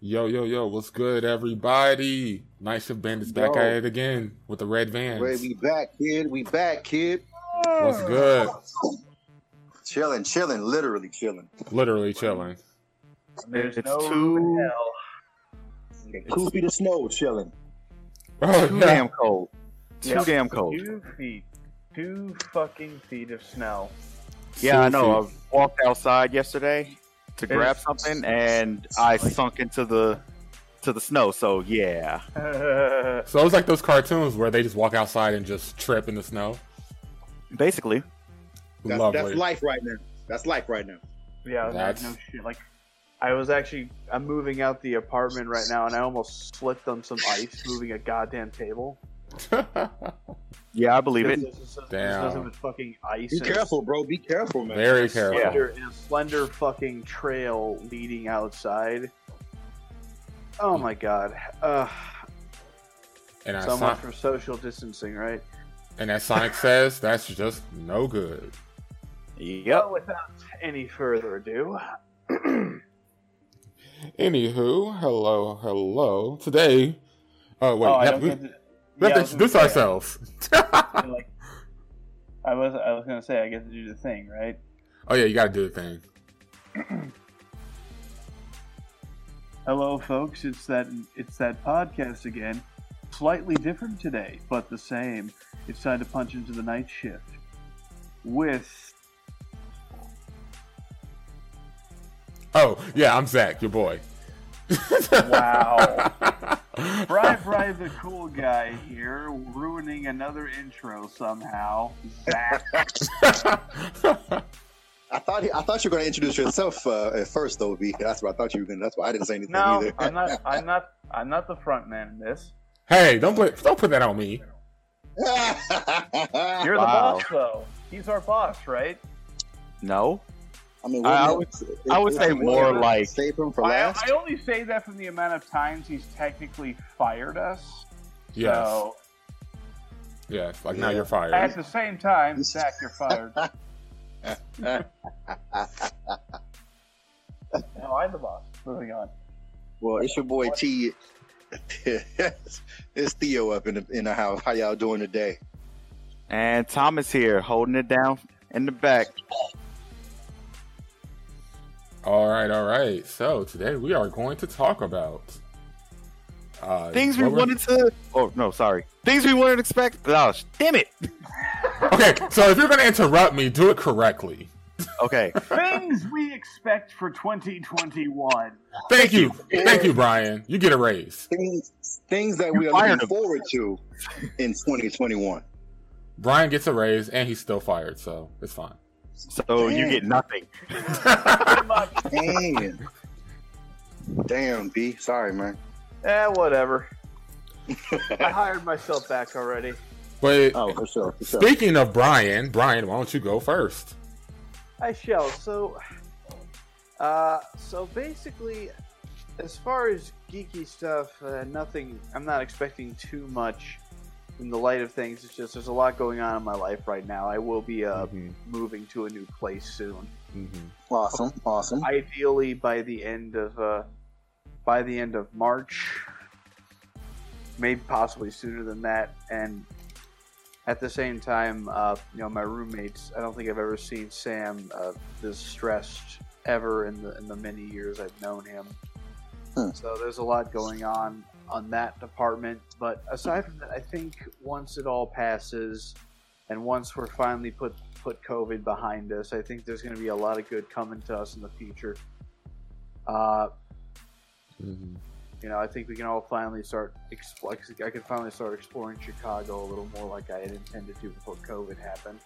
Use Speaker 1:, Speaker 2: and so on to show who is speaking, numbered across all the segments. Speaker 1: Yo, yo, yo, what's good, everybody? Night Shift Bandits back
Speaker 2: Yo.
Speaker 1: at it again with the red vans.
Speaker 2: Wait, we back, kid. We back, kid.
Speaker 1: What's good?
Speaker 2: Chilling, chilling, literally chilling.
Speaker 1: Literally chilling.
Speaker 3: There's
Speaker 4: It's
Speaker 3: no
Speaker 4: too-
Speaker 3: hell.
Speaker 2: Two feet of snow, chilling.
Speaker 1: Oh,
Speaker 4: Too
Speaker 1: yeah.
Speaker 4: damn cold. Too
Speaker 3: Yep.
Speaker 4: damn cold.
Speaker 3: Two feet. Two fucking feet of snow.
Speaker 4: Yeah, I know.
Speaker 1: Seriously.
Speaker 4: I walked outside yesterday to
Speaker 3: There's-
Speaker 4: grab something, and I sunk into the to the snow. So yeah,
Speaker 3: That's
Speaker 1: So it was like those cartoons where they just walk outside and just trip in the snow.
Speaker 4: basically,
Speaker 2: That's,
Speaker 1: Lovely.
Speaker 2: that's life right now. That's life right now.
Speaker 3: Yeah,
Speaker 1: That's-
Speaker 3: that's... no shit. Like, I was actually I'm moving out the apartment right now, and I almost slipped on some ice moving a goddamn table.
Speaker 4: yeah, I believe it.
Speaker 3: This is- this
Speaker 1: Damn.
Speaker 3: doesn't have fucking ice.
Speaker 2: Be
Speaker 3: and a
Speaker 2: careful, bro. Be careful, man.
Speaker 1: Very careful.
Speaker 4: Yeah.
Speaker 3: Slender, and a slender fucking trail leading outside.
Speaker 4: Mm.
Speaker 3: Oh my god. Uh,
Speaker 1: And, as
Speaker 3: so much
Speaker 1: Son-
Speaker 3: for social distancing, right?
Speaker 1: and as Sonic says, that's just no good.
Speaker 4: Yep.
Speaker 3: Well, Oh, without any further ado,
Speaker 1: Anywho, hello, hello. Today, oh, wait,
Speaker 3: Oh, I
Speaker 1: we have,
Speaker 3: don't
Speaker 1: we,
Speaker 3: get to-
Speaker 1: we
Speaker 3: yeah, I
Speaker 1: have
Speaker 3: was
Speaker 1: to
Speaker 3: gonna
Speaker 1: introduce
Speaker 3: say,
Speaker 1: ourselves.
Speaker 3: I feel like- I was I was gonna say I get to do the thing, right?
Speaker 1: oh, yeah, you gotta do the thing.
Speaker 3: Hello, folks. It's that it's that podcast again. Slightly different today, but the same. It's time to punch into the night shift with
Speaker 1: Oh, yeah, I'm Zach, your boy.
Speaker 3: wow. Bri Bri the cool guy here, ruining another intro somehow. Zach.
Speaker 2: I thought I thought you were gonna introduce yourself uh, at first, though. B. That's what I thought you were gonna. That's why I didn't say anything
Speaker 3: No, Uh,
Speaker 2: either.
Speaker 3: I'm not. I'm not. I'm not the front man in this.
Speaker 1: hey, don't put don't put that on me.
Speaker 3: You're the
Speaker 4: Wow.
Speaker 3: boss, though. He's our boss, right?
Speaker 4: No,
Speaker 2: I mean,
Speaker 4: I- I
Speaker 2: wouldn't
Speaker 4: would-
Speaker 2: it-
Speaker 4: I would
Speaker 2: it-
Speaker 4: say
Speaker 2: it-
Speaker 4: more
Speaker 2: it-
Speaker 4: like-
Speaker 2: save him for
Speaker 3: I,
Speaker 2: last.
Speaker 3: I only say that from the amount of times he's technically fired us.
Speaker 1: Yes,
Speaker 3: So
Speaker 1: yes. Like now
Speaker 2: Yeah.
Speaker 1: you're
Speaker 3: at
Speaker 1: fired.
Speaker 3: the same time, Zach, you're fired. no, I'm the boss. Moving on.
Speaker 2: well, it's your boy T. it's Theo up in the in the house. How y'all doing today?
Speaker 4: and Tom is here holding it down in the back.
Speaker 1: All right, all right. So today we are going to talk about uh,
Speaker 4: Things we
Speaker 1: what we're-
Speaker 4: wanted to. Oh no, sorry. Things we wanted to expect. Gosh, damn it.
Speaker 1: Okay, so if you're gonna interrupt me, do it correctly.
Speaker 4: Okay.
Speaker 3: Things we expect for 2021.
Speaker 1: Thank you, thank you, Brian. You get a raise.
Speaker 2: Things things that we are
Speaker 4: fired
Speaker 2: looking forward to in 2021.
Speaker 1: Brian gets a raise, and he's still fired, so it's fine.
Speaker 4: So you get nothing.
Speaker 3: Pretty much.
Speaker 2: Damn. Damn, B. Sorry, man.
Speaker 3: Eh, whatever. I hired myself back already.
Speaker 1: But
Speaker 2: Oh, for sure. For sure.
Speaker 1: speaking of Brian, Brian, why don't you go first?
Speaker 3: I shall. So, uh, so basically, as far as geeky stuff, uh, nothing. I'm not expecting too much in the light of things. It's just there's a lot going on in my life right now. I will be uh,
Speaker 1: Mhm,
Speaker 3: moving to a new place soon.
Speaker 1: mhm.
Speaker 2: Awesome. Awesome.
Speaker 3: Ideally, by the end of uh, by the end of March, maybe possibly sooner than that, and. At the same time, uh, you know, my roommates. I don't think I've ever seen Sam uh, this stressed ever in the in the many years I've known him.
Speaker 2: Hmm.
Speaker 3: So there's a lot going on on that department. But aside from that, I think once it all passes, and once we're finally put put COVID behind us, I think there's going to be a lot of good coming to us in the future. Uh,
Speaker 1: Mhm.
Speaker 3: you know, I think we can all finally start. Expl- I can finally start exploring Chicago a little more, like I had intended to before COVID happened.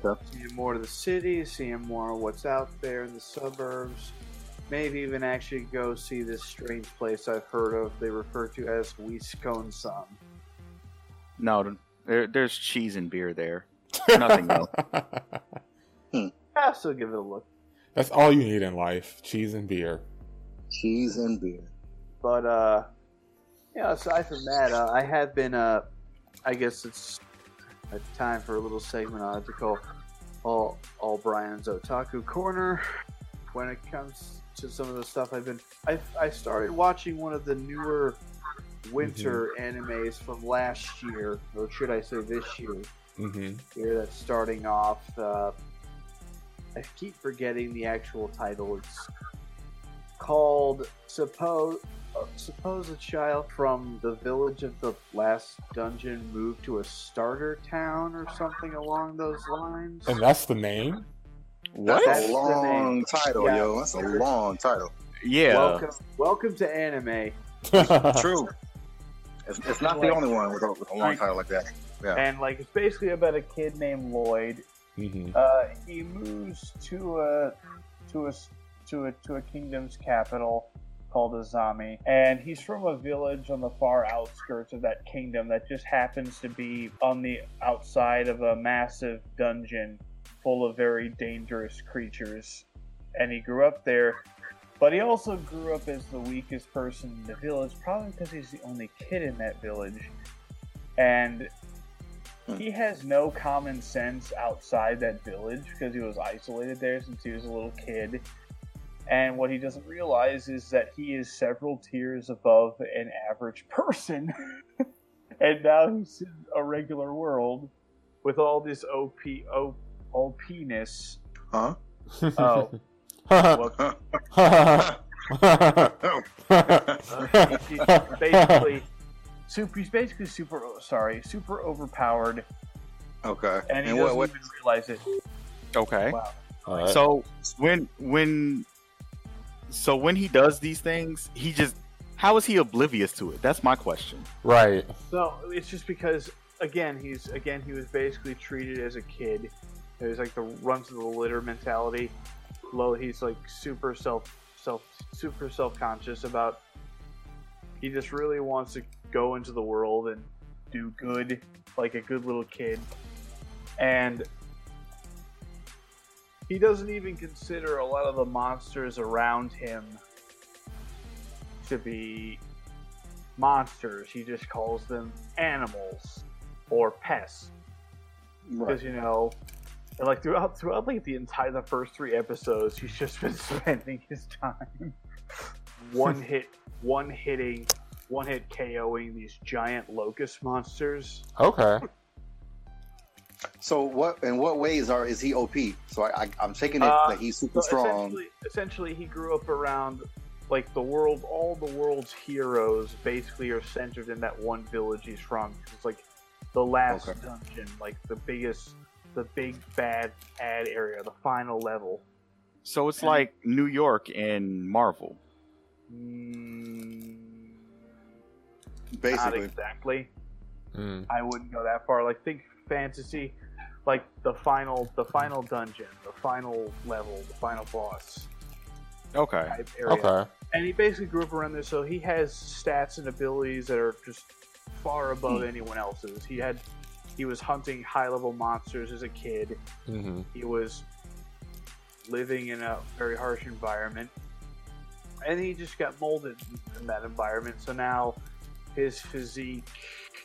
Speaker 2: Sure.
Speaker 3: Seeing more of the city, seeing more of what's out there in the suburbs. Maybe even actually go see this strange place I've heard of. They refer to as Wisconsin.
Speaker 4: No, there, there's cheese and beer there. Nothing else.
Speaker 3: I'll still give it a look.
Speaker 1: That's all you need in life: cheese and beer.
Speaker 2: Cheese and beer.
Speaker 3: But uh, you know, aside from that, uh, I have been uh, I guess it's a time for a little segment I like to call all all Brian's Otaku Corner. When it comes to some of the stuff I've been. I, I started watching one of the newer winter animes from last year, or should I say this year,
Speaker 1: Mm-hmm.
Speaker 3: here that's starting off. Uh, I keep forgetting the actual title. It's called Suppose uh, Suppose a child from the village of the last dungeon moved to a starter town or something along those lines.
Speaker 1: And that's the name.
Speaker 4: What?
Speaker 3: That's
Speaker 2: That's a
Speaker 3: the
Speaker 2: long
Speaker 3: name.
Speaker 2: title,
Speaker 3: Yeah.
Speaker 2: yo. That's a long title.
Speaker 4: yeah.
Speaker 3: Welcome, welcome to anime. Uh-huh.
Speaker 2: True. It's, it's not the only one with a, with a long title like that.
Speaker 3: And like it's basically about a kid named Lloyd.
Speaker 1: hmm
Speaker 3: Uh, he moves to a to a s- to a to a kingdom's capital called Azami, and he's from a village on the far outskirts of that kingdom that just happens to be on the outside of a massive dungeon full of very dangerous creatures. And he grew up there, but he also grew up as the weakest person in the village, probably because he's the only kid in that village. And he has no common sense outside that village because he was isolated there since he was a little kid. And what he doesn't realize is that he is several tiers above an average person. and now he's in a regular world with all this OP, OP, OPness.
Speaker 2: Huh?
Speaker 3: Oh,
Speaker 1: Uh,
Speaker 2: Huh? Oh,
Speaker 3: he's basically, super, he's basically super, sorry, super overpowered,
Speaker 2: Okay.
Speaker 3: and he
Speaker 2: what,
Speaker 3: doesn't
Speaker 2: what?
Speaker 3: even realize it.
Speaker 4: Okay.
Speaker 3: Wow.
Speaker 1: All right.
Speaker 4: So when when so when he does these things, he just how is he oblivious to it? That's my question.
Speaker 1: right.
Speaker 3: No, it's just because again he's again he was basically treated as a kid. It was like the runs of the litter mentality. Low, he's like super self self super self conscious about. He just really wants to go into the world and do good, like a good little kid, and he doesn't even consider a lot of the monsters around him to be monsters. He just calls them animals or pests
Speaker 2: Right.
Speaker 3: because you know, and, like throughout throughout like the entire the first three episodes, he's just been spending his time one hit, one hitting, one hit KOing these giant locust monsters.
Speaker 1: Okay.
Speaker 2: So what? In what ways are is he OP? So I, I I'm taking it
Speaker 3: Uh,
Speaker 2: that he's
Speaker 3: So
Speaker 2: super strong.
Speaker 3: Essentially, essentially, he grew up around like the world. All the world's heroes basically are centered in that one village he's from. 'cause It's like the last
Speaker 2: Okay.
Speaker 3: dungeon, like the biggest, the big bad ad area, the final level.
Speaker 4: So it's like New York in Marvel.
Speaker 3: Mm, not
Speaker 2: Basically,
Speaker 3: exactly.
Speaker 1: Mm.
Speaker 3: I wouldn't go that far. Like think fantasy, like the final, the final dungeon, the final level, the final boss
Speaker 4: Okay.
Speaker 3: type area.
Speaker 1: Okay.
Speaker 3: and he basically grew up around this, so he has stats and abilities that are just far above anyone else's. He had he was hunting high level monsters as a kid.
Speaker 1: hmm
Speaker 3: He was living in a very harsh environment, and he just got molded in that environment. So now his physique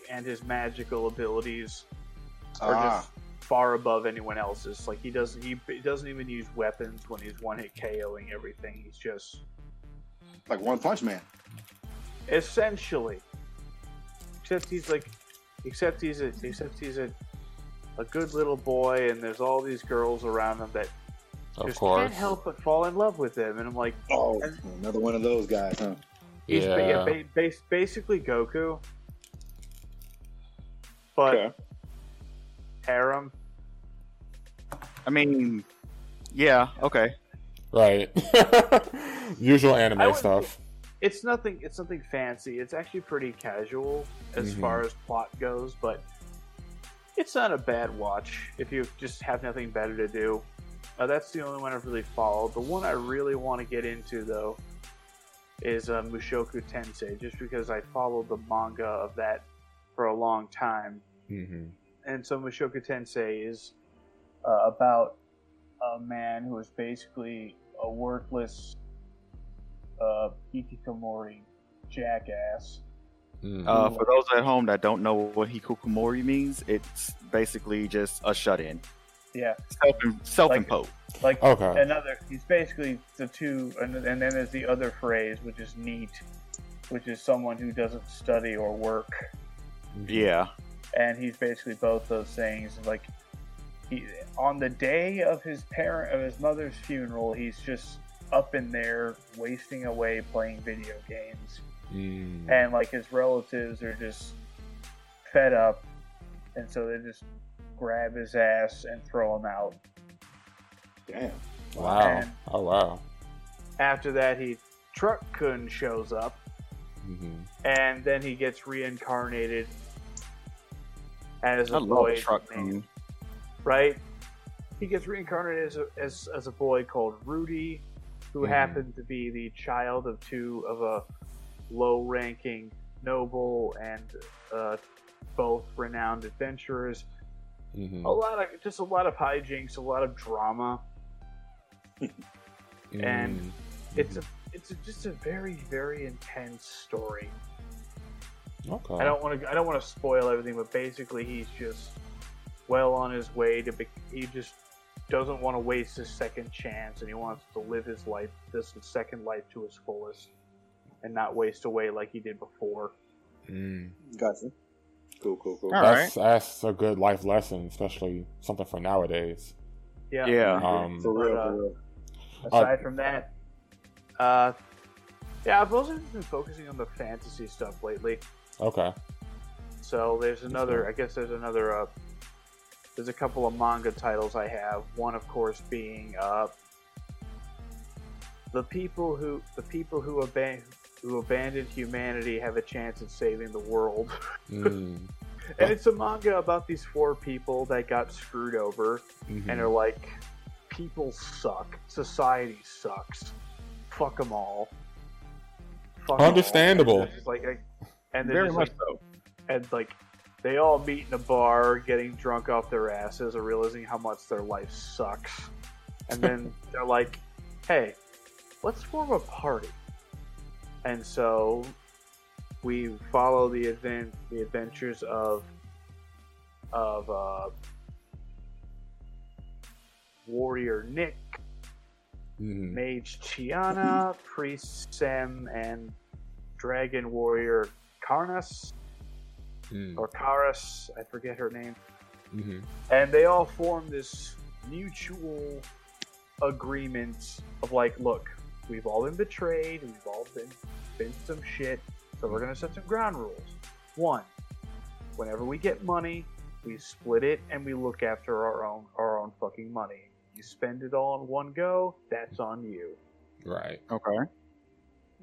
Speaker 3: and his magical abilities are
Speaker 2: ah,
Speaker 3: just far above anyone else's. Like he doesn't he, he doesn't even use weapons when he's one hit KOing everything. He's just
Speaker 2: like One Punch Man.
Speaker 3: essentially. Except he's like, except he's a, except he's a, a good little boy, and there's all these girls around him that
Speaker 1: Of
Speaker 3: just
Speaker 1: course.
Speaker 3: can't help but fall in love with him. And I'm like,
Speaker 2: Oh, another one of those guys, huh?
Speaker 3: he's ba- yeah.
Speaker 1: Yeah.
Speaker 3: ba- bas- basically Goku, but harem.
Speaker 4: I mean, yeah, okay.
Speaker 1: Right. Usual
Speaker 3: I
Speaker 1: anime
Speaker 3: would-
Speaker 1: stuff.
Speaker 3: It's nothing. It's nothing fancy. It's actually pretty casual as
Speaker 1: Mhm.
Speaker 3: far as plot goes, but it's not a bad watch if you just have nothing better to do. Uh, that's the only one I've really followed. The one I really want to get into though is uh, Mushoku Tensei, just because I followed the manga of that for a long time,
Speaker 1: Mm-hmm.
Speaker 3: and so Mushoku Tensei is uh, about a man who is basically a worthless uh, ikikomori jackass.
Speaker 1: Mm-hmm.
Speaker 4: Uh, for those at home that don't know what hikukomori means, it's basically just a shut in.
Speaker 5: Yeah,
Speaker 4: Self self-imposed.
Speaker 5: like
Speaker 1: Okay.
Speaker 5: another. He's basically the two, and, and then there's the other phrase, which is neat, which is someone who doesn't study or work,
Speaker 4: yeah.
Speaker 5: and he's basically both those things. Like he, on the day of his parent of his mother's funeral, he's just up in there wasting away playing video games,
Speaker 1: Mm.
Speaker 5: and like his relatives are just fed up, and so they just grab his ass and throw him out.
Speaker 2: Damn.
Speaker 1: Wow. Oh wow.
Speaker 3: After that, he Truck Kun shows up,
Speaker 1: hmm
Speaker 3: and then he gets reincarnated as a
Speaker 4: I love
Speaker 3: boy
Speaker 4: truck
Speaker 3: named-
Speaker 4: crew.
Speaker 3: right? He gets reincarnated as a, as, as a boy called Rudy, who
Speaker 1: Mhm.
Speaker 3: happened to be the child of two of a low-ranking noble and uh, both renowned adventurers.
Speaker 1: hmm
Speaker 3: A lot of just a lot of hijinks, a lot of drama. and
Speaker 1: Mm. Mhm.
Speaker 3: It's a it's a, just a very very intense story.
Speaker 1: okay.
Speaker 3: I don't want to. I don't want to spoil everything, but basically, he's just well on his way to. Be, he just doesn't want to waste his second chance, and he wants to live his life, this second life, to his fullest, and not waste away like he did before.
Speaker 1: Mm.
Speaker 2: Gotcha. Cool, cool, cool.
Speaker 4: All
Speaker 1: That's that's a good life lesson, especially something for nowadays.
Speaker 3: Yeah.
Speaker 4: Yeah.
Speaker 1: Um,
Speaker 2: For real,
Speaker 3: But, uh,
Speaker 2: for real.
Speaker 3: Aside from that, uh, yeah, I've also just been focusing on the fantasy stuff lately.
Speaker 1: Okay.
Speaker 3: So there's another.
Speaker 1: cool.
Speaker 3: I guess there's another. Uh, there's a couple of manga titles I have. One, of course, being uh, the people who the people who aban- who abandoned humanity have a chance at saving the world.
Speaker 1: Mm.
Speaker 3: And it's a manga about these four people that got screwed over and are
Speaker 1: Mhm.
Speaker 3: like, people suck, society sucks, fuck them all. Fuck 'em all."
Speaker 1: Understandable.
Speaker 3: And they're just like, like- and they're
Speaker 4: Very
Speaker 3: just
Speaker 4: much
Speaker 3: like,
Speaker 4: so.
Speaker 3: and like they all meet in a bar getting drunk off their asses and realizing how much their life sucks and then they're like hey let's form a party and so we follow the advent the adventures of of uh, warrior nick
Speaker 1: Mhm.
Speaker 3: mage tiana priest sam and dragon warrior karnas
Speaker 1: Mm.
Speaker 3: or Karis, I forget her name,
Speaker 1: Mhm.
Speaker 3: and they all form this mutual agreement of like, look, we've all been betrayed, we've all been been some shit, so we're gonna set some ground rules. One, whenever we get money, we split it and we look after our own our own fucking money. You spend it all in one go, that's on you.
Speaker 1: Right.
Speaker 4: Okay.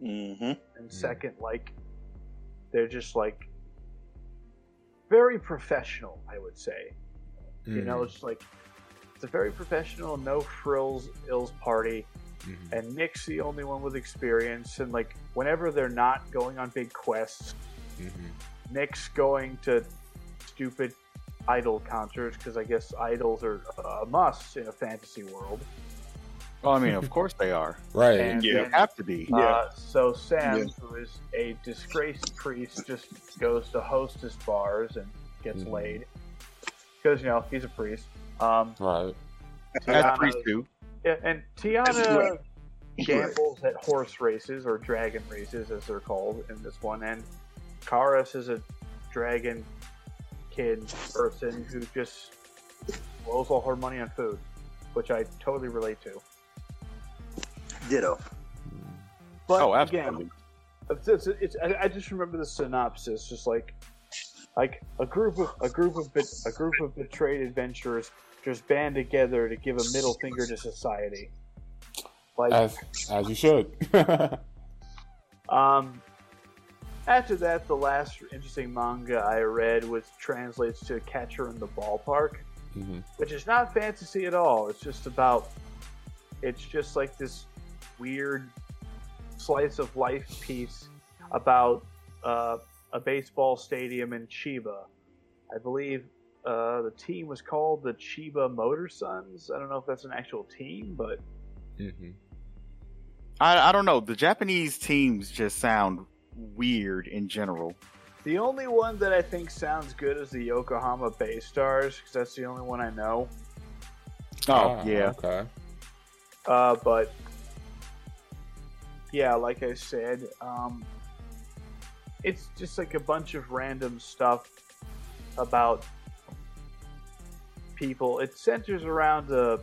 Speaker 2: Mm-hmm.
Speaker 3: and
Speaker 1: Mm.
Speaker 3: second like they're just like very professional i would say you know
Speaker 1: Mm.
Speaker 3: it's like it's a very professional no frills ills party
Speaker 1: Mhm.
Speaker 3: and nick's the only one with experience and like whenever they're not going on big quests
Speaker 1: Mhm.
Speaker 3: nick's going to stupid idol concerts because i guess idols are a must in a fantasy world
Speaker 4: Well, I mean, of course they are.
Speaker 1: Right.
Speaker 3: and
Speaker 4: They
Speaker 3: then-
Speaker 4: have to be.
Speaker 3: Uh, so Sam,
Speaker 2: Yeah.
Speaker 3: who is a disgraced priest, just goes to hostess bars and gets
Speaker 1: Mhm.
Speaker 3: laid because you know he's a priest. Um,
Speaker 1: right.
Speaker 4: As
Speaker 3: Tiana's-
Speaker 4: priest too.
Speaker 3: yeah, and Tiana gambles at horse races or dragon races, as they're called in this one. And Karas is a dragon kid person who just blows all her money on food, which I totally relate to.
Speaker 2: Ditto.
Speaker 1: Mm.
Speaker 3: But
Speaker 4: oh,
Speaker 3: again,
Speaker 4: absolutely.
Speaker 3: It's, it's, it's, I, I just remember the synopsis, just like like a group of a group of bet- a group of betrayed adventurers just band together to give a middle finger to society. Like
Speaker 1: As as you should. Mm-hmm.
Speaker 3: um, after that, the last interesting manga I read, which translates to Catcher in the Ballpark,
Speaker 1: Mhm.
Speaker 3: which is not fantasy at all. It's just about it's just like this weird slice of life piece about uh, a baseball stadium in Chiba. I believe uh, the team was called the Chiba Motor Sons. I don't know if that's an actual team, but
Speaker 1: Mhm.
Speaker 4: I, I don't know. The Japanese teams just sound weird in general.
Speaker 3: the only one that I think sounds good is the Yokohama Bay Stars because that's the only one I know.
Speaker 4: Oh
Speaker 1: Ah,
Speaker 4: yeah.
Speaker 1: Okay.
Speaker 5: Uh, but
Speaker 3: yeah, like I said, um, it's just like a bunch of random stuff about people. It centers around a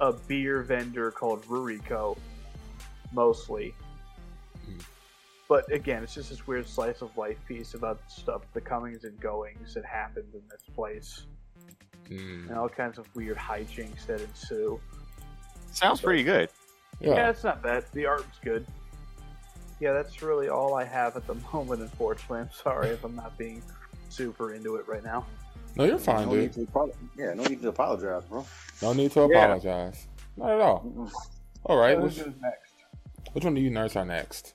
Speaker 3: a beer vendor called Ruriko, mostly.
Speaker 1: Hmm.
Speaker 3: But again, it's just this weird slice of life piece about stuff, the comings and goings that happened in this place,
Speaker 1: Mm.
Speaker 3: and all kinds of weird hijinks that ensue.
Speaker 4: Sounds pretty good.
Speaker 3: Yeah,
Speaker 1: Yeah.
Speaker 3: it's not bad. The art's good. Yeah, that's really all I have at the moment, unfortunately. I'm sorry if I'm not being super into it right now.
Speaker 1: No, you're fine,
Speaker 2: no need
Speaker 1: dude.
Speaker 2: to apolo- yeah, no need to apologize, bro.
Speaker 1: No need to
Speaker 4: Yeah.
Speaker 1: apologize. Not at all.
Speaker 2: Mm-mm.
Speaker 4: Mm-hmm.
Speaker 1: All right.
Speaker 5: who
Speaker 1: Which,
Speaker 5: goes next?
Speaker 1: which one do you nerds are next?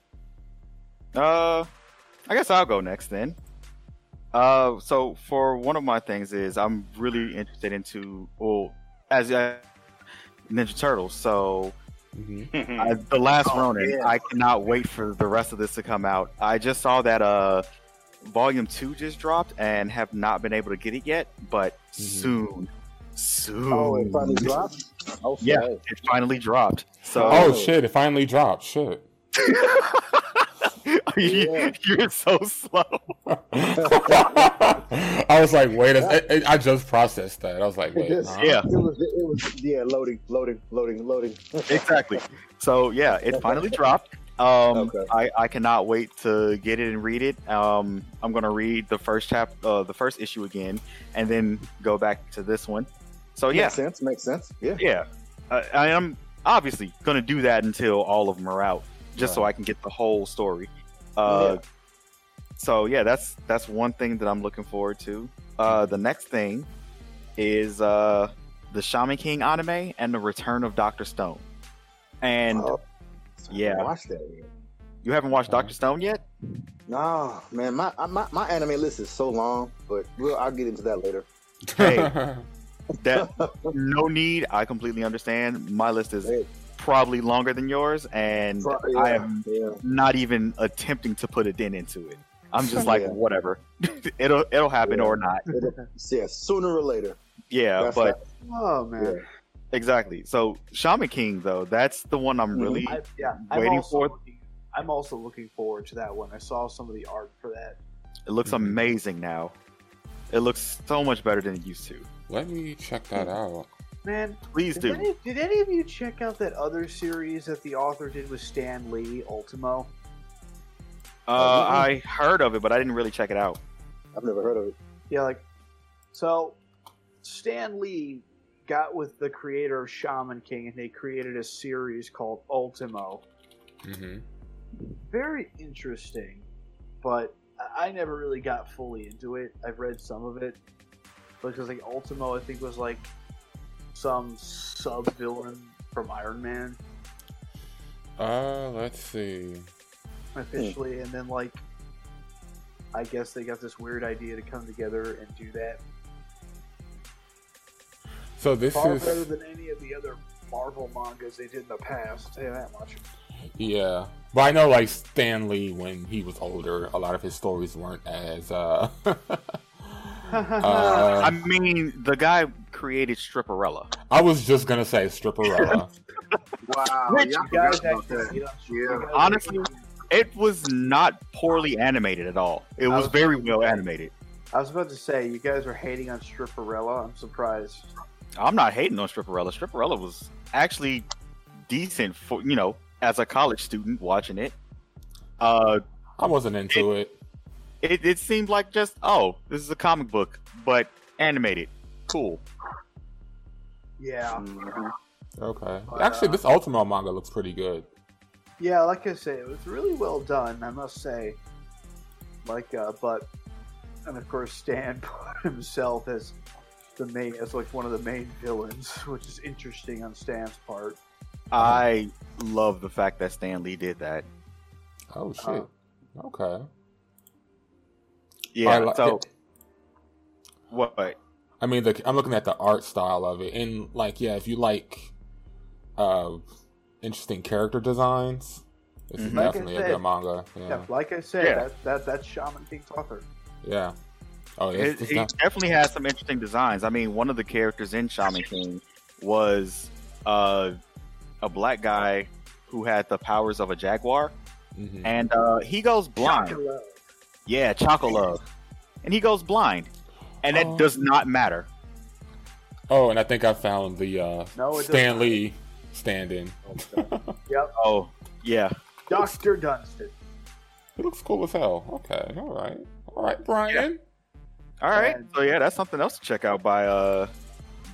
Speaker 4: Uh, I guess I'll go next then. Uh, so for one of my things is I'm really interested into well as uh, Ninja Turtles. So
Speaker 1: Mm-hmm.
Speaker 4: I, the last
Speaker 3: Oh,
Speaker 4: Ronin,
Speaker 3: yeah.
Speaker 4: I cannot wait for the rest of this to come out. I just saw that uh, Volume Two just dropped and have not been able to get it yet, but soon, soon,
Speaker 2: Oh, it finally dropped. Oh,
Speaker 4: Yeah.
Speaker 2: shit.
Speaker 4: it finally dropped. So
Speaker 1: Oh shit! It finally dropped. Shit.
Speaker 4: you, Oh.
Speaker 2: Yeah.
Speaker 4: you're so slow.
Speaker 1: I was like, wait. A, I, I just processed that. I was like, wait.
Speaker 2: Yes.
Speaker 1: huh?
Speaker 4: Yeah.
Speaker 2: It was, it was, yeah, loading, loading, loading, loading.
Speaker 4: exactly. So yeah, it finally dropped. Um,
Speaker 2: Okay.
Speaker 4: I, I cannot wait to get it and read it. Um, I'm gonna read the first chap, uh, the first issue again, and then go back to this one. So Oh, yeah,
Speaker 2: Makes sense. Makes sense. Yeah.
Speaker 4: yeah, I, I am obviously gonna do that until all of them are out, just so I can get the whole story. Uh, So yeah, that's that's one thing that I'm looking forward to. Uh, the next thing is uh, the Shaman King anime and the return of Doctor Stone. And
Speaker 2: Oh,
Speaker 4: yeah.
Speaker 2: Watch that. Man.
Speaker 4: you haven't watched
Speaker 1: Uh-huh.
Speaker 4: Doctor Stone yet?
Speaker 2: No, man, my, my my anime list is so long, but we'll, I'll get into that later.
Speaker 4: Hey. That no need. I completely understand. My list is
Speaker 2: Hey.
Speaker 4: probably longer than yours, and
Speaker 2: Pro-
Speaker 4: I
Speaker 2: yeah,
Speaker 4: am
Speaker 2: yeah.
Speaker 4: not even attempting to put a dent into it. I'm just like
Speaker 2: Yeah.
Speaker 4: whatever. it'll it'll happen
Speaker 2: Yeah.
Speaker 4: or not.
Speaker 2: yeah, sooner or later.
Speaker 4: Yeah,
Speaker 2: That's
Speaker 4: but
Speaker 3: Oh man,
Speaker 4: exactly. So Shaman King though, that's the one I'm
Speaker 2: Mhm.
Speaker 4: really.
Speaker 3: I, yeah, I'm
Speaker 4: Waiting
Speaker 3: also
Speaker 4: for-
Speaker 3: Looking, I'm also looking forward to that one. I saw some of the art for that.
Speaker 4: It looks
Speaker 1: Mhm.
Speaker 4: amazing now. It looks so much better than it used to.
Speaker 1: Let me check that out.
Speaker 3: Man,
Speaker 4: Please
Speaker 3: did
Speaker 4: do.
Speaker 3: any, did any of you check out that other series that the author did with Stan Lee, Ultimo?
Speaker 4: Uh,
Speaker 2: Oh,
Speaker 4: I heard of it, but I didn't really check it out.
Speaker 2: I've never heard of it.
Speaker 3: Yeah, like so Stan Lee got with the creator of Shaman King and they created a series called Ultimo.
Speaker 1: Mm-hmm.
Speaker 3: Very interesting, but I- I never really got fully into it. I've read some of it. Because like Ultimo I think was like some sub villain from Iron Man
Speaker 1: Uh, let's see.
Speaker 3: officially and then like I guess they got this weird idea to come together and do that.
Speaker 1: So this
Speaker 3: Far
Speaker 1: is
Speaker 3: better than any of the other Marvel mangas they did in the past. Say that much.
Speaker 1: yeah. But I know like Stan Lee when he was older, a lot of his stories weren't as uh. uh,
Speaker 4: I mean, the guy created Stripperella.
Speaker 1: I was just gonna say stripperella.
Speaker 2: Wow.
Speaker 4: Which
Speaker 2: y'all
Speaker 3: guys
Speaker 2: forgot about
Speaker 3: actually,
Speaker 2: that.
Speaker 3: you know,
Speaker 2: Yeah.
Speaker 3: guys
Speaker 4: Honestly-
Speaker 3: actually-
Speaker 4: It was not poorly animated at all. It was very well animated.
Speaker 3: I was about to say you guys are hating on Stripperella. I'm surprised.
Speaker 4: I'm not hating on Stripperella. Stripperella was actually decent for you know as a college student watching it. Uh,
Speaker 1: I wasn't into it.
Speaker 4: it, it seemed like just oh, this is a comic book, but animated, cool.
Speaker 3: Yeah,
Speaker 2: Mhm.
Speaker 1: Okay. Actually, this Ultimo manga looks pretty good.
Speaker 3: yeah. Like I say, it was really well done. I must say. Like, uh, but, and of course, Stan put himself as the main, as like one of the main villains, which is interesting on Stan's part.
Speaker 4: I love the fact that Stan Lee did that.
Speaker 1: Oh shit. Okay.
Speaker 4: Yeah.
Speaker 1: I li-
Speaker 4: so what?
Speaker 1: I mean, the, I'm looking at the art style of it, and like, yeah, if you like uh, interesting character designs, this is
Speaker 4: Mhm.
Speaker 3: Like I
Speaker 1: definitely a
Speaker 3: said-
Speaker 1: good manga.
Speaker 3: Yeah,
Speaker 1: Uh, Yeah,
Speaker 3: like I said,
Speaker 4: Yeah.
Speaker 3: that, that that's Shaman King's author.
Speaker 1: yeah. Oh, yeah.
Speaker 4: It,
Speaker 1: it's- it's
Speaker 4: he
Speaker 1: not-
Speaker 4: definitely has some interesting designs. I mean, one of the characters in Shaman King was uh, a black guy who had the powers of a jaguar,
Speaker 1: mhm.
Speaker 4: and uh, he goes blind. Yeah, Choco Love, and he goes blind, and that
Speaker 1: Oh.
Speaker 4: does not matter.
Speaker 1: Oh, and I think I found the uh,
Speaker 3: No, Oh, it doesn't.
Speaker 1: Stan Lee stand-in.
Speaker 4: Oh, yeah.
Speaker 3: Doctor Dunstan.
Speaker 1: It looks cool as hell. Okay, all right, all right, Brian.
Speaker 4: All right.
Speaker 3: And-
Speaker 4: So yeah, that's something else to check out by uh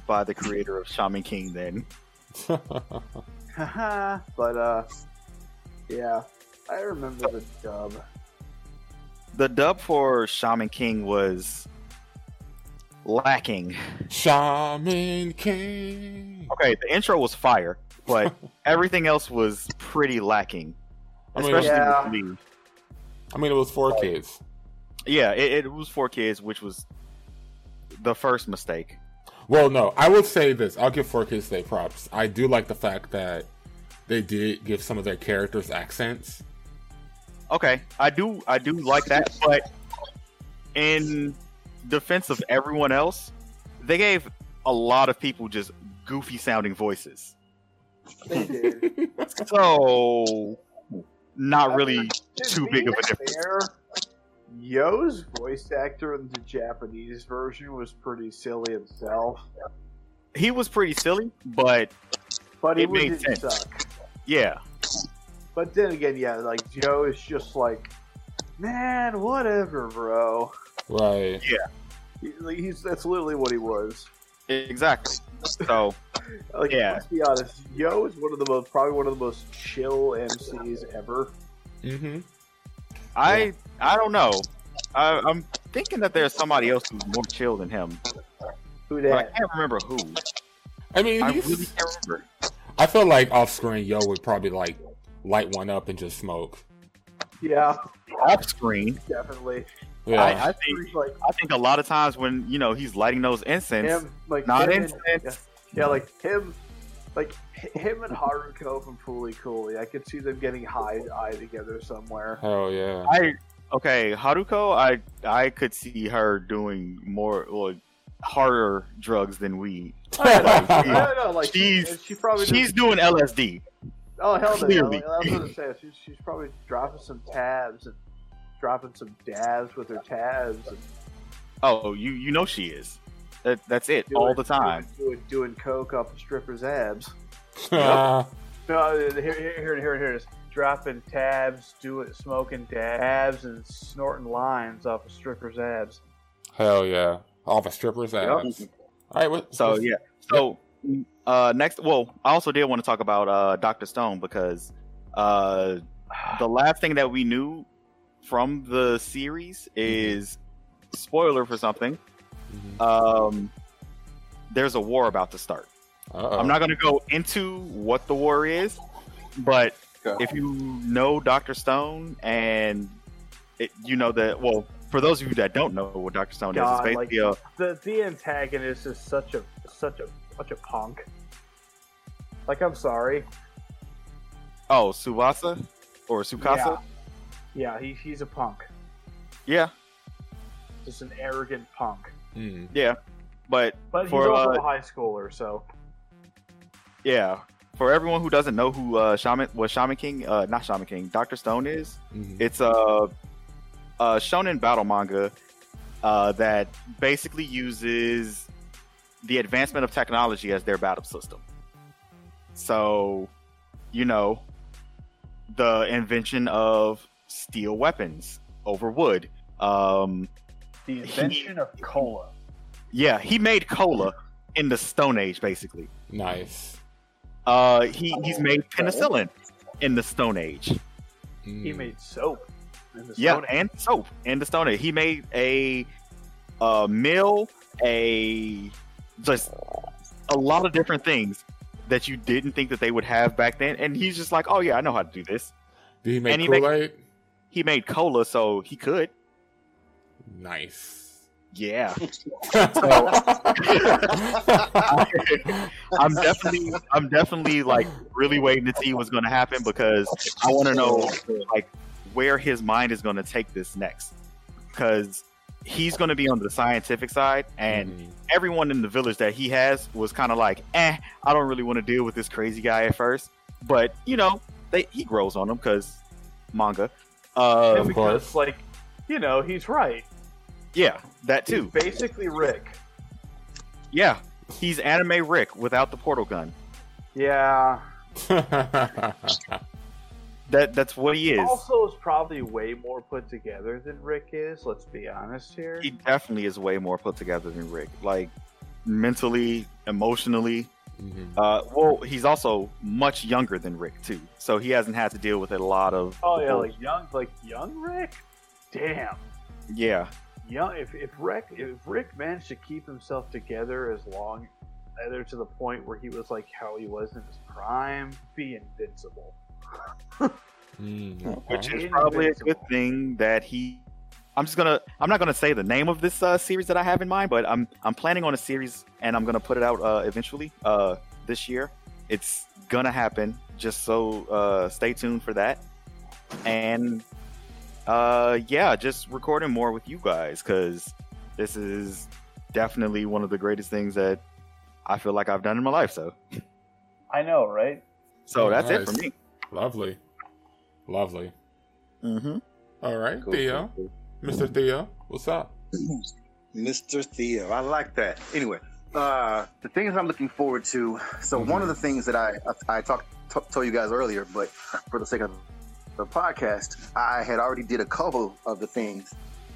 Speaker 4: by the creator of Shaman King. Then
Speaker 3: Haha. but uh, yeah, I remember the dub.
Speaker 4: the dub for Shaman King was lacking.
Speaker 1: Shaman King.
Speaker 4: Okay, the intro was fire, but everything else was pretty lacking.
Speaker 1: I mean,
Speaker 4: Especially
Speaker 3: yeah.
Speaker 4: with Lee.
Speaker 1: I mean, it was four kids.
Speaker 4: Yeah, it, it was four kids, which was the first mistake.
Speaker 1: Well, no, I will say this. I'll give Four Kids Day props. I do like the fact that they did give some of their characters accents.
Speaker 4: Okay, I do I do like that, but in defense of everyone else, they gave a lot of people just goofy sounding voices.
Speaker 3: They did.
Speaker 4: So not really Too big of a difference.
Speaker 3: Fair, Yo's voice actor in the Japanese version was pretty silly himself,
Speaker 4: he was pretty silly, but
Speaker 3: but he
Speaker 4: It made
Speaker 3: didn't
Speaker 4: sense.
Speaker 3: suck.
Speaker 4: yeah.
Speaker 3: But then again, yeah, like Joe is just like, man, whatever, bro.
Speaker 1: Right.
Speaker 3: He, like, he's that's literally what he was.
Speaker 4: Exactly. So
Speaker 3: Like,
Speaker 4: Yeah.
Speaker 3: let's be honest, Yo is one of the most, probably one of the most chill MCs ever.
Speaker 1: Mm-hmm.
Speaker 4: I I don't know. I, I'm thinking that there's somebody else who's more chill than him,
Speaker 3: Who
Speaker 4: but I
Speaker 3: that?
Speaker 4: can't remember who.
Speaker 1: I mean,
Speaker 4: I
Speaker 1: he's-
Speaker 4: really can't remember.
Speaker 1: I feel like off screen, Yo would probably like light one up and just smoke.
Speaker 3: Yeah,
Speaker 4: Off screen,
Speaker 3: definitely.
Speaker 1: Yeah.
Speaker 4: I, I think
Speaker 3: He's like
Speaker 4: I think a lot of times when you know he's lighting those incense,
Speaker 3: him, like
Speaker 4: not
Speaker 3: him and-
Speaker 4: incense.
Speaker 3: yeah. Yeah, like him, like h- him and Haruko from Fooly Cooly. I could see them getting high eye together somewhere.
Speaker 1: Hell yeah.
Speaker 4: I okay, Haruko. I I could see her doing more well, harder drugs than weed.
Speaker 3: I don't know, like
Speaker 4: She's-
Speaker 3: she probably
Speaker 4: She's doing LSD.
Speaker 3: oh hell no,
Speaker 4: clearly.
Speaker 3: I was gonna say she's, she's probably dropping some tabs and dropping some dabs with her tabs and
Speaker 4: Oh, you you know she is. That, that's it
Speaker 3: doing,
Speaker 4: all the time.
Speaker 3: doing, doing, doing coke off a stripper's abs.
Speaker 1: Ah,
Speaker 3: No, here, here, here, here, here it is. Dropping tabs, doing smoking dabs, and snorting lines off a stripper's abs.
Speaker 1: hell yeah. All the strippers' abs. All right. What,
Speaker 4: So
Speaker 1: what's-
Speaker 4: yeah. So uh, next, well, I also did want to talk about uh, Doctor Stone because uh, the last thing that we knew from the series is spoiler for something.
Speaker 1: Mhm.
Speaker 4: Um, there's a war about to start.
Speaker 1: Uh-oh.
Speaker 4: I'm not going to go into what the war is, but
Speaker 2: Go.
Speaker 4: if you know Doctor Stone and it, you know that, well, for those of you that don't know what Doctor Stone is,
Speaker 3: God,
Speaker 4: it's
Speaker 3: like-
Speaker 4: basically a,
Speaker 3: the the antagonist is such a such a such a punk. Like I'm sorry.
Speaker 4: oh Subasa or Sukasa,
Speaker 3: Yeah, he, he's a punk.
Speaker 4: yeah,
Speaker 3: Just an arrogant punk.
Speaker 1: Mm.
Speaker 4: but
Speaker 3: But he's
Speaker 4: For,
Speaker 3: also
Speaker 4: uh,
Speaker 3: a high schooler, so
Speaker 4: yeah. For everyone who doesn't know who uh, Shaman, what Shaman King, uh, not Shaman King, Doctor Stone is,
Speaker 1: Mhm.
Speaker 4: It's a, a shonen battle manga uh, that basically uses the advancement of technology as their battle system. So, you know, the invention of steel weapons over wood. Um,
Speaker 5: The invention of cola.
Speaker 4: yeah, he made cola in the Stone Age, basically.
Speaker 1: Nice.
Speaker 4: Uh, he, he's made penicillin in the Stone Age.
Speaker 1: Mm.
Speaker 3: he made soap. in the
Speaker 4: yeah,
Speaker 3: Stone Age.
Speaker 4: and soap and the Stone Age. He made a a mill, a just a lot of different things that you didn't think that they would have back then. And he's just like, oh yeah, I know how to do this.
Speaker 1: Did he make
Speaker 4: and he
Speaker 1: Kool
Speaker 4: make-
Speaker 1: Aid?
Speaker 4: He made cola, so he could.
Speaker 1: Nice.
Speaker 4: Yeah,
Speaker 1: So-
Speaker 4: I'm definitely, I'm definitely like really waiting to see what's going to happen because I want to know like where his mind is going to take this next. Because he's going to be on the scientific side, and
Speaker 1: Mhm.
Speaker 4: everyone in the village that he has was kind of like, eh, I don't really want to deal with this crazy guy at first. But you know, they, he grows on him because manga.
Speaker 1: Of course.
Speaker 4: Uh,
Speaker 5: because, like, you know, he's right.
Speaker 4: yeah, that
Speaker 5: He's
Speaker 4: too.
Speaker 5: basically Rick.
Speaker 4: Yeah, he's anime Rick without the portal gun.
Speaker 3: Yeah.
Speaker 4: That that's what he is.
Speaker 3: Also, is probably way more put together than Rick is. Let's be honest here.
Speaker 4: He definitely is way more put together than Rick. Like mentally, emotionally.
Speaker 1: Mhm.
Speaker 4: Uh, well, he's also much younger than Rick too, so he hasn't had to deal with a lot of.
Speaker 3: Oh yeah, like young, like young Rick. Damn,
Speaker 4: yeah,
Speaker 3: young. If, if Rick if Rick managed to keep himself together as long, either to the point where he was like how he was in his prime, be invincible.
Speaker 1: Mm,
Speaker 4: which
Speaker 1: okay.
Speaker 4: is probably a good
Speaker 3: Invincible.
Speaker 4: thing that he. I'm just gonna. I'm not gonna say the name of this uh, series that I have in mind, but I'm I'm planning on a series and I'm gonna put it out uh, eventually uh, this year. It's gonna happen. Just so uh, stay tuned for that. And uh, yeah, just recording more with you guys because this is definitely one of the greatest things that I feel like I've done in my life. So
Speaker 5: I know, right?
Speaker 4: so
Speaker 1: Oh,
Speaker 4: that's it for
Speaker 1: nice.
Speaker 4: me.
Speaker 1: lovely, lovely.
Speaker 4: Mm-hmm.
Speaker 1: All right,
Speaker 2: Cool,
Speaker 1: Theo,
Speaker 2: cool,
Speaker 1: Mister Theo, what's up?
Speaker 2: cool. Mr. Theo, I like that. Anyway, uh, the things I'm looking forward to. So one of the things that I I, I talked t- told you guys earlier, but for the sake of the podcast, I had already did a couple of the things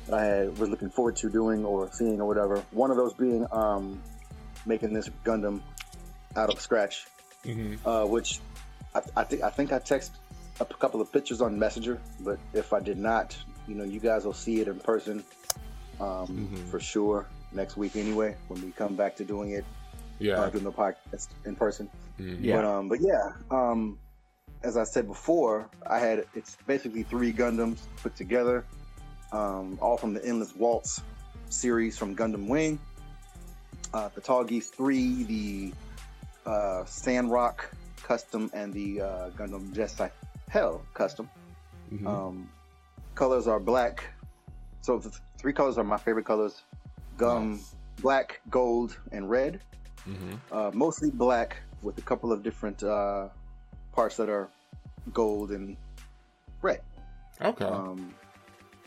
Speaker 2: that I had, was looking forward to doing or seeing or whatever. One of those being um, making this Gundam out of scratch
Speaker 1: Mm-hmm.
Speaker 2: uh, which I, I think I think I text a p- couple of pictures on Messenger, but if I did not, you know, you guys will see it in person um,
Speaker 1: Mhm.
Speaker 2: for sure next week anyway when we come back to doing it uh,
Speaker 1: Yeah.
Speaker 2: doing the podcast in person.
Speaker 1: Mhm.
Speaker 4: Yeah.
Speaker 2: But um, but yeah, um, as I said before, I had it's basically three Gundams put together, um, all from the Endless Waltz series from Gundam Wing, uh, the Tall Geese Three, the uh, Sandrock Custom, and the uh, Gundam Jedi Hell Custom.
Speaker 1: Mhm.
Speaker 2: Um, colors are black, so the th- three colors are my favorite colors: gum,
Speaker 1: Nice.
Speaker 2: black, gold, and red
Speaker 1: Mhm.
Speaker 2: uh, mostly black with a couple of different uh, parts that are gold and red.
Speaker 1: Okay.
Speaker 2: Um,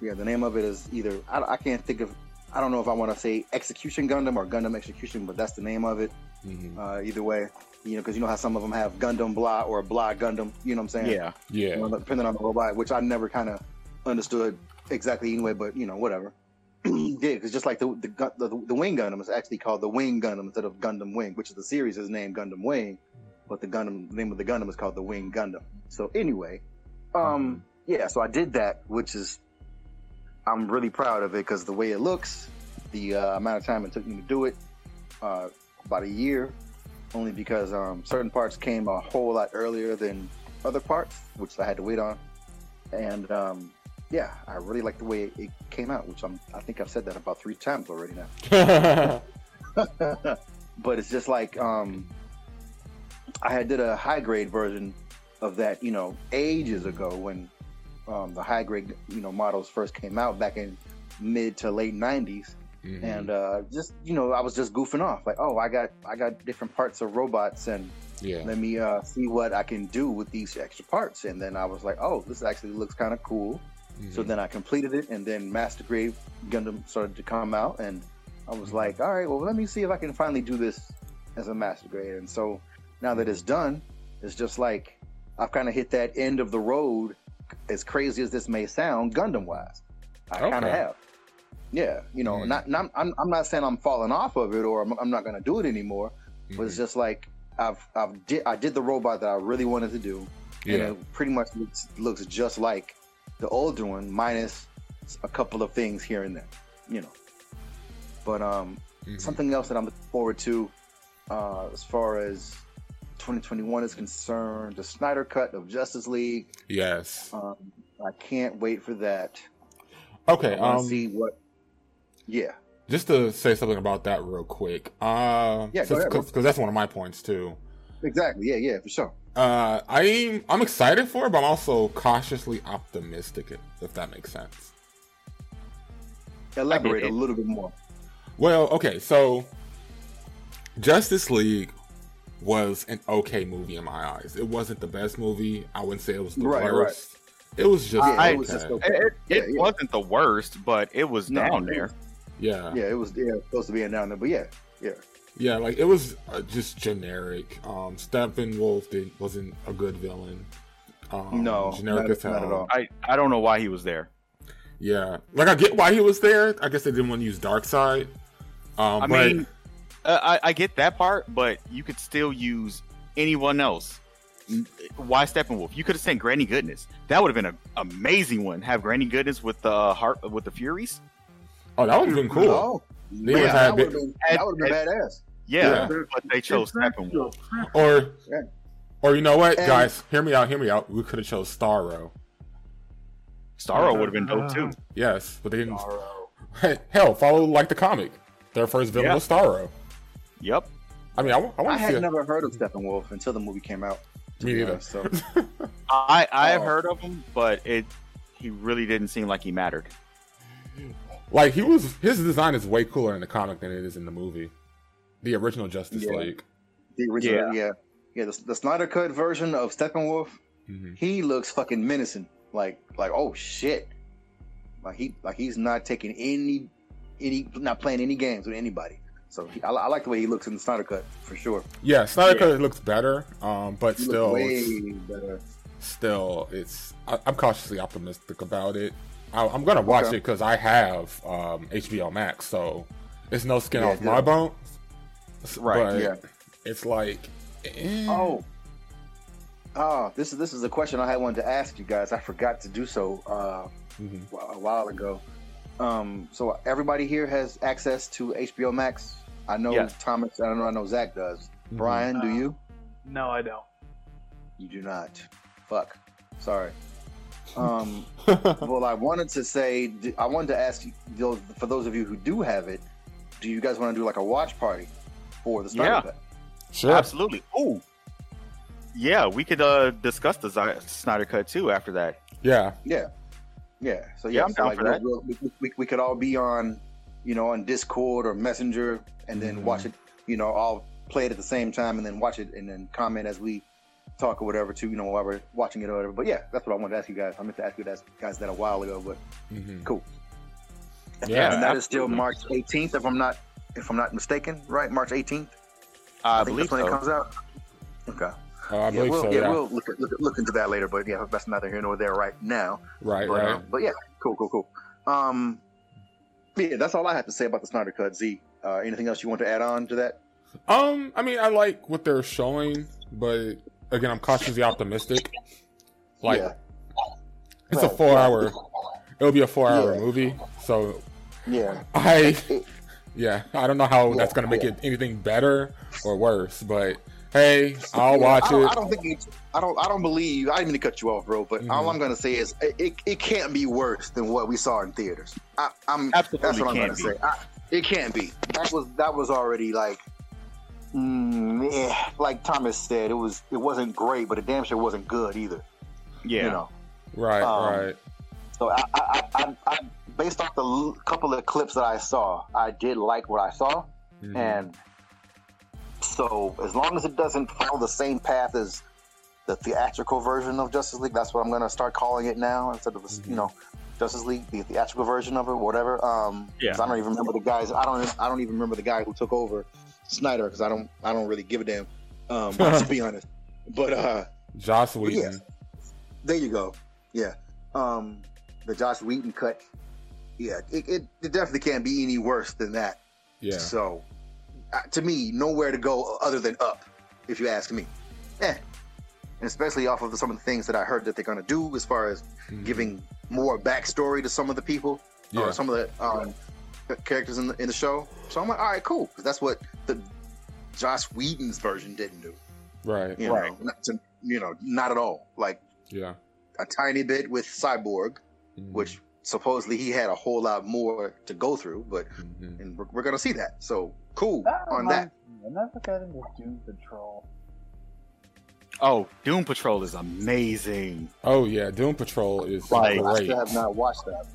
Speaker 2: yeah, the name of it is either I, I can't think of. I don't know if I want to say Execution Gundam or Gundam Execution, but that's the name of it.
Speaker 1: Mhm.
Speaker 2: Uh, either way, you know, because you know how some of them have Gundam Blah or Blah Gundam. You know what I'm saying?
Speaker 4: Yeah.
Speaker 1: Yeah.
Speaker 2: Well, depending on the robot, which I never kind of understood exactly anyway, but you know, whatever. yeah, because just like the the, gun- the the Wing Gundam is actually called the Wing Gundam instead of Gundam Wing, which is the series is named Gundam Wing, but the Gundam the name of the Gundam is called the Wing Gundam. So anyway, um, yeah, so I did that, which is I'm really proud of it because the way it looks, the uh, amount of time it took me to do it, uh, about a year, only because um, certain parts came a whole lot earlier than other parts, which I had to wait on. And um, yeah, I really like the way it, it came out, which I'm, I think I've said that about three times already now. but it's just like um, I had did a high grade version of that, you know, ages ago when um, the high grade, you know, models first came out back in mid to late '90s,
Speaker 1: Mhm.
Speaker 2: and uh, just you know, I was just goofing off, like, oh, I got I got different parts of robots and
Speaker 1: yeah.
Speaker 2: let me uh, see what I can do with these extra parts. And then I was like, oh, this actually looks kind of cool. So
Speaker 1: Mhm.
Speaker 2: then I completed it, and then Master Grade Gundam started to come out, and I was like, all right, well, let me see if I can finally do this as a Master Grade. And so now that it's done, it's just like I've kind of hit that end of the road, as crazy as this may sound, Gundam wise. I kind of
Speaker 1: Okay.
Speaker 2: have. Yeah, you know,
Speaker 1: Hmm.
Speaker 2: not, not I'm, I'm not saying I'm falling off of it or I'm, I'm not going to do it anymore
Speaker 1: Mm-hmm.
Speaker 2: but it's just like I've I've did I did the robot that I really wanted to do,
Speaker 1: Mm-hmm. yeah.
Speaker 2: and it pretty much looks, looks just like the older one, minus a couple of things here and there, you know. But um,
Speaker 4: Mm-hmm.
Speaker 1: Mhm.
Speaker 2: something else that I'm looking forward to, uh, as far as 2021 is concerned, the Snyder Cut of Justice League.
Speaker 1: Yes.
Speaker 2: Um, I can't wait for that.
Speaker 1: Okay.
Speaker 2: I want to
Speaker 1: Um.
Speaker 2: see what. Yeah,
Speaker 1: Just to say something about that real quick. Uh,
Speaker 2: Yeah, go ahead, bro.
Speaker 1: Because that's one of my points too.
Speaker 2: exactly. Yeah, yeah, for sure.
Speaker 1: Uh, I'm I'm excited for it, but I'm also cautiously optimistic, if that makes sense.
Speaker 2: Elaborate
Speaker 4: I
Speaker 2: a
Speaker 4: get it.
Speaker 2: little bit more.
Speaker 1: Well, okay, so Justice League was an okay movie in my eyes. It wasn't the best movie. I wouldn't say it was the
Speaker 2: Right, right.
Speaker 1: worst. It was just
Speaker 2: Yeah,
Speaker 1: okay.
Speaker 2: it was just okay.
Speaker 4: It, it,
Speaker 2: Yeah,
Speaker 4: it
Speaker 2: yeah.
Speaker 4: wasn't the worst, but it was
Speaker 2: No,
Speaker 4: down
Speaker 2: it
Speaker 4: there.
Speaker 1: yeah. yeah,
Speaker 2: Yeah, it was yeah supposed to be in down there, but yeah, yeah.
Speaker 1: Like it was uh, just generic. Um, Steppenwolf did, wasn't a good villain.
Speaker 4: Oh,
Speaker 1: Um,
Speaker 2: No,
Speaker 1: generic
Speaker 2: not-
Speaker 1: as hell.
Speaker 2: not at all.
Speaker 4: I, I don't know why he was there.
Speaker 1: Yeah, like I get why he was there. I guess they didn't want to use Darkseid. Um,
Speaker 4: I
Speaker 1: but
Speaker 4: mean, uh, I, I get that part, but you could still use anyone else. N- Why Steppenwolf? You could have sent Granny Goodness. That would have been an amazing one. Have Granny Goodness with the heart with the Furies.
Speaker 1: oh, that would have been cool.
Speaker 2: Oh, man,
Speaker 1: would've had
Speaker 2: that would have
Speaker 1: big-
Speaker 2: been,
Speaker 4: Ed-
Speaker 2: that would've been badass.
Speaker 4: Yeah,
Speaker 5: Yeah.
Speaker 4: but they chose Steppenwolf.
Speaker 1: Or,
Speaker 2: Yeah.
Speaker 1: or you know what,
Speaker 2: And-
Speaker 1: guys, hear me out, hear me out. We could have chose Starro.
Speaker 4: Starro would have been dope too.
Speaker 1: Uh-huh. Yes, but they didn't. Hell, follow like the comic. Their first villain
Speaker 4: Yeah.
Speaker 1: was Starro.
Speaker 4: Yep.
Speaker 1: I mean, I,
Speaker 2: I
Speaker 1: want to see.
Speaker 2: had
Speaker 1: it.
Speaker 2: never heard of Steppenwolf until the movie came out. to
Speaker 1: Me
Speaker 2: be
Speaker 1: neither.
Speaker 2: honest, So
Speaker 4: I I have
Speaker 2: Oh.
Speaker 4: heard of him, but it he really didn't seem like he mattered.
Speaker 1: Like he was, his design is way cooler in the comic than it is in the movie. The original Justice
Speaker 2: Yeah.
Speaker 1: League.
Speaker 2: the original, yeah, yeah, the, the Snyder cut version of Steppenwolf,
Speaker 1: Mhm.
Speaker 2: he looks fucking menacing. Like, like oh shit, like he, like he's not taking any, any, not playing any games with anybody. So he, I, I like the way he looks in the Snyder cut for sure.
Speaker 1: Yeah, Snyder
Speaker 4: Yeah.
Speaker 1: Cut looks better, um, but
Speaker 2: He
Speaker 1: still,
Speaker 2: looks
Speaker 1: it's-
Speaker 2: way better.
Speaker 1: still, it's. I, I'm cautiously optimistic about it. I, I'm gonna watch
Speaker 2: Okay.
Speaker 1: it because I have um, HBO Max, so it's no skin
Speaker 2: Yeah,
Speaker 1: off
Speaker 2: good.
Speaker 1: my bones. S-
Speaker 4: Right,
Speaker 1: but
Speaker 2: yeah.
Speaker 1: It's like, eh.
Speaker 2: Oh. Oh, this is this is a question I had wanted to ask you guys. I forgot to do so uh,
Speaker 1: Mhm.
Speaker 2: a while ago. Um, so everybody here has access to HBO Max. I know
Speaker 4: Yes. Mm-hmm.
Speaker 2: Thomas. I know. I know Zach does.
Speaker 1: mm-hmm.
Speaker 2: Brian, do
Speaker 5: Uh,
Speaker 2: you?
Speaker 5: No, I don't.
Speaker 2: You do not. Fuck. Sorry. Um, well, I wanted to say, d- I wanted to ask you, those, for those of you who do have it, do you guys want to do like a watch party for the Snyder
Speaker 4: Yeah.
Speaker 2: Cut?
Speaker 1: sure.
Speaker 4: Absolutely. Ooh. Yeah, we could uh, discuss the Zi- Snyder cut too after that.
Speaker 1: Yeah.
Speaker 2: Yeah, yeah. So
Speaker 4: Yeah,
Speaker 2: yeah,
Speaker 4: I'm
Speaker 2: so,
Speaker 4: down for
Speaker 2: we'll-
Speaker 4: that.
Speaker 2: we'll- we we, we could all be on, you know, on Discord or Messenger, and then
Speaker 4: Mm-hmm.
Speaker 1: Mhm.
Speaker 2: watch it. You know, all play it at the same time, and then watch it, and then comment as we talk or whatever too. You know, while we're watching it or whatever. But yeah, that's what I wanted to ask you guys. I meant to ask you guys, guys that a while ago, but
Speaker 1: Mhm.
Speaker 2: Cool.
Speaker 1: Yeah.
Speaker 2: and that is still
Speaker 4: absolutely.
Speaker 2: March 18th, if I'm not if I'm not mistaken, right? March 18th.
Speaker 4: I,
Speaker 2: think
Speaker 4: believe
Speaker 2: that's when
Speaker 4: so.
Speaker 2: it comes out. Okay.
Speaker 1: Uh, I
Speaker 2: yeah,
Speaker 1: believe
Speaker 2: we'll,
Speaker 1: so.
Speaker 2: yeah,
Speaker 1: Yeah.
Speaker 2: we'll look, look look into that later, but yeah, that's neither here nor there right now.
Speaker 1: Right.
Speaker 2: But,
Speaker 1: Right.
Speaker 2: um, but yeah, cool, cool, cool. Um, yeah, that's all I have to say about the Snyder Cut. Z, uh, anything else you want to add on to that?
Speaker 1: Um, I mean, I like what they're showing, but again, I'm cautiously optimistic. Like,
Speaker 2: yeah,
Speaker 1: it's a
Speaker 2: Right.
Speaker 1: four-hour. It'll be a four-hour
Speaker 2: Yeah.
Speaker 1: movie, so
Speaker 2: yeah,
Speaker 1: I, yeah, I don't know how
Speaker 2: Yeah,
Speaker 1: that's gonna make
Speaker 2: yeah.
Speaker 1: it anything better or worse, but hey, I'll watch
Speaker 2: I don't,
Speaker 1: it.
Speaker 2: I don't think it's, I don't. I don't believe. I didn't mean to cut you off, bro. But all
Speaker 1: Mhm.
Speaker 2: I'm gonna say is it, it, it can't be worse than what we saw in theaters. I, I'm.
Speaker 4: Absolutely
Speaker 2: That's what I'm
Speaker 4: can
Speaker 2: gonna
Speaker 4: be.
Speaker 2: say. I, it can't be. That was that was already like. Mm, eh, like Thomas said, it was it wasn't great, but it damn sure wasn't good either.
Speaker 4: Yeah.
Speaker 2: You know,
Speaker 1: Right,
Speaker 2: um,
Speaker 1: right.
Speaker 2: So I, I, I, I, I based off the l- couple of clips that I saw, I did like what I saw,
Speaker 1: Mhm.
Speaker 2: and so as long as it doesn't follow the same path as the theatrical version of Justice League, that's what I'm gonna start calling it now instead of you know Justice League, the theatrical version of it, whatever. Um, 'cause
Speaker 4: Yeah.
Speaker 2: I don't even remember the guys. I don't. I don't even remember the guy who took over Snyder because I don't. I don't really give a damn. Um, to be honest, but uh.
Speaker 1: Joss Whedon.
Speaker 2: There you go. Yeah. Um, the Josh Wheaton cut. Yeah, it, it, it definitely can't be any worse than that.
Speaker 1: Yeah.
Speaker 2: So, uh, to me, nowhere to go other than up, if you ask me. Eh. And especially off of some of the things that I heard that they're going to do as far as
Speaker 1: Mhm.
Speaker 2: giving more backstory to some of the people
Speaker 1: Yeah.
Speaker 2: or some of the um, characters in the, in the show. So I'm like, all right, cool. 'Cause that's what the Josh Whedon's version didn't do.
Speaker 1: Right.
Speaker 2: You
Speaker 4: Right.
Speaker 2: know, not to, you know, not at all. Like,
Speaker 1: Yeah.
Speaker 2: a tiny bit with Cyborg,
Speaker 4: Mm-hmm.
Speaker 1: Mhm.
Speaker 2: which supposedly he had a whole lot more to go through, but
Speaker 1: Mhm.
Speaker 2: and we're, we're gonna see that. So cool on that.
Speaker 5: reminds me, I never got into Doom Patrol.
Speaker 4: Oh, Doom Patrol is amazing.
Speaker 1: Oh yeah, Doom Patrol is
Speaker 4: Like-
Speaker 2: I
Speaker 1: great.
Speaker 2: still have not watched that.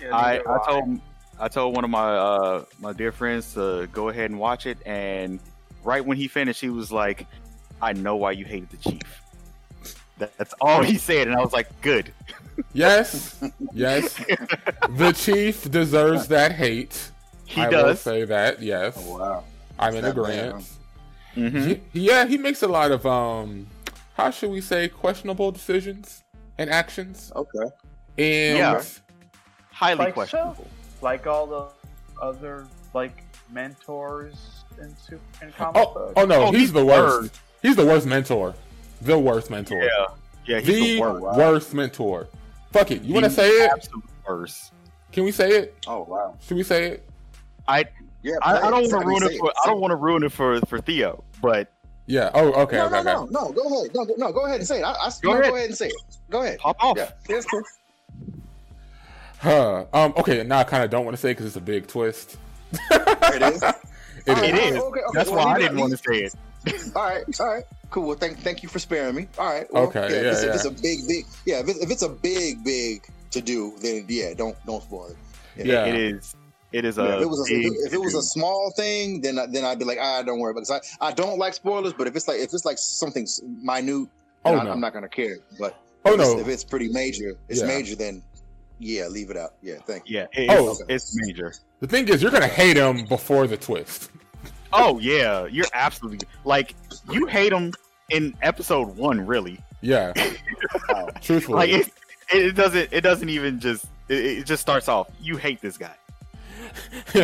Speaker 5: Yeah,
Speaker 4: I,
Speaker 5: neither
Speaker 4: I
Speaker 5: do
Speaker 4: told I I told one of my uh, my dear friends to go ahead and watch it, and right when he finished, he was like, "I know why you hated the chief." That- That's all he said, and I was like, "Good."
Speaker 1: Yes, yes. the chief deserves that hate.
Speaker 4: He
Speaker 1: I will
Speaker 4: does.
Speaker 1: say that. Yes,
Speaker 2: Oh, wow.
Speaker 1: I'm in
Speaker 2: That
Speaker 1: agreement.
Speaker 2: man. Mm-hmm.
Speaker 4: Mhm.
Speaker 1: He- yeah, he makes a lot of um, how should we say, questionable decisions and actions.
Speaker 2: Okay.
Speaker 1: And
Speaker 4: Yeah. Highly
Speaker 5: Like so?
Speaker 4: questionable.
Speaker 5: like all the other like mentors in super in comic
Speaker 1: oh,
Speaker 5: book.
Speaker 1: oh no,
Speaker 4: Oh,
Speaker 1: he's,
Speaker 4: he's
Speaker 1: the
Speaker 4: third.
Speaker 1: worst. He's the worst mentor. The worst mentor.
Speaker 4: Yeah, yeah, he's
Speaker 1: the
Speaker 4: the worst.
Speaker 2: worst.
Speaker 1: worst mentor. Fuck it. You want to
Speaker 4: The
Speaker 1: say it?
Speaker 4: Absolute worst.
Speaker 1: Can we say it?
Speaker 2: Oh, wow.
Speaker 1: Should we say it?
Speaker 2: Yeah.
Speaker 4: I, I don't
Speaker 2: play
Speaker 4: want to
Speaker 2: mean,
Speaker 4: ruin
Speaker 2: say
Speaker 4: it for I
Speaker 2: say
Speaker 4: don't want to ruin it for for Theo, but
Speaker 1: Yeah. Oh, okay,
Speaker 2: No,
Speaker 1: okay,
Speaker 2: no,
Speaker 1: okay.
Speaker 2: no, no. Go ahead. No, go- no. Go ahead and say it. I, I,
Speaker 4: Go
Speaker 2: no,
Speaker 4: ahead.
Speaker 2: go ahead and say it. Go ahead.
Speaker 4: pop off.
Speaker 2: Yeah. Yes, cool.
Speaker 1: Huh. Um. Okay. Now I kind of don't want to say because it's a big twist.
Speaker 2: There Uh, it is.
Speaker 1: It is.
Speaker 2: All
Speaker 4: It
Speaker 2: right,
Speaker 4: is.
Speaker 2: okay, okay,
Speaker 4: That's
Speaker 2: well,
Speaker 4: why I
Speaker 2: leave it
Speaker 4: didn't want to say it.
Speaker 2: All right, all right, cool. Well, thank thank you for sparing me. All right. well,
Speaker 1: Okay,
Speaker 2: if
Speaker 1: yeah,
Speaker 2: it's,
Speaker 1: yeah.
Speaker 2: If it's a big, big, yeah. If it's, if it's a big, big to do, then yeah, don't don't spoil it.
Speaker 1: Yeah.
Speaker 4: It is. It is a.
Speaker 2: Yeah, if it was a,
Speaker 4: big
Speaker 2: if it was a small thing, then I, then I'd be like, ah, don't worry about it. 'Cause I, I don't like spoilers, but if it's like if it's like something s- minute,
Speaker 1: Oh
Speaker 2: then I,
Speaker 1: no.
Speaker 2: I'm not gonna care. But
Speaker 1: oh
Speaker 2: if it's,
Speaker 1: no.
Speaker 2: if it's pretty major, it's
Speaker 1: Yeah.
Speaker 2: major, then yeah, leave it out. Yeah, thank you.
Speaker 4: yeah. It's,
Speaker 1: Oh.
Speaker 4: it's major.
Speaker 1: The thing is, you're gonna hate him before the twist.
Speaker 4: Oh yeah, you're absolutely like you hate him in episode one, really.
Speaker 1: Yeah.
Speaker 2: Wow.
Speaker 1: Truthfully.
Speaker 4: Like it, it doesn't. It doesn't even just. It, it just starts off. You hate this guy.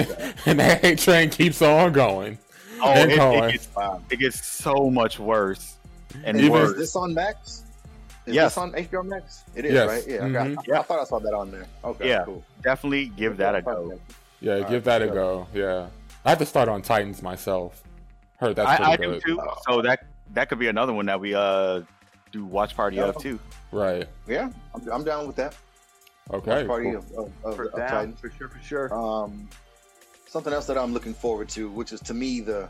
Speaker 1: and that hate train keeps on going.
Speaker 4: Oh,
Speaker 1: And
Speaker 4: it,
Speaker 1: Cohen.
Speaker 4: it, gets, it gets so much worse and
Speaker 2: And
Speaker 1: Even-
Speaker 2: is
Speaker 4: worse.
Speaker 2: this on Max? Is
Speaker 4: Yes. Mm-hmm.
Speaker 2: this on HBO Max? It is,
Speaker 1: Yes.
Speaker 2: right? Yeah, okay.
Speaker 1: Mhm.
Speaker 2: I, I thought I saw that on there. Okay,
Speaker 4: Yeah.
Speaker 2: cool.
Speaker 4: Definitely give that a go.
Speaker 1: Yeah.
Speaker 2: All
Speaker 1: give
Speaker 2: right,
Speaker 1: that a
Speaker 2: yeah.
Speaker 1: go. Yeah. I have to start on Titans myself. Heard that's pretty
Speaker 4: I, I do
Speaker 1: good.
Speaker 4: too.
Speaker 2: Oh.
Speaker 4: So that that could be another one that we uh do watch party of too.
Speaker 1: Right.
Speaker 2: Yeah, I'm, I'm down with that.
Speaker 1: Okay.
Speaker 2: Party
Speaker 1: cool.
Speaker 2: of, of, of,
Speaker 3: for
Speaker 2: of
Speaker 3: that,
Speaker 2: Titans.
Speaker 3: for sure, for sure.
Speaker 2: Um, something else that I'm looking forward to, which is to me the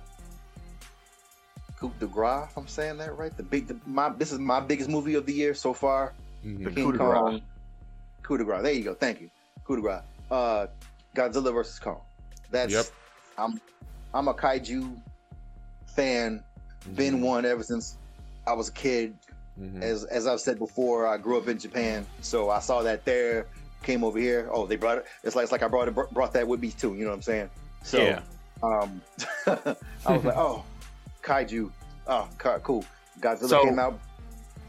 Speaker 2: Coup de Grace. If I'm saying that right, the big, the, my this is my biggest movie of the year so far.
Speaker 1: Mhm.
Speaker 2: King
Speaker 4: Coup de
Speaker 2: Kong. Coup de Grace. There you go. Thank you. Coup de Grace. Uh, Godzilla versus Kong. That's
Speaker 1: Yep.
Speaker 2: I'm I'm a kaiju fan.
Speaker 1: mm-hmm.
Speaker 2: Been one ever since I was a kid.
Speaker 4: Mm.
Speaker 1: Mhm.
Speaker 2: As as I've said before, I grew up in Japan, so I saw that there. Came over here. Oh, they brought it. It's like it's like I brought it, brought that with me too. You know what I'm saying? So
Speaker 4: Yeah.
Speaker 2: um, I was like, oh, kaiju. Oh, ca- cool. Godzilla
Speaker 4: So-
Speaker 2: came out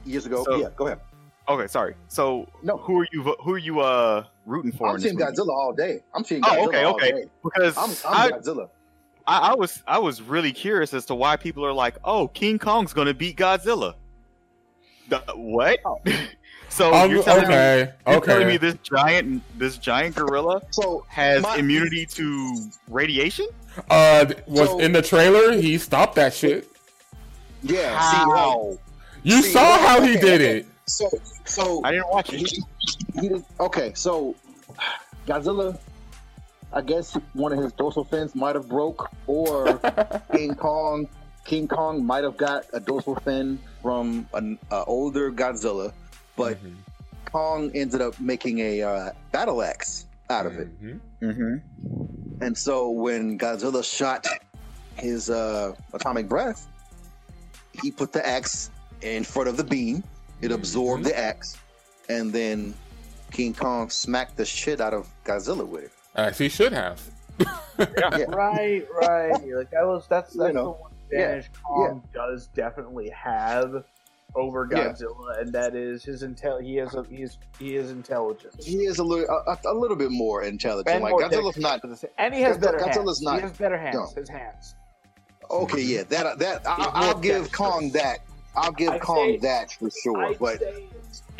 Speaker 2: years ago.
Speaker 4: so-
Speaker 2: yeah, go ahead.
Speaker 4: Okay, sorry. So
Speaker 2: No.
Speaker 4: who are you vo- who are you uh rooting for?
Speaker 2: I'm
Speaker 4: in this
Speaker 2: seeing
Speaker 4: movie?
Speaker 2: Godzilla all day. I'm seeing Godzilla
Speaker 4: Oh, okay,
Speaker 2: all
Speaker 4: okay.
Speaker 2: day.
Speaker 4: Because
Speaker 2: I'm,
Speaker 4: I-
Speaker 2: I'm Godzilla.
Speaker 4: I, I was I was really curious as to why people are like, "Oh, King Kong's gonna beat Godzilla." The- what?
Speaker 2: Oh.
Speaker 4: so
Speaker 1: Um,
Speaker 4: you're telling me
Speaker 1: okay.
Speaker 4: you're
Speaker 1: okay.
Speaker 4: telling me this giant this giant gorilla
Speaker 2: So
Speaker 4: has
Speaker 2: My-
Speaker 4: immunity to radiation?
Speaker 1: Uh, th- was
Speaker 2: So-
Speaker 1: in the trailer. He stopped that shit.
Speaker 2: yeah, see, like,
Speaker 4: How?
Speaker 1: You
Speaker 2: See,
Speaker 1: saw
Speaker 2: look,
Speaker 1: how he
Speaker 2: okay,
Speaker 1: did
Speaker 2: okay.
Speaker 1: it.
Speaker 2: so so
Speaker 4: I didn't watch
Speaker 2: he,
Speaker 4: it.
Speaker 2: he just, okay, so Godzilla. I guess one of his dorsal fins might have broke, or King Kong. King Kong might have got a dorsal fin from an uh, older Godzilla, but
Speaker 1: Mhm.
Speaker 2: Kong ended up making a uh, battle axe out of it.
Speaker 1: Mhm.
Speaker 4: Mm-hmm.
Speaker 2: And so when Godzilla shot his uh, atomic breath, he put the axe in front of the beam. It absorbed
Speaker 5: Mm-hmm.
Speaker 2: the axe, and then King Kong smacked the shit out of Godzilla with it.
Speaker 1: As he Uh, should have.
Speaker 5: Right, right. Like that was that's
Speaker 2: You
Speaker 5: that's
Speaker 2: know,
Speaker 5: the one advantage Kong does definitely have over
Speaker 2: Yeah.
Speaker 5: Godzilla, and that is his intel. He has a he's he is intelligent.
Speaker 2: He is a little, a, a- a little bit more intelligent.
Speaker 5: And
Speaker 2: like
Speaker 5: more
Speaker 2: Oh Godzilla's
Speaker 5: dedicated
Speaker 2: not
Speaker 5: to the- and he has
Speaker 2: Godzilla-
Speaker 5: better
Speaker 2: Godzilla's
Speaker 5: hands.
Speaker 2: not-
Speaker 5: he has better hands.
Speaker 2: no.
Speaker 5: His hands.
Speaker 2: okay. Yeah, that that
Speaker 5: He's
Speaker 2: I,
Speaker 5: more
Speaker 2: I'll give
Speaker 5: dexterous.
Speaker 2: Kong that. I'll give
Speaker 5: I'd
Speaker 2: Kong
Speaker 5: say-
Speaker 2: that for sure.
Speaker 5: I'd
Speaker 2: but
Speaker 5: say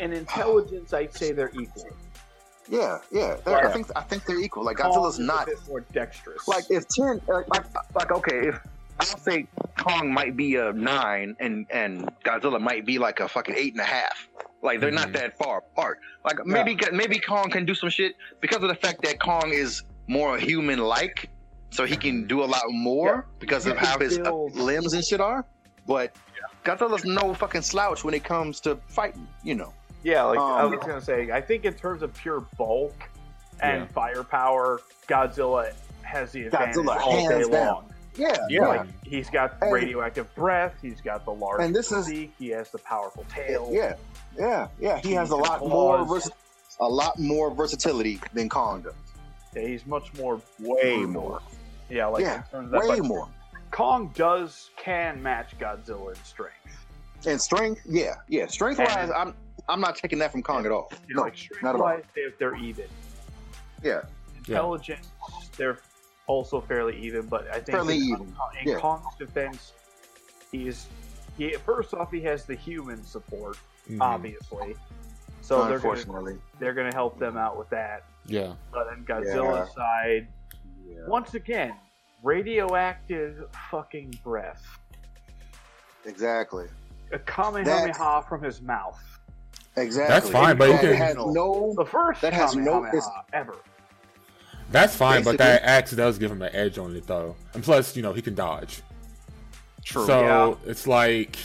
Speaker 5: in intelligence, I'd say they're equal.
Speaker 2: yeah, yeah, they're- I think I think they're equal. Like
Speaker 5: Kong's
Speaker 2: Godzilla's
Speaker 5: is
Speaker 2: not
Speaker 5: a bit more dexterous.
Speaker 2: like if ten uh, like, like, like okay if i'll say kong might be a nine and and godzilla might be like a fucking eight and a half like they're
Speaker 1: Mhm.
Speaker 2: not that far apart like maybe maybe kong can do some shit because of the fact that kong is more human like so he can do a lot more because
Speaker 5: You
Speaker 2: of
Speaker 5: can
Speaker 2: how his uh,
Speaker 5: build-
Speaker 2: limbs and shit are but godzilla's no fucking slouch when it comes to fighting you know
Speaker 5: yeah, like I
Speaker 2: um,
Speaker 5: was gonna say, I think in terms of pure bulk,
Speaker 3: and
Speaker 1: Yeah.
Speaker 3: firepower, Godzilla has the advantage
Speaker 2: Godzilla,
Speaker 3: all day
Speaker 2: hands down.
Speaker 3: long.
Speaker 2: Yeah,
Speaker 4: Yeah.
Speaker 3: Like he's got
Speaker 2: And-
Speaker 3: radioactive breath, he's got the large
Speaker 2: And this is-
Speaker 3: physique, he has the powerful tail.
Speaker 2: yeah, yeah, yeah. He has a lot more vers- a lot more versatility than Kong does.
Speaker 3: Yeah, he's much more
Speaker 4: Way
Speaker 3: brutal.
Speaker 4: more.
Speaker 3: Yeah, like
Speaker 2: Yeah,
Speaker 3: in terms of that,
Speaker 2: Way
Speaker 3: but
Speaker 2: more
Speaker 3: Kong does can match Godzilla in strength.
Speaker 2: and strength. Yeah, yeah. Strength wise,
Speaker 3: And-
Speaker 2: I'm I'm not taking that from Kong at all.
Speaker 3: You know,
Speaker 2: No,
Speaker 3: like
Speaker 2: not at all.
Speaker 3: strength-wise, If they're even,
Speaker 2: Yeah.
Speaker 3: intelligence, they're also fairly even. But I think
Speaker 2: Fairly
Speaker 3: in,
Speaker 2: even,
Speaker 3: in
Speaker 2: yeah.
Speaker 3: Kong's defense, he's he first off he has the human support,
Speaker 1: Mhm.
Speaker 3: obviously. So they're gonna,
Speaker 2: unfortunately.
Speaker 3: they're going to help them out with that.
Speaker 1: Yeah.
Speaker 3: But on Godzilla's side, once again, radioactive fucking breath.
Speaker 2: Exactly.
Speaker 3: A Kamehameha from his mouth.
Speaker 2: Exactly.
Speaker 1: That's fine, but you
Speaker 2: that
Speaker 1: can-
Speaker 2: has no.
Speaker 3: The first
Speaker 2: That has no-
Speaker 3: Kamehameha
Speaker 2: it's-
Speaker 3: ever.
Speaker 1: That's fine, but that
Speaker 2: Basically-
Speaker 1: axe does give him an edge on it, though. And plus, you know, he can dodge.
Speaker 4: True.
Speaker 1: So it's like,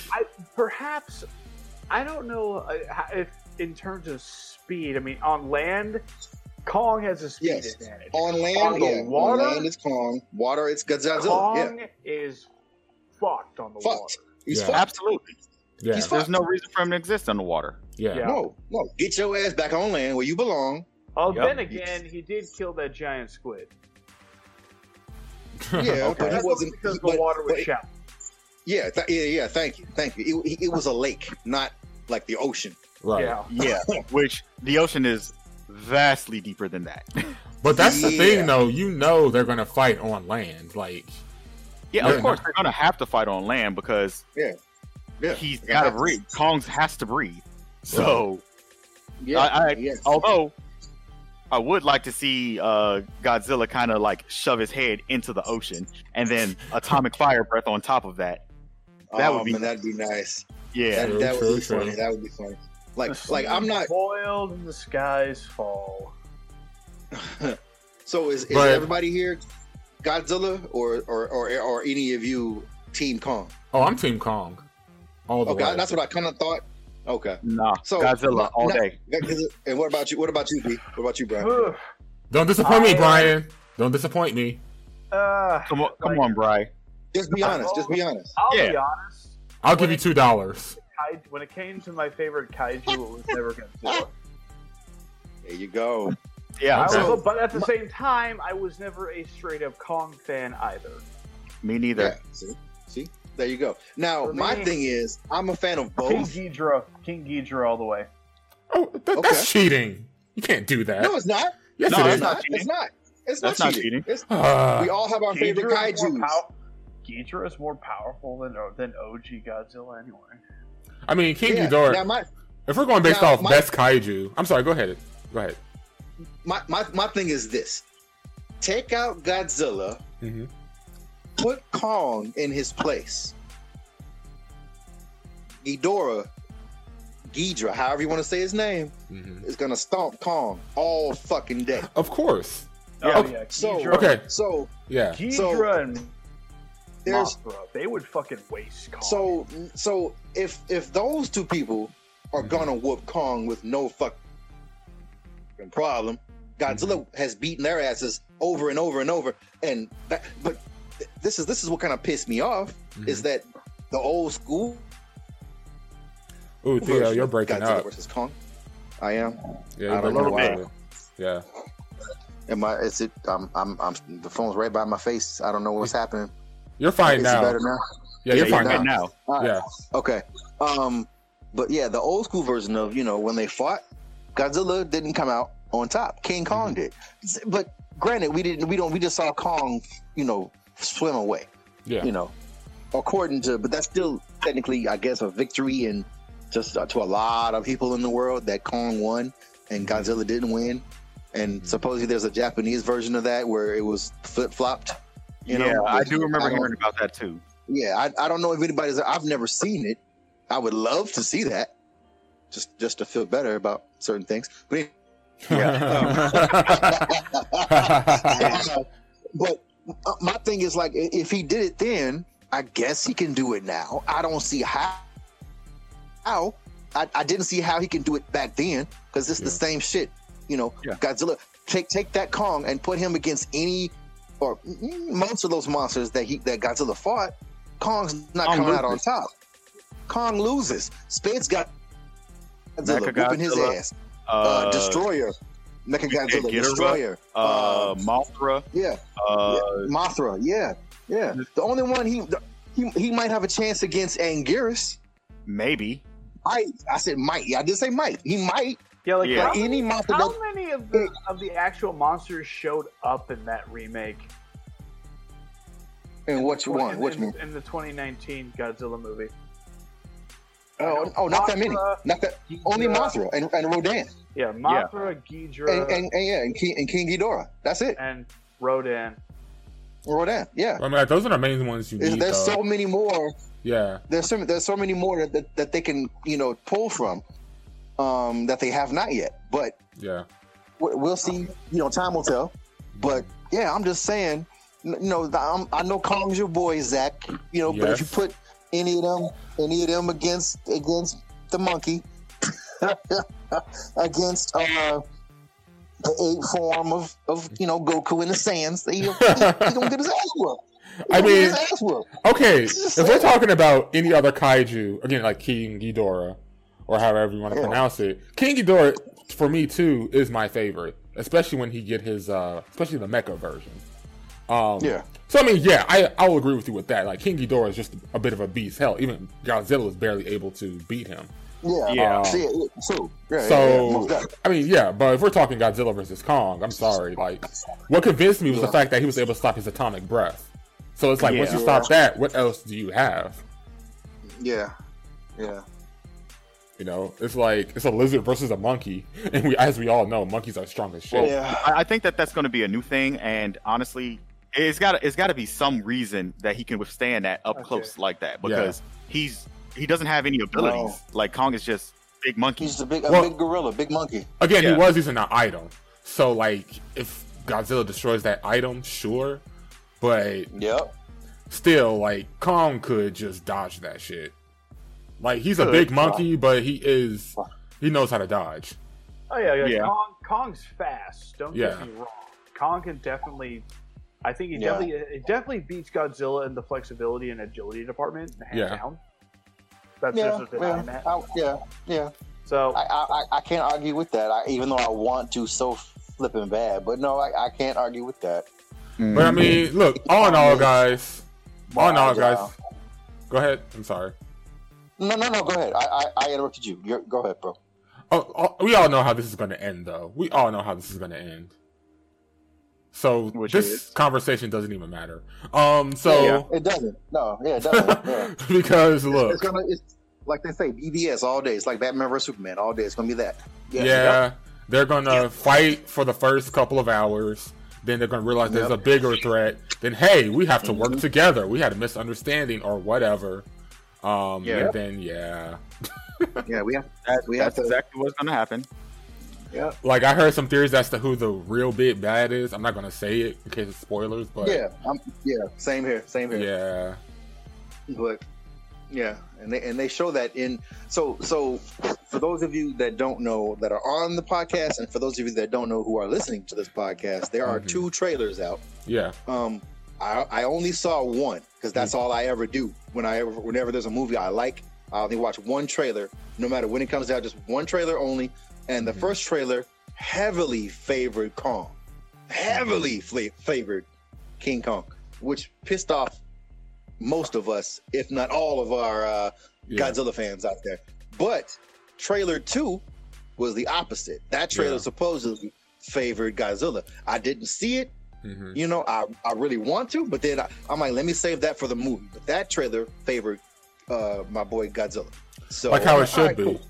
Speaker 3: Perhaps I don't know uh, how- if in terms of speed. I mean, on land, Kong has a speed
Speaker 2: Yes.
Speaker 3: advantage.
Speaker 2: On land,
Speaker 3: On the
Speaker 2: yeah.
Speaker 3: water?
Speaker 2: on land it's Kong. Water, it's Godzilla.
Speaker 3: Kong is fucked on the
Speaker 2: Fucked.
Speaker 3: water.
Speaker 2: Yeah. He's
Speaker 1: Yeah.
Speaker 2: fucked.
Speaker 4: Absolutely.
Speaker 1: yeah,
Speaker 2: He's
Speaker 4: There's
Speaker 2: fucked.
Speaker 4: no reason for him to exist underwater.
Speaker 1: yeah,
Speaker 3: Yeah.
Speaker 2: No, no. Get your ass back on land where you belong.
Speaker 3: Oh,
Speaker 4: Yep.
Speaker 3: then again, he did kill that giant squid.
Speaker 2: Yeah,
Speaker 1: Okay.
Speaker 2: but he
Speaker 3: That's
Speaker 2: wasn't.
Speaker 3: because
Speaker 2: but-
Speaker 3: the water was
Speaker 2: but-
Speaker 3: shallow.
Speaker 2: Yeah, th- yeah, yeah. Thank you, thank you. It, it was a lake, not like the ocean.
Speaker 1: right.
Speaker 3: Yeah.
Speaker 4: Yeah. Which the ocean is vastly deeper than that.
Speaker 1: But that's the
Speaker 2: Yeah.
Speaker 1: thing, though. You know they're gonna fight on land. Like,
Speaker 4: Yeah, of
Speaker 1: Yeah.
Speaker 4: course they're gonna have to fight on land because
Speaker 2: Yeah,
Speaker 4: he's
Speaker 2: Yeah.
Speaker 4: gotta breathe. Kong's has to breathe. So
Speaker 2: yeah,
Speaker 4: I- I-
Speaker 2: yes.
Speaker 4: although I would like to see uh, Godzilla kind of like shove his head into the ocean and then atomic fire breath on top of that. that would
Speaker 2: Oh,
Speaker 4: be-
Speaker 2: man, that'd be nice.
Speaker 4: Yeah,
Speaker 2: that, that
Speaker 1: True,
Speaker 2: would be
Speaker 1: true,
Speaker 2: funny.
Speaker 1: true.
Speaker 2: That would be funny.
Speaker 3: The
Speaker 2: Like,
Speaker 3: sea
Speaker 2: like I'm not.
Speaker 3: boiled and the skies fall.
Speaker 2: So is, is
Speaker 1: But-
Speaker 2: everybody here Godzilla or or or, or any of you Team Kong?
Speaker 1: oh, I'm Team Kong. All the
Speaker 2: Okay,
Speaker 1: way.
Speaker 2: that's what I kind of thought. Okay,
Speaker 4: nah,
Speaker 2: So-
Speaker 4: Godzilla all
Speaker 2: no-
Speaker 4: day.
Speaker 2: and what about you? What about you, B? What about you, Brian?
Speaker 3: Ugh.
Speaker 1: Don't disappoint me,
Speaker 3: I-
Speaker 1: Brian. Don't disappoint me.
Speaker 3: Uh,
Speaker 4: Come on, come
Speaker 3: Like-
Speaker 4: on, Bry.
Speaker 2: Just be honest. Just be honest.
Speaker 3: I'll be
Speaker 4: Yeah.
Speaker 3: honest.
Speaker 1: I'll give you two dollars.
Speaker 3: Kai- when it came to my favorite kaiju, it was never Godzilla.
Speaker 2: There you go.
Speaker 4: Yeah,
Speaker 3: I
Speaker 1: Okay.
Speaker 3: was, but at the same time, I was never a straight up Kong fan either.
Speaker 4: me neither.
Speaker 2: Yeah, see, see, there you go. Now
Speaker 3: For
Speaker 2: my
Speaker 3: me-
Speaker 2: thing is, I'm a fan of
Speaker 3: King
Speaker 2: both.
Speaker 3: Ghidra, King Ghidra all the way.
Speaker 1: Oh, th- that's cheating. You can't do that.
Speaker 2: No, it's not.
Speaker 1: yes,
Speaker 4: no,
Speaker 1: it
Speaker 2: it's
Speaker 1: is.
Speaker 2: not.
Speaker 4: not cheating.
Speaker 2: It's not. It's
Speaker 4: That's
Speaker 2: not
Speaker 4: not
Speaker 2: cheating.
Speaker 4: cheating.
Speaker 2: It's-
Speaker 1: Ah,
Speaker 2: we all have our favorite
Speaker 3: Ghidra is more
Speaker 2: kaiju.
Speaker 3: pow- Ghidra is more powerful than uh, than OG Godzilla anyway.
Speaker 1: I mean, King
Speaker 2: Yeah.
Speaker 1: Ghidorah.
Speaker 2: Now my,
Speaker 1: if we're going based
Speaker 2: now,
Speaker 1: off
Speaker 2: my-
Speaker 1: best kaiju, I'm sorry. Go ahead. Go ahead.
Speaker 2: my my my thing is this: take out Godzilla,
Speaker 1: Mhm.
Speaker 2: put Kong in his place. Ghidorah, Ghidra, however you want to say his name,
Speaker 1: Mhm.
Speaker 2: is gonna stomp Kong all fucking day.
Speaker 1: Of course.
Speaker 3: Oh
Speaker 1: Okay,
Speaker 3: yeah, Ghidra,
Speaker 2: so-
Speaker 1: Okay.
Speaker 2: So
Speaker 1: Yeah.
Speaker 3: Ghidra
Speaker 2: so-
Speaker 3: and
Speaker 2: there's
Speaker 3: Mothra, they would fucking waste Kong.
Speaker 2: So so if if those two people are
Speaker 1: Mhm.
Speaker 2: gonna whoop Kong with no fucking problem, Godzilla has beaten their asses over and over and over. And that, but th- this is this is what kind of pissed me off
Speaker 1: Mm-hmm.
Speaker 2: is that the old school
Speaker 1: Ooh, Theo,
Speaker 2: version
Speaker 1: you're
Speaker 2: of
Speaker 1: breaking
Speaker 2: Godzilla
Speaker 1: up.
Speaker 2: versus Kong. I am.
Speaker 1: Yeah,
Speaker 2: I
Speaker 1: you're
Speaker 2: don't
Speaker 1: breaking
Speaker 2: know
Speaker 1: up a
Speaker 2: why.
Speaker 1: little bit. Yeah.
Speaker 2: Am I? Is it? I'm. I'm. I'm. The phone's right by my face. I don't know what's happening.
Speaker 1: You're fine
Speaker 2: is
Speaker 1: now.
Speaker 2: it better now?
Speaker 1: Yeah, you're
Speaker 4: Yeah,
Speaker 1: fine
Speaker 4: you're
Speaker 1: now.
Speaker 4: good now.
Speaker 2: All right.
Speaker 1: Yeah.
Speaker 2: Okay. Um, but yeah, the old school version of you know when they fought, Godzilla didn't come out on top.
Speaker 4: Mm-hmm.
Speaker 2: King Kong did. S- But granted, we didn't. We don't. We just saw Kong, you know, swim away.
Speaker 1: Yeah.
Speaker 2: You know, according to. But that's still technically, I guess, a victory and just uh, to a lot of people in the world that Kong won and
Speaker 4: Mm-hmm.
Speaker 2: Godzilla didn't win. And supposedly there's a Japanese version of that where it was flip flopped. You know,
Speaker 4: yeah, I
Speaker 2: which
Speaker 4: do remember
Speaker 2: don't-
Speaker 4: hearing about that too.
Speaker 2: yeah, I, I don't know if anybody's. I've never seen it. I would love to see that, just just to feel better about certain things. But but uh, my thing is like, i- if he did it then, I guess he can do it now. I don't see how. How I, I didn't see how he can do it back then because it's
Speaker 1: Yeah.
Speaker 2: the same shit. You know,
Speaker 4: Yeah.
Speaker 2: Godzilla. Take take that Kong and put him against any or mm, most of those monsters that he that Godzilla fought. Kong's not
Speaker 4: Kong
Speaker 2: coming out on
Speaker 4: loses.
Speaker 2: top. Kong loses. Spade's got Godzilla
Speaker 4: Mechagodzilla,
Speaker 2: whooping his ass.
Speaker 4: Uh,
Speaker 2: Uh, Destroyer, Mechagodzilla,
Speaker 4: Ghidorah,
Speaker 2: Destroyer.
Speaker 4: uh, Mothra,
Speaker 2: um, yeah,
Speaker 4: uh,
Speaker 2: Mothra. Yeah, yeah. The only one he the, he he might have a chance against Anguirus.
Speaker 4: maybe.
Speaker 2: I I said might. Yeah, I did say might. He might.
Speaker 5: Yeah, like
Speaker 4: Yeah.
Speaker 5: how-
Speaker 2: Like any monster.
Speaker 5: How
Speaker 2: that-
Speaker 5: many of the of the actual monsters showed up in that remake?
Speaker 2: and which one?
Speaker 5: in,
Speaker 2: Which
Speaker 5: in,
Speaker 2: one?
Speaker 5: in the 2019 Godzilla movie?
Speaker 2: Oh, oh, not that many.
Speaker 5: Mothra,
Speaker 2: Not that. Only
Speaker 5: Ghidorah-
Speaker 2: Mothra and, and Rodan
Speaker 5: Yeah, Mothra, Ghidra,
Speaker 2: and,
Speaker 5: and,
Speaker 2: and, and yeah and King, and King Ghidorah. That's it.
Speaker 5: Rodan.
Speaker 2: Rodan. Yeah.
Speaker 1: I mean, like, those are the main ones you
Speaker 2: There's,
Speaker 1: need.
Speaker 2: there's
Speaker 1: though.
Speaker 2: so many more.
Speaker 1: yeah,
Speaker 2: There's so there's so many more that, that, that they can you know pull from um, that they have not yet. But
Speaker 1: yeah.
Speaker 2: we- we'll see. You know, time will tell. But yeah, I'm just saying. n- You know, th- I'm, I know Kong's your boy, Zach. You know, but if you
Speaker 1: Yes.
Speaker 2: put any of them, any of them against against the monkey, against uh, the ape form of of you know Goku in the sands, he, he, he gonna get his ass whooped. He
Speaker 1: I
Speaker 2: gonna get
Speaker 1: mean,
Speaker 2: his ass whooped.
Speaker 1: Okay, if we're talking about any other kaiju, again, like King Ghidorah, or however you want to
Speaker 2: Yeah.
Speaker 1: pronounce it, King Ghidorah, for me too, is my favorite, especially when he get his, uh, especially the mecha version. Um,
Speaker 2: Yeah.
Speaker 1: So I mean, yeah, I I will agree with you with that. Like King Ghidorah is just a bit of a beast. Hell, even Godzilla is barely able to beat him. Um,
Speaker 2: Yeah,
Speaker 4: Yeah.
Speaker 2: See, it- it- so yeah, yeah, yeah,
Speaker 1: So
Speaker 2: most definitely.
Speaker 1: I mean, yeah, but if we're talking Godzilla versus Kong, I'm sorry. Like, what convinced me was the
Speaker 2: Yeah.
Speaker 1: fact that he was able to stop his atomic breath. So it's like once you
Speaker 4: Yeah.
Speaker 1: stop that, what else do you have?
Speaker 2: yeah, yeah.
Speaker 1: You know, it's like it's a lizard versus a monkey, and we, as we all know, monkeys are strong as shit.
Speaker 2: yeah.
Speaker 4: I, I think that that's going to be a new thing, and honestly, it's got it's got to be some reason that he can withstand that up
Speaker 5: Okay.
Speaker 4: close like that because he's he doesn't have any abilities.
Speaker 2: No.
Speaker 4: Like Kong is just big monkey.
Speaker 2: He's a big, a
Speaker 1: Well-
Speaker 2: big gorilla, big monkey.
Speaker 1: Again,
Speaker 4: Yeah.
Speaker 1: he was using an item, so like if Godzilla destroys that item, sure, but
Speaker 2: Yep.
Speaker 1: still, like Kong could just dodge that shit. Like he's a
Speaker 4: Good
Speaker 1: big
Speaker 4: God.
Speaker 1: monkey, but he is he knows how to dodge.
Speaker 5: Oh yeah, yeah.
Speaker 4: Yeah.
Speaker 5: Kong, Kong's fast. Don't
Speaker 1: Yeah.
Speaker 5: get me wrong. Kong can definitely. I think he
Speaker 2: Yeah.
Speaker 5: definitely it definitely beats Godzilla in the flexibility and agility department. Hands
Speaker 1: Yeah.
Speaker 5: down. That's
Speaker 2: Yeah,
Speaker 5: just a denying
Speaker 2: yeah,
Speaker 5: that.
Speaker 2: I, yeah, yeah.
Speaker 5: So
Speaker 2: I, I, I- I can't argue with that. I, even though I want to so flipping bad, but no, I, I can't argue with that.
Speaker 1: But I mean, look, all in all, guys, all in all,
Speaker 2: Wow.
Speaker 1: guys, go ahead. I'm sorry.
Speaker 2: No, no, no. Go ahead. I, I, I interrupted you. You're, go ahead, bro.
Speaker 1: Oh, oh, we all know how this is going to end, though. We all know how this is going to end. So
Speaker 4: Which
Speaker 1: this
Speaker 4: is?
Speaker 1: conversation doesn't even matter. Um, so
Speaker 2: it doesn't. No, yeah, it doesn't. yeah.
Speaker 1: because
Speaker 2: It's
Speaker 1: look,
Speaker 2: gonna, it's like they say, BBS all day. It's like Batman versus Superman all day. It's gonna be that.
Speaker 1: yeah, they're going to fight for the first couple of hours. Then they're going to realize there's
Speaker 2: Yep.
Speaker 1: a bigger threat. Then hey, we have to work together. We had a misunderstanding or whatever. Um,
Speaker 4: Yeah.
Speaker 1: and then yeah.
Speaker 2: yeah. We have.
Speaker 4: That-
Speaker 2: We have
Speaker 4: that's
Speaker 2: to-
Speaker 4: exactly what's going to happen.
Speaker 1: Like I heard some theories as to who the real big bad is. I'm not gonna say it in case of spoilers, but
Speaker 2: Yeah, I'm, yeah. Same here. Same here.
Speaker 1: yeah,
Speaker 2: but yeah and they and they show that in so so for those of you that don't know that are on the podcast and for those of you that don't know who are listening to this podcast there are
Speaker 1: Mhm.
Speaker 2: two trailers out
Speaker 1: yeah,
Speaker 2: um i i only saw one because that's
Speaker 1: Mm-hmm.
Speaker 2: all i ever do when i ever whenever there's a movie i like i only watch one trailer no matter when it comes out just one trailer only and the
Speaker 1: Mhm.
Speaker 2: first trailer heavily favored kong
Speaker 1: Mm-hmm.
Speaker 2: heavily fla- favored king kong which pissed off most of us if not all of our uh
Speaker 1: yeah.
Speaker 2: Godzilla fans out there. But trailer two was the opposite. That trailer
Speaker 1: Yeah.
Speaker 2: supposedly favored Godzilla. I didn't see it.
Speaker 1: Mhm.
Speaker 2: You know, I, I really want to, but then I, I'm like, let me save that for the movie. But that trailer favored uh, my boy Godzilla. So
Speaker 1: like how it should
Speaker 2: all right,
Speaker 1: be,
Speaker 2: cool.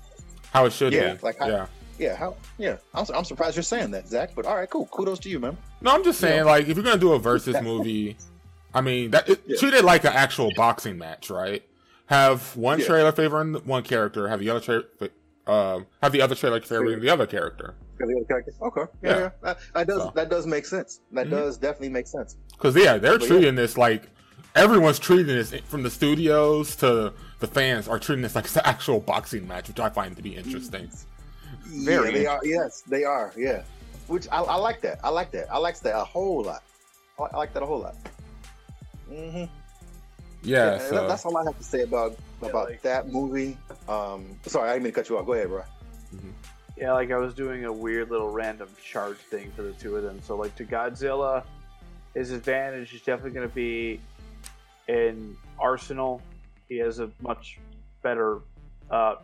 Speaker 1: how it should
Speaker 4: Yeah,
Speaker 1: be.
Speaker 2: like how-
Speaker 1: yeah.
Speaker 2: Yeah, how? Yeah, I'm, su- I'm surprised you're saying that, Zach. But all right, cool. Kudos to you, man.
Speaker 1: No, I'm just saying,
Speaker 2: Yeah.
Speaker 1: like if you're gonna do a versus movie, I mean, that it,
Speaker 2: Yeah.
Speaker 1: treat it like an actual boxing match, right? Have one
Speaker 2: Yeah.
Speaker 1: trailer favoring one character, have the other trailer, um, have the other trailer favoring the other character,
Speaker 2: Okay. Yeah,
Speaker 1: Yeah.
Speaker 2: yeah. That, that does
Speaker 1: So.
Speaker 2: that does make sense. That
Speaker 1: Mhm.
Speaker 2: does definitely make sense.
Speaker 1: because yeah, they're
Speaker 2: But yeah.
Speaker 1: treating this like everyone's treating this from the studios to the fans are treating this like it's an actual boxing match, which I find to be interesting.
Speaker 4: Very
Speaker 2: yeah, they are. Yes, they are. Yeah, which I, I like that. I like that. I like that a whole lot. I, I like that a whole lot. hmm
Speaker 1: Yeah,
Speaker 2: that-
Speaker 1: so
Speaker 2: that's all I have to say about
Speaker 5: Yeah,
Speaker 2: about
Speaker 5: like-
Speaker 2: that movie. Um, sorry, I didn't mean to cut you off. Go ahead, bro.
Speaker 3: Yeah, like I was doing a weird little random charge thing for the two of them. So like to Godzilla, his advantage is definitely going to be in arsenal. He has a much better uh,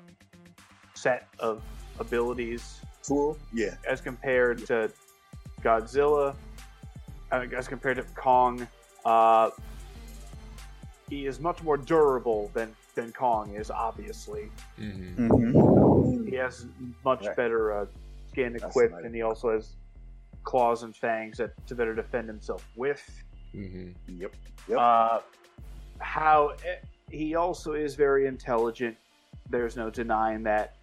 Speaker 3: set of abilities
Speaker 2: Tool. Yeah.
Speaker 3: as compared to Godzilla, I mean, as compared to Kong, uh, he is much more durable than, than Kong is, obviously.
Speaker 1: mhm.
Speaker 3: Mm-hmm.
Speaker 4: Mhm.
Speaker 2: Mm-hmm.
Speaker 3: He has much
Speaker 2: Right.
Speaker 3: better uh, skin
Speaker 2: That's
Speaker 3: equipped,
Speaker 2: right.
Speaker 3: and he also has claws and fangs that, to better defend himself with.
Speaker 1: Mhm.
Speaker 2: Yep. Yep.
Speaker 3: Uh, how eh, he also is very intelligent. There's no denying that.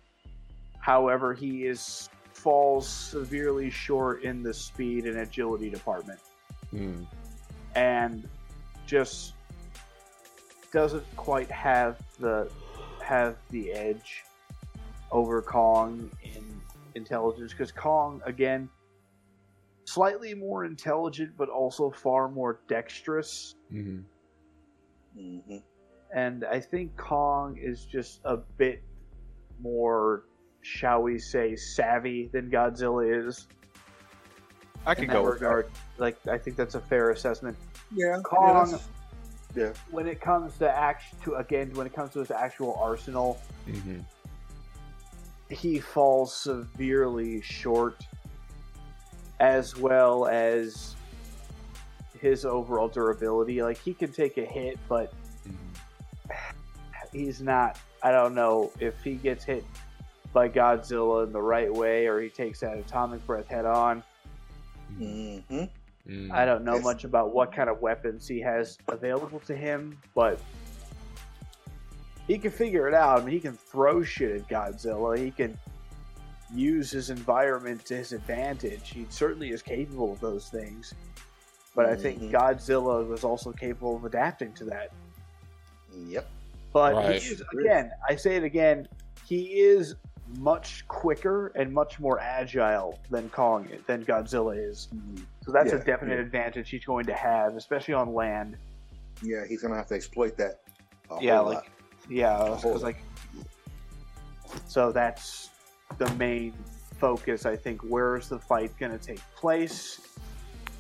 Speaker 3: However, he is falls severely short in the speed and agility department,
Speaker 1: Mm.
Speaker 3: and just doesn't quite have the have the edge over Kong in intelligence because Kong again slightly more intelligent but also far more dexterous
Speaker 1: Mhm.
Speaker 2: hmm
Speaker 3: and I think Kong is just a bit more, shall we say, savvy than Godzilla is.
Speaker 4: I
Speaker 3: In
Speaker 4: could
Speaker 3: that
Speaker 4: go. with that.
Speaker 3: regard, like I think that's a fair assessment.
Speaker 2: Yeah. Um,
Speaker 3: Kong,
Speaker 2: yeah.
Speaker 3: when it comes to act to again, when it comes to his actual arsenal,
Speaker 1: Mhm.
Speaker 3: he falls severely short, as well as his overall durability. Like he can take a hit, but
Speaker 1: Mhm.
Speaker 3: he's not. I don't know if he gets hit by Godzilla in the right way or he takes that atomic breath head on.
Speaker 2: hmm
Speaker 1: Mm.
Speaker 3: I don't know
Speaker 2: Yes.
Speaker 3: much about what kind of weapons he has available to him, but he can figure it out. I mean, he can throw shit at Godzilla. He can use his environment to his advantage. He certainly is capable of those things. But I think
Speaker 2: Mhm.
Speaker 3: Godzilla was also capable of adapting to that.
Speaker 2: Yep.
Speaker 3: But
Speaker 1: Right.
Speaker 3: he is, again, I say it again, he is much quicker and much more agile than Kong than Godzilla is.
Speaker 2: mm-hmm.
Speaker 3: So that's
Speaker 2: Yeah,
Speaker 3: a definite
Speaker 2: yeah.
Speaker 3: advantage he's going to have, especially on land.
Speaker 2: Yeah, he's gonna have to exploit that. a
Speaker 3: yeah,
Speaker 2: whole
Speaker 3: like
Speaker 2: lot.
Speaker 3: yeah, 'cause,
Speaker 2: Hold
Speaker 3: like so that's the main focus. I think where's the fight going to take place?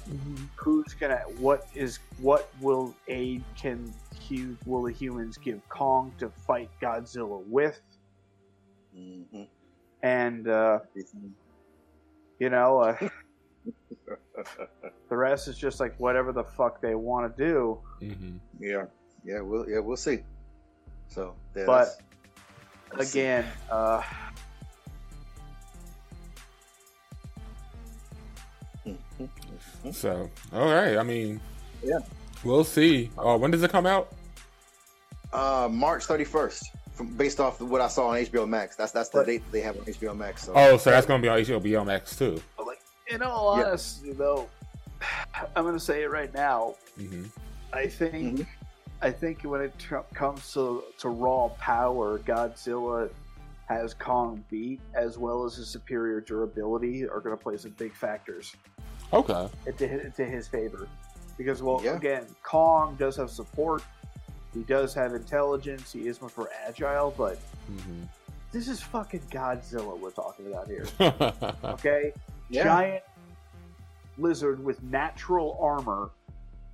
Speaker 2: Mm-hmm.
Speaker 3: Who's gonna? What is? What will aid can? hu- Will the humans give Kong to fight Godzilla with?
Speaker 2: Mhm.
Speaker 3: And uh, you know, uh, the rest is just like whatever the fuck they want to do.
Speaker 1: Mhm.
Speaker 2: yeah, yeah, we'll yeah we'll see. So, yeah,
Speaker 3: But-
Speaker 2: that's- that's-
Speaker 3: Again, uh,
Speaker 2: Mhm.
Speaker 1: So, all right. I mean,
Speaker 2: Yeah.
Speaker 1: we'll see. Uh, when does it come out?
Speaker 2: Uh, March thirty first, from based off what I saw on HBO Max. That's that's the
Speaker 3: But-
Speaker 2: date they have on HBO Max. So,
Speaker 1: Oh, so that's gonna be on HBO Max too.
Speaker 3: in all
Speaker 2: Yeah.
Speaker 3: honesty, though, I'm gonna say it right now.
Speaker 1: hmm
Speaker 3: I think,
Speaker 2: Mm-hmm.
Speaker 3: I think when it tr- comes to to raw power, Godzilla has Kong beat, as well as his superior durability, are gonna play some big factors
Speaker 1: Okay.
Speaker 3: into his, to his favor. Because, well,
Speaker 2: Yeah.
Speaker 3: again, Kong does have support. He does have intelligence. He is much more agile, but
Speaker 1: hmm
Speaker 3: this is fucking Godzilla we're talking about here.
Speaker 1: yeah.
Speaker 3: Okay?
Speaker 2: yeah,
Speaker 3: Giant lizard with natural armor,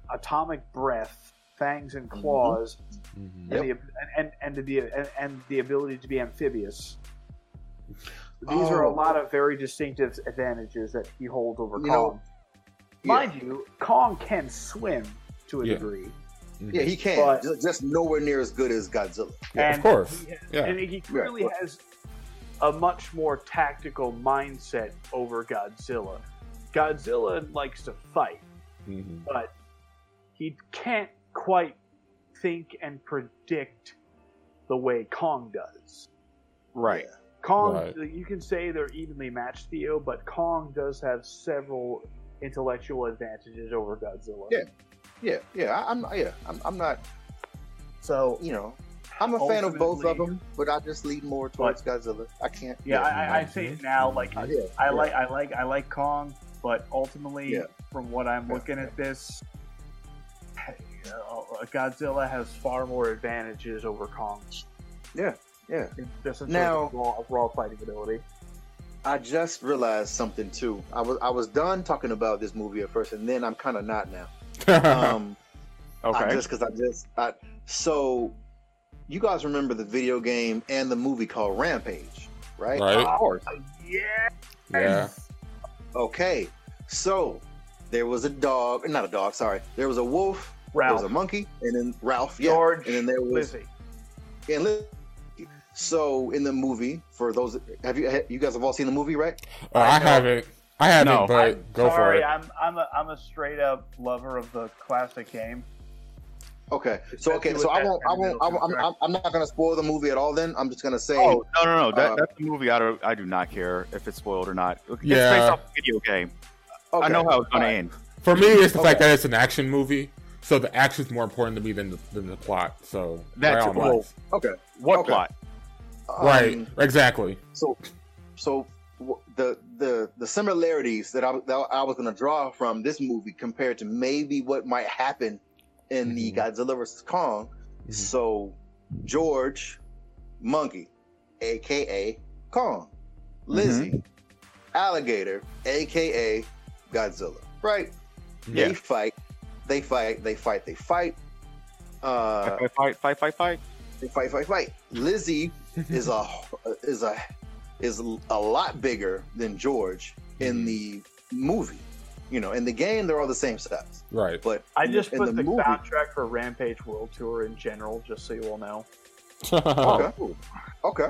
Speaker 3: atomic breath, fangs
Speaker 1: Mm-hmm.
Speaker 3: and claws,
Speaker 1: hmm
Speaker 3: and, the, and, and, and, the, and, and the ability to be amphibious. These are a
Speaker 2: Oh.
Speaker 3: lot of very distinctive advantages that he holds over
Speaker 2: You know,
Speaker 3: Kong. Mind you, Kong can swim to a
Speaker 1: Yeah.
Speaker 3: degree.
Speaker 2: yeah, he can.
Speaker 3: But-
Speaker 2: just, just nowhere near as good as Godzilla.
Speaker 1: Yeah,
Speaker 3: and
Speaker 1: of course.
Speaker 3: he has-
Speaker 1: Yeah.
Speaker 3: And he clearly
Speaker 2: Right.
Speaker 3: has a much more tactical mindset over Godzilla. Godzilla likes to fight,
Speaker 1: hmm
Speaker 3: but he can't quite think and predict the way Kong does.
Speaker 4: Right.
Speaker 3: Kong,
Speaker 1: Right.
Speaker 3: you can say they're evenly matched, Theo, but Kong does have several intellectual advantages over Godzilla.
Speaker 2: Yeah. Yeah, yeah, I, I'm yeah, I'm, I'm not
Speaker 3: So
Speaker 2: you know I'm a fan of both of
Speaker 3: Ultimately-
Speaker 2: them, but I just lean more towards Godzilla. I can't.
Speaker 3: Yeah, I, I, I say it now. Like
Speaker 2: I- Uh, yeah,
Speaker 3: I
Speaker 2: yeah.
Speaker 3: like I like I like Kong, but ultimately,
Speaker 2: Yeah.
Speaker 3: from what I'm
Speaker 2: Yeah.
Speaker 3: looking at this, you know, Godzilla has far more advantages over Kong.
Speaker 2: Yeah, yeah.
Speaker 3: in- Just in terms
Speaker 2: Now-
Speaker 3: of raw, raw fighting ability.
Speaker 2: I just realized something too. I was I was done talking about this movie at first, and then I'm kind of not now. Um, I
Speaker 4: Okay.
Speaker 2: just because I just I, so you guys remember the video game and the movie called Rampage, right?
Speaker 1: right?
Speaker 4: Of course.
Speaker 3: Yeah.
Speaker 1: Yeah.
Speaker 2: Okay, so there was a dog, not a dog. Sorry, there was a wolf. There was
Speaker 3: Ralph.
Speaker 2: a monkey, and then Ralph. Yeah,
Speaker 3: George.
Speaker 2: and then there was
Speaker 3: Lizzie.
Speaker 2: and Liz- so in the movie. For those, have you you guys have all seen the movie, right?
Speaker 1: Uh, I haven't. I haven't,
Speaker 4: No.
Speaker 1: but
Speaker 3: I'm
Speaker 1: go for
Speaker 3: sorry,
Speaker 1: it.
Speaker 3: I'm I'm a I'm a straight up lover of the classic game.
Speaker 2: Okay, so
Speaker 3: Especially
Speaker 2: okay,
Speaker 3: with
Speaker 2: so I
Speaker 3: that
Speaker 2: won't, I
Speaker 3: kind of
Speaker 2: won't, I
Speaker 3: middle
Speaker 2: won't I'm, I'm, I'm not gonna spoil the movie at all. Then I'm just gonna say,
Speaker 4: Oh no no no! That,
Speaker 2: Uh,
Speaker 4: that's a movie. I do, I do not care if it's spoiled or not. It's
Speaker 1: Yeah.
Speaker 4: based off a video game.
Speaker 2: okay,
Speaker 4: I know how it's going
Speaker 2: all
Speaker 4: to
Speaker 2: right.
Speaker 4: end.
Speaker 1: For me, it's the
Speaker 2: Okay.
Speaker 1: fact that it's an action movie, so the action's more important to me than the, than the plot. So
Speaker 4: That's
Speaker 1: by all
Speaker 4: cool.
Speaker 1: means.
Speaker 2: okay,
Speaker 4: What
Speaker 2: Okay.
Speaker 4: plot?
Speaker 2: um,
Speaker 1: right? Exactly.
Speaker 2: So, so w- the the the similarities that I that I was gonna draw from this movie compared to maybe what might happen in the
Speaker 1: Mhm.
Speaker 2: Godzilla vs Kong.
Speaker 1: Mhm.
Speaker 2: So, George, Monkey, aka Kong, Lizzie, Alligator, aka Godzilla, right?
Speaker 4: Yeah.
Speaker 2: They fight. They fight. They fight. They fight. Uh,
Speaker 4: fight, fight, fight, fight, fight.
Speaker 2: they fight, fight, fight. Lizzie is a is a is a lot bigger than George
Speaker 1: Mm-hmm.
Speaker 2: in the movie. You know, in the game they're all the same size,
Speaker 1: Right.
Speaker 2: but
Speaker 3: I
Speaker 2: in
Speaker 3: just
Speaker 2: in
Speaker 3: put the, soundtrack for Rampage World Tour in general, just so you all know.
Speaker 1: Uh-huh.
Speaker 2: Okay. Okay.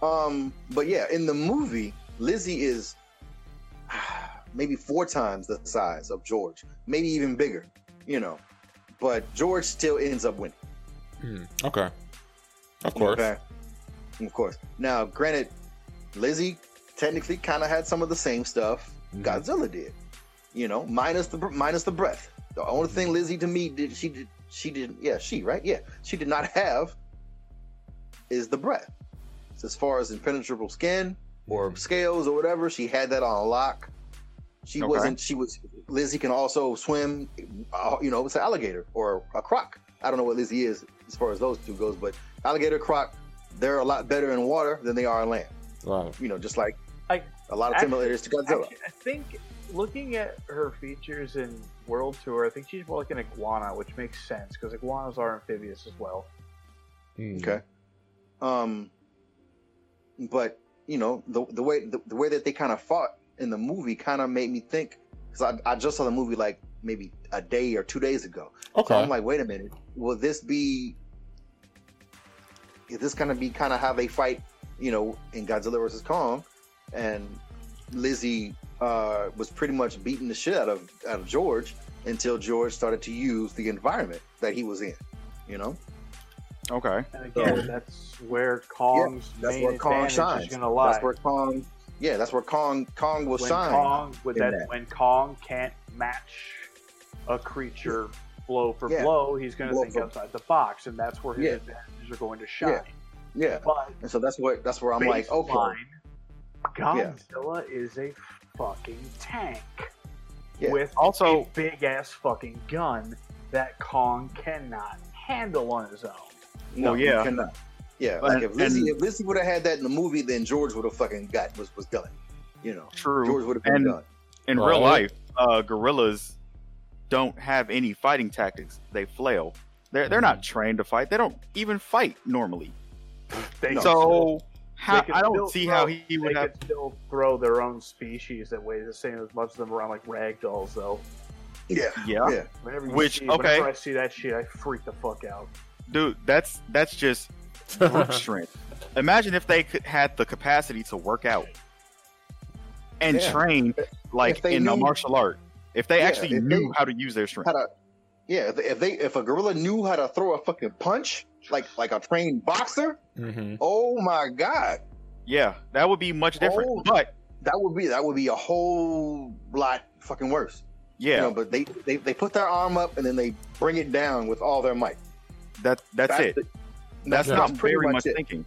Speaker 2: Um, but yeah, in the movie, Lizzie is maybe four times the size of George, maybe even bigger. You know, but George still ends up winning.
Speaker 1: Hmm, okay. Of course.
Speaker 2: Okay. Of course. Now, granted, Lizzie technically kind of had some of the same stuff
Speaker 1: Mhm.
Speaker 2: Godzilla did. You know, minus the minus the breath. The only thing Lizzie to me did she did she did yeah she right yeah she did not have is the breath. So as far as impenetrable skin or scales or whatever, she had that on lock. She
Speaker 4: Okay.
Speaker 2: wasn't. She was. Lizzie can also swim. uh, You know, it's an alligator or a croc. I don't know what Lizzie is as far as those two goes, but alligator croc, they're a lot better in water than they are on land.
Speaker 1: Right.
Speaker 2: You know, just like
Speaker 3: I-
Speaker 2: a lot of
Speaker 3: actually-
Speaker 2: similators to Godzilla.
Speaker 3: Actually, I think looking at her features in World Tour, I think she's more like an iguana, which makes sense because iguanas are amphibious as well.
Speaker 1: Hmm.
Speaker 2: Okay. Um, but you know the the way the, the way that they kind of fought in the movie kind of made me think because I, I just saw the movie like maybe a day or two days ago. So I'm
Speaker 1: Okay.
Speaker 2: like, wait a minute, will this be? Is this gonna be kind of how they fight? You know, in Godzilla versus Kong, and Lizzie uh, was pretty much beating the shit out of out of George until George started to use the environment that he was in. You know.
Speaker 4: Okay.
Speaker 3: And again, that's where Kong's
Speaker 2: That's
Speaker 3: main
Speaker 2: where Kong
Speaker 3: advantage
Speaker 2: shines.
Speaker 3: is going to lie.
Speaker 2: That's where Kong. Yeah, that's where Kong Kong will
Speaker 3: when
Speaker 2: shine.
Speaker 3: Kong, with
Speaker 2: in
Speaker 3: that,
Speaker 2: that.
Speaker 3: when Kong can't match a creature blow for
Speaker 2: Yeah.
Speaker 3: blow, he's going to
Speaker 2: Blow
Speaker 3: think
Speaker 2: for-
Speaker 3: outside the box, and that's where his
Speaker 2: Yeah.
Speaker 3: advantages are going to shine.
Speaker 2: Yeah,
Speaker 3: But
Speaker 2: and so that's what that's where I'm like, okay,
Speaker 3: baseline,
Speaker 2: Yeah.
Speaker 3: Godzilla is a fucking tank
Speaker 2: Yeah.
Speaker 3: with
Speaker 4: Also-
Speaker 3: a big ass fucking gun that Kong cannot handle on his own.
Speaker 2: no,
Speaker 4: Well, yeah.
Speaker 2: you cannot. Yeah,
Speaker 4: But-
Speaker 2: like if Lizzie
Speaker 4: and-
Speaker 2: if Lizzie would have had that in the movie, then George would have fucking got was was done. You know,
Speaker 4: True.
Speaker 2: George would have been
Speaker 4: And-
Speaker 2: done.
Speaker 4: In
Speaker 1: Right.
Speaker 4: real life, uh, gorillas don't have any fighting tactics. They flail. They're they're
Speaker 2: Mm.
Speaker 4: not trained to fight. They don't even fight normally.
Speaker 3: They
Speaker 4: so
Speaker 3: they
Speaker 4: how,
Speaker 3: could
Speaker 4: I
Speaker 3: still
Speaker 4: don't see
Speaker 3: throw-
Speaker 4: how he,
Speaker 3: they
Speaker 4: would have.
Speaker 3: could still throw their own species that weighs the same as much as them around like rag dolls though.
Speaker 2: Yeah,
Speaker 4: Yeah,
Speaker 2: yeah,
Speaker 3: Whenever you
Speaker 4: Which,
Speaker 3: see,
Speaker 4: okay.
Speaker 3: whenever I see that shit, I freak the fuck out.
Speaker 4: dude, that's that's just brute strength. Imagine if they could had the capacity to work out and
Speaker 2: Yeah.
Speaker 4: train
Speaker 2: If
Speaker 4: like
Speaker 2: they
Speaker 4: in a
Speaker 2: knew-
Speaker 4: martial art. If they
Speaker 2: Yeah,
Speaker 4: actually
Speaker 2: if
Speaker 4: knew
Speaker 2: they-
Speaker 4: how to use their strength.
Speaker 2: how to, yeah. If, if they if a gorilla knew how to throw a fucking punch like like a trained boxer,
Speaker 1: hmm
Speaker 2: oh my god,
Speaker 4: Yeah, that would be much different.
Speaker 2: Oh.
Speaker 4: But
Speaker 2: that would be that would be a whole lot fucking worse.
Speaker 4: yeah,
Speaker 2: You know, but they, they they put their arm up and then they bring it down with all their might.
Speaker 4: that that's, it.
Speaker 2: The,
Speaker 4: That's
Speaker 1: Yeah.
Speaker 4: not
Speaker 2: That's pretty
Speaker 4: very
Speaker 2: much
Speaker 4: much
Speaker 2: it.
Speaker 4: thinking.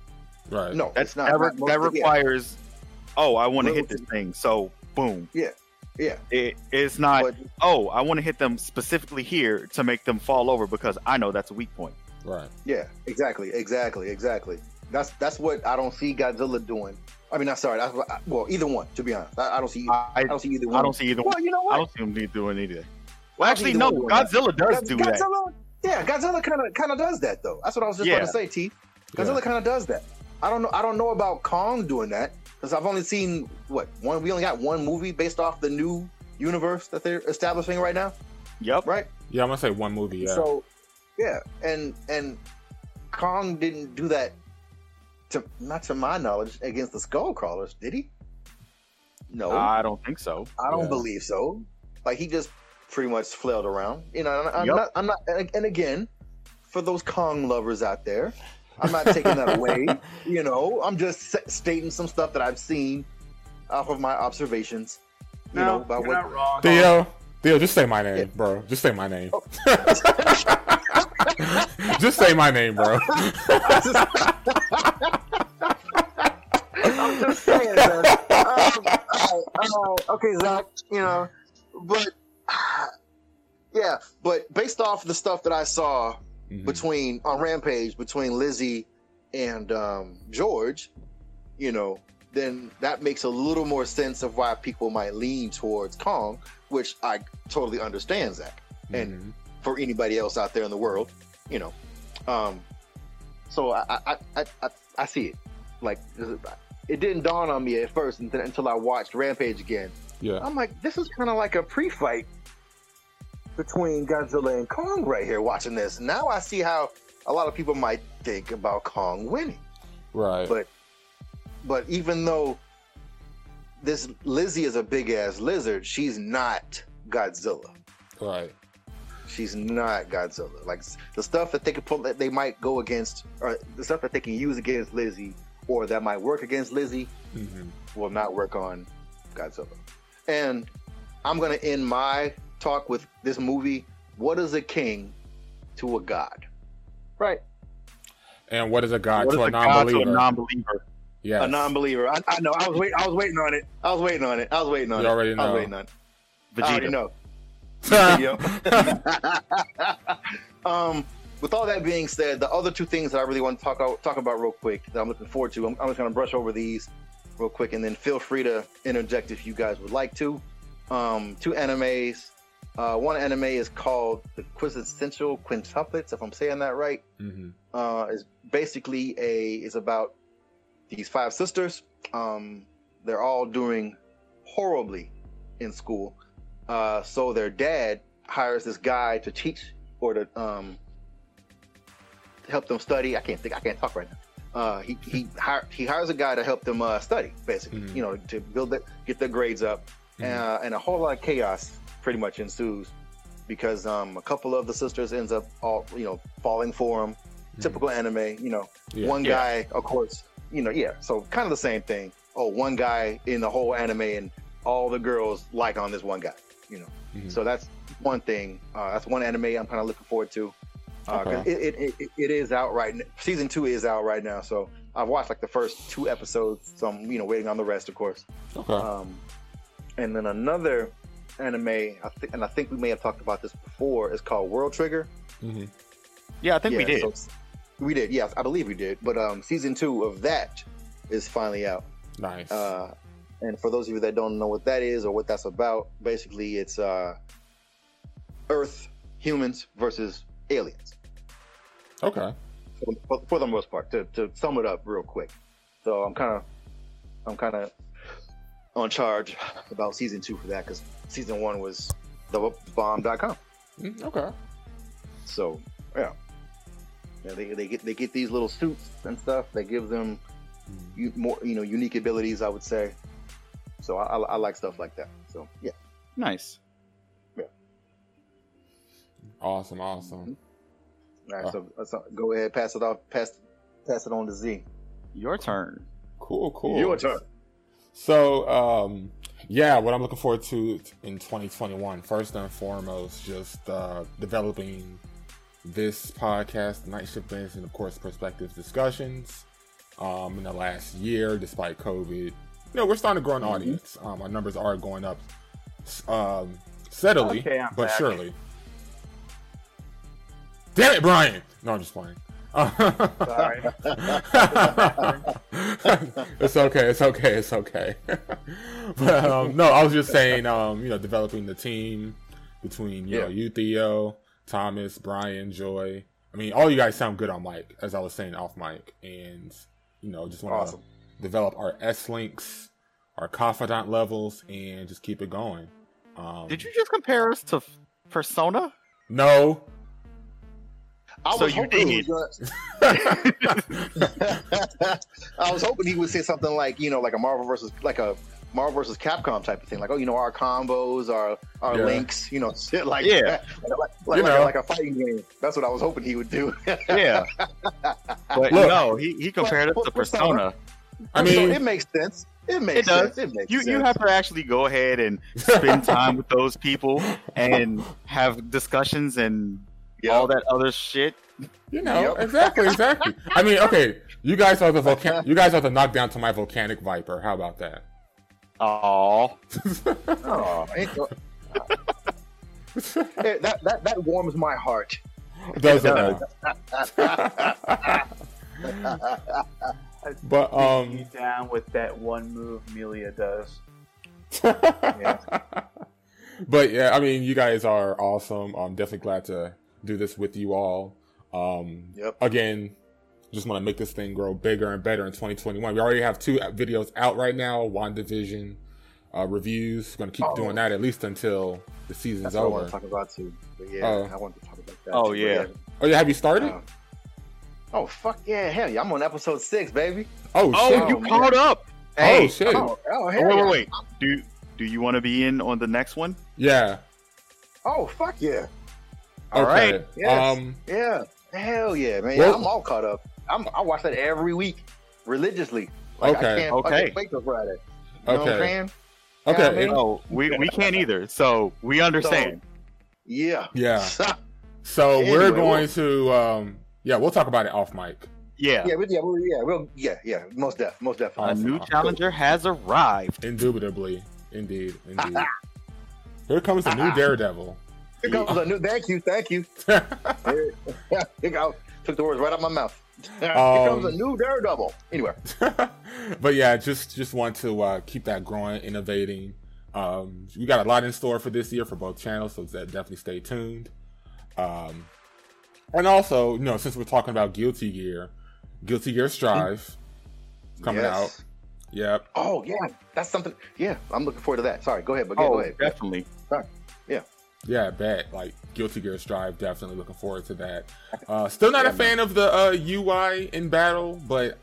Speaker 1: Right.
Speaker 2: No,
Speaker 4: That's
Speaker 2: it's not.
Speaker 4: that, re-
Speaker 2: not most-
Speaker 4: that
Speaker 2: yeah.
Speaker 4: requires. Oh, I want to hit this
Speaker 2: Relative-
Speaker 4: thing. So boom.
Speaker 2: Yeah. Yeah.
Speaker 4: It, it's not.
Speaker 2: But-
Speaker 4: oh, I want to hit them specifically here to make them fall over because I know that's a weak point.
Speaker 1: Right.
Speaker 2: Yeah, exactly, exactly, exactly. That's that's what I don't see Godzilla doing. I mean, I'm sorry. That's what I, well, either one. To be honest, I, I don't see. I
Speaker 4: I,
Speaker 2: don't see either one.
Speaker 4: I don't see either one.
Speaker 2: well, you know
Speaker 4: I
Speaker 2: what?
Speaker 4: don't see him be doing either.
Speaker 2: I
Speaker 4: Well,
Speaker 2: don't
Speaker 4: actually,
Speaker 2: see
Speaker 4: no.
Speaker 2: either one
Speaker 4: Godzilla does do that.
Speaker 2: Godzilla, yeah, Godzilla kind of kind of does that though. That's what I was just
Speaker 4: Yeah.
Speaker 2: about to say. T. Godzilla
Speaker 1: Yeah.
Speaker 2: kind of does that. I don't know. I don't know about Kong doing that because I've only seen what one. We only got one movie based off the new universe that they're establishing right now,
Speaker 4: Yep.
Speaker 2: right?
Speaker 1: Yeah, I'm gonna say one movie. Yeah.
Speaker 2: So, yeah, and and Kong didn't do that to not to my knowledge against the Skull Crawlers, did he? No,
Speaker 4: I don't think so.
Speaker 2: I don't
Speaker 1: Ah, yeah.
Speaker 2: believe so. Like he just pretty much flailed around. You know, and I'm
Speaker 4: Yep.
Speaker 2: not. I'm not. And and again, for those Kong lovers out there, I'm not taking that away. You know, I'm just s- stating some stuff that I've seen off of my observations. You know,
Speaker 3: No,
Speaker 2: about
Speaker 3: you're
Speaker 2: what
Speaker 3: not wrong.
Speaker 1: Theo, Theo, just say my name,
Speaker 2: um, Yeah.
Speaker 1: bro. Just say my name.
Speaker 2: Oh.
Speaker 1: just say my name, bro.
Speaker 2: I'm just saying. man. Um, all right, all right. okay, Zach. You know, but yeah, but based off the stuff that I saw
Speaker 1: Mhm.
Speaker 2: between on Rampage between Lizzie and um, George, you know, then that makes a little more sense of why people might lean towards Kong, which I totally understand, Zach. And
Speaker 1: Mhm.
Speaker 2: for anybody else out there in the world, you know. Um, so I, I, I, I, I see it. Like it didn't dawn on me at first until, until I watched Rampage again.
Speaker 1: Mm-hmm. yeah,
Speaker 2: I'm like, this is kind of like a pre-fight between Godzilla and Kong right here. Watching this now, I see how a lot of people might think about Kong winning.
Speaker 1: right.
Speaker 2: but- But even though this Lizzie is a big ass lizard, she's not Godzilla.
Speaker 1: Right.
Speaker 2: She's not Godzilla. Like s- the stuff that they could pull, that they might go against, or the stuff that they can use against Lizzie, or that might work against Lizzie,
Speaker 1: Mhm.
Speaker 2: will not work on Godzilla. And I'm gonna end my talk with this movie. What is a king to a god? Right,
Speaker 1: And what is a god
Speaker 4: What
Speaker 1: to
Speaker 4: is
Speaker 1: a
Speaker 4: the god
Speaker 1: non-believer?
Speaker 4: to a non-believer?
Speaker 1: yes.
Speaker 2: a non-believer. I, I know. I was waiting. I was waiting on it. I was waiting on it. I was waiting on
Speaker 1: You
Speaker 2: it.
Speaker 1: already
Speaker 2: I
Speaker 1: know.
Speaker 2: was waiting on it. I already
Speaker 4: Vegeta.
Speaker 2: know.
Speaker 1: Mm-hmm.
Speaker 2: um, with all that being said, the other two things that I really want to talk out, talk about real quick that I'm looking forward to, I'm, I'm just going to brush over these real quick, and then feel free to interject if you guys would like to. Um, two animes. Uh, one anime is called The Quintessential Quintuplets, if I'm saying that right
Speaker 1: Mhm.
Speaker 2: uh, is basically a is about these five sisters. Um, they're all doing horribly in school, uh, so their dad hires this guy to teach or to um, to help them study. I can't think. I can't talk right now. Uh, he he hire, he hires a guy to help them uh, study, basically.
Speaker 1: Mhm.
Speaker 2: You know, to build that, get their grades up,
Speaker 1: Mhm.
Speaker 2: uh, and a whole lot of chaos pretty much ensues because um, a couple of the sisters ends up all you know falling for him typical anime you know
Speaker 1: Yeah.
Speaker 2: one
Speaker 4: Yeah.
Speaker 2: guy of course you know yeah so kind of the same thing oh one guy in the whole anime and all the girls like on this one guy you know
Speaker 1: Mhm.
Speaker 2: so that's one thing uh, that's one anime i'm kind of looking forward to uh, 'cause
Speaker 1: Okay.
Speaker 2: it, it, it, it is out right now season two is out right now so i've watched like the first two episodes so i'm you know waiting on the rest of course
Speaker 1: Okay.
Speaker 2: um, and then another anime I think and i think we may have talked about this before is called world trigger
Speaker 1: Mhm.
Speaker 4: Yeah, I think we
Speaker 2: yeah,
Speaker 4: did.
Speaker 2: so- we did, yes, I believe we did. But um, season two of that is finally out.
Speaker 1: Nice.
Speaker 2: Uh, and for those of you that don't know what that is or what that's about, basically it's uh, Earth humans versus aliens
Speaker 1: okay.
Speaker 2: for, for, for the most part. To, to sum it up real quick, so I'm kind of I'm kind of on charge about season two for that because season one was the bomb.com.
Speaker 1: Mm, okay.
Speaker 2: So yeah, yeah they, they get they get these little suits and stuff. They give them
Speaker 1: Mhm.
Speaker 2: u- more you know unique abilities. I would say. So I, I, I like stuff like that. So yeah,
Speaker 4: Nice.
Speaker 1: Awesome. Awesome.
Speaker 2: all right. So, uh, so go ahead, pass it off, pass pass it on to Z.
Speaker 4: Your turn.
Speaker 1: Cool. Cool.
Speaker 2: Your turn.
Speaker 1: So, um, yeah, what I'm looking forward to in 2021, first and foremost, just uh, developing this podcast, the Night Shift Benz, and of course, Perspectives Discussions. Um, in the last year, despite COVID, you know, we're starting to grow an
Speaker 5: Mm-hmm.
Speaker 1: audience. Um, our numbers are going up s- um, steadily,
Speaker 5: Okay, I'm
Speaker 1: but
Speaker 5: back.
Speaker 1: surely. Damn it, Brian! No, I'm just playing.
Speaker 5: Sorry.
Speaker 1: it's okay. It's okay. It's okay. but um, no, I was just saying, um, you know, developing the team between you know
Speaker 4: Yeah.
Speaker 1: you, Theo, Thomas, Brian, Joy. I mean, all you guys sound good on mic, as I was saying off mic, and you know, just want to
Speaker 2: Awesome.
Speaker 1: develop our S links, our confidant levels, and just keep it going. Um,
Speaker 4: Did you just compare us to Persona?
Speaker 1: No.
Speaker 2: I
Speaker 4: So
Speaker 2: was
Speaker 4: you
Speaker 2: hoping he
Speaker 4: did.
Speaker 2: was gonna- I was hoping he would say something like, you know, like a Marvel versus like a Marvel versus Capcom type of thing. Like, oh, you know, our combos, our our
Speaker 1: Yeah.
Speaker 2: links, you know, shit like
Speaker 4: Yeah.
Speaker 2: that. Like, like,
Speaker 1: You
Speaker 2: like,
Speaker 1: know.
Speaker 2: a, like a fighting game. That's what I was hoping he would do.
Speaker 4: Yeah. but
Speaker 1: Look.
Speaker 4: no, he, he compared us
Speaker 2: But-
Speaker 4: to
Speaker 2: but Persona-
Speaker 4: Persona.
Speaker 1: I
Speaker 2: So
Speaker 1: mean,
Speaker 2: it makes sense. It makes
Speaker 4: It does.
Speaker 2: sense. It makes
Speaker 4: You
Speaker 2: sense.
Speaker 4: you have to actually go ahead and spend time with those people and have discussions and
Speaker 2: Yeah.
Speaker 4: all that other shit.
Speaker 1: You know,
Speaker 2: Yep.
Speaker 1: exactly, exactly. I mean, okay, you guys are the volcan- you guys are the knockdown to my volcanic viper. How about that?
Speaker 4: Aw.
Speaker 2: Aw, Oh, ain't no- Hey, that, that that warms my heart.
Speaker 1: Those
Speaker 4: It
Speaker 1: are but
Speaker 5: you
Speaker 1: um,
Speaker 5: down with that one move Melia does.
Speaker 1: but yeah, I mean, you guys are awesome. I'm definitely glad to do this with you all. Um,
Speaker 2: Yep.
Speaker 1: again, just want to make this thing grow bigger and better in 2021. We already have two videos out right now. Wandavision uh, reviews. We're gonna keep
Speaker 2: Oh.
Speaker 1: doing that at least until the season's
Speaker 2: That's what I want
Speaker 1: over.
Speaker 2: to talk about too. But yeah,
Speaker 1: Oh.
Speaker 2: I want to talk about that.
Speaker 4: Oh,
Speaker 2: too, but
Speaker 4: yeah.
Speaker 1: Oh yeah, have you started?
Speaker 2: Um, oh fuck yeah, hell yeah! I'm on episode six, baby.
Speaker 1: oh, shit!
Speaker 4: Oh,
Speaker 2: shit.
Speaker 4: you caught up.
Speaker 1: oh
Speaker 4: Hey.
Speaker 1: shit!
Speaker 2: Oh, oh
Speaker 4: Oh,
Speaker 2: hell
Speaker 4: wait,
Speaker 2: yeah.
Speaker 4: wait, wait. Do do you want to be in on the next one?
Speaker 1: Yeah.
Speaker 2: Oh fuck yeah,
Speaker 4: All right.
Speaker 1: Okay.
Speaker 2: Yes.
Speaker 1: Um.
Speaker 2: yeah, hell yeah, man.
Speaker 1: Well-
Speaker 2: I'm all caught up. I'm, I watch that every week, religiously. Like, I
Speaker 1: Okay.
Speaker 2: can't
Speaker 4: Okay.
Speaker 2: fucking wait till Friday. You know what I'm
Speaker 1: Okay.
Speaker 2: saying?
Speaker 1: Okay.
Speaker 2: Yeah, man.
Speaker 4: No, we, we can't either. So we understand.
Speaker 2: Yeah.
Speaker 1: Yeah.
Speaker 2: Yeah,
Speaker 1: So
Speaker 2: Anyway,
Speaker 1: we're
Speaker 2: we'll-
Speaker 1: going to. Um. Yeah, we'll talk about it off mic.
Speaker 4: yeah.
Speaker 2: yeah, but yeah, we'll, yeah, we'll, yeah, yeah, most def, most
Speaker 1: Uh,
Speaker 2: definitely.
Speaker 4: A new
Speaker 1: Awesome.
Speaker 4: challenger has arrived.
Speaker 1: Indubitably, indeed, indeed. Here comes the new Daredevil.
Speaker 2: Here comes a new. Thank you, thank you. Here- Here go- Took the words right out of my mouth. Here comes a
Speaker 1: Um,
Speaker 2: new daredevil. Anyway,
Speaker 1: but yeah, just just want to uh, keep that growing, innovating. Um, we got a lot in store for this year for both channels, so that definitely stay tuned. Um, and also, you know, since we're talking about Guilty Gear, Guilty Gear
Speaker 4: Mm.
Speaker 1: Strive is coming
Speaker 2: Yes.
Speaker 1: out. Yep.
Speaker 2: Oh yeah, that's something. Yeah, I'm looking forward to that. Sorry, go ahead, but yeah, go
Speaker 4: Oh,
Speaker 2: ahead.
Speaker 4: definitely.
Speaker 1: Yeah, bet. Like Guilty Gear Strive, definitely looking forward to that. Uh, still not a fan of the uh, UI in battle, but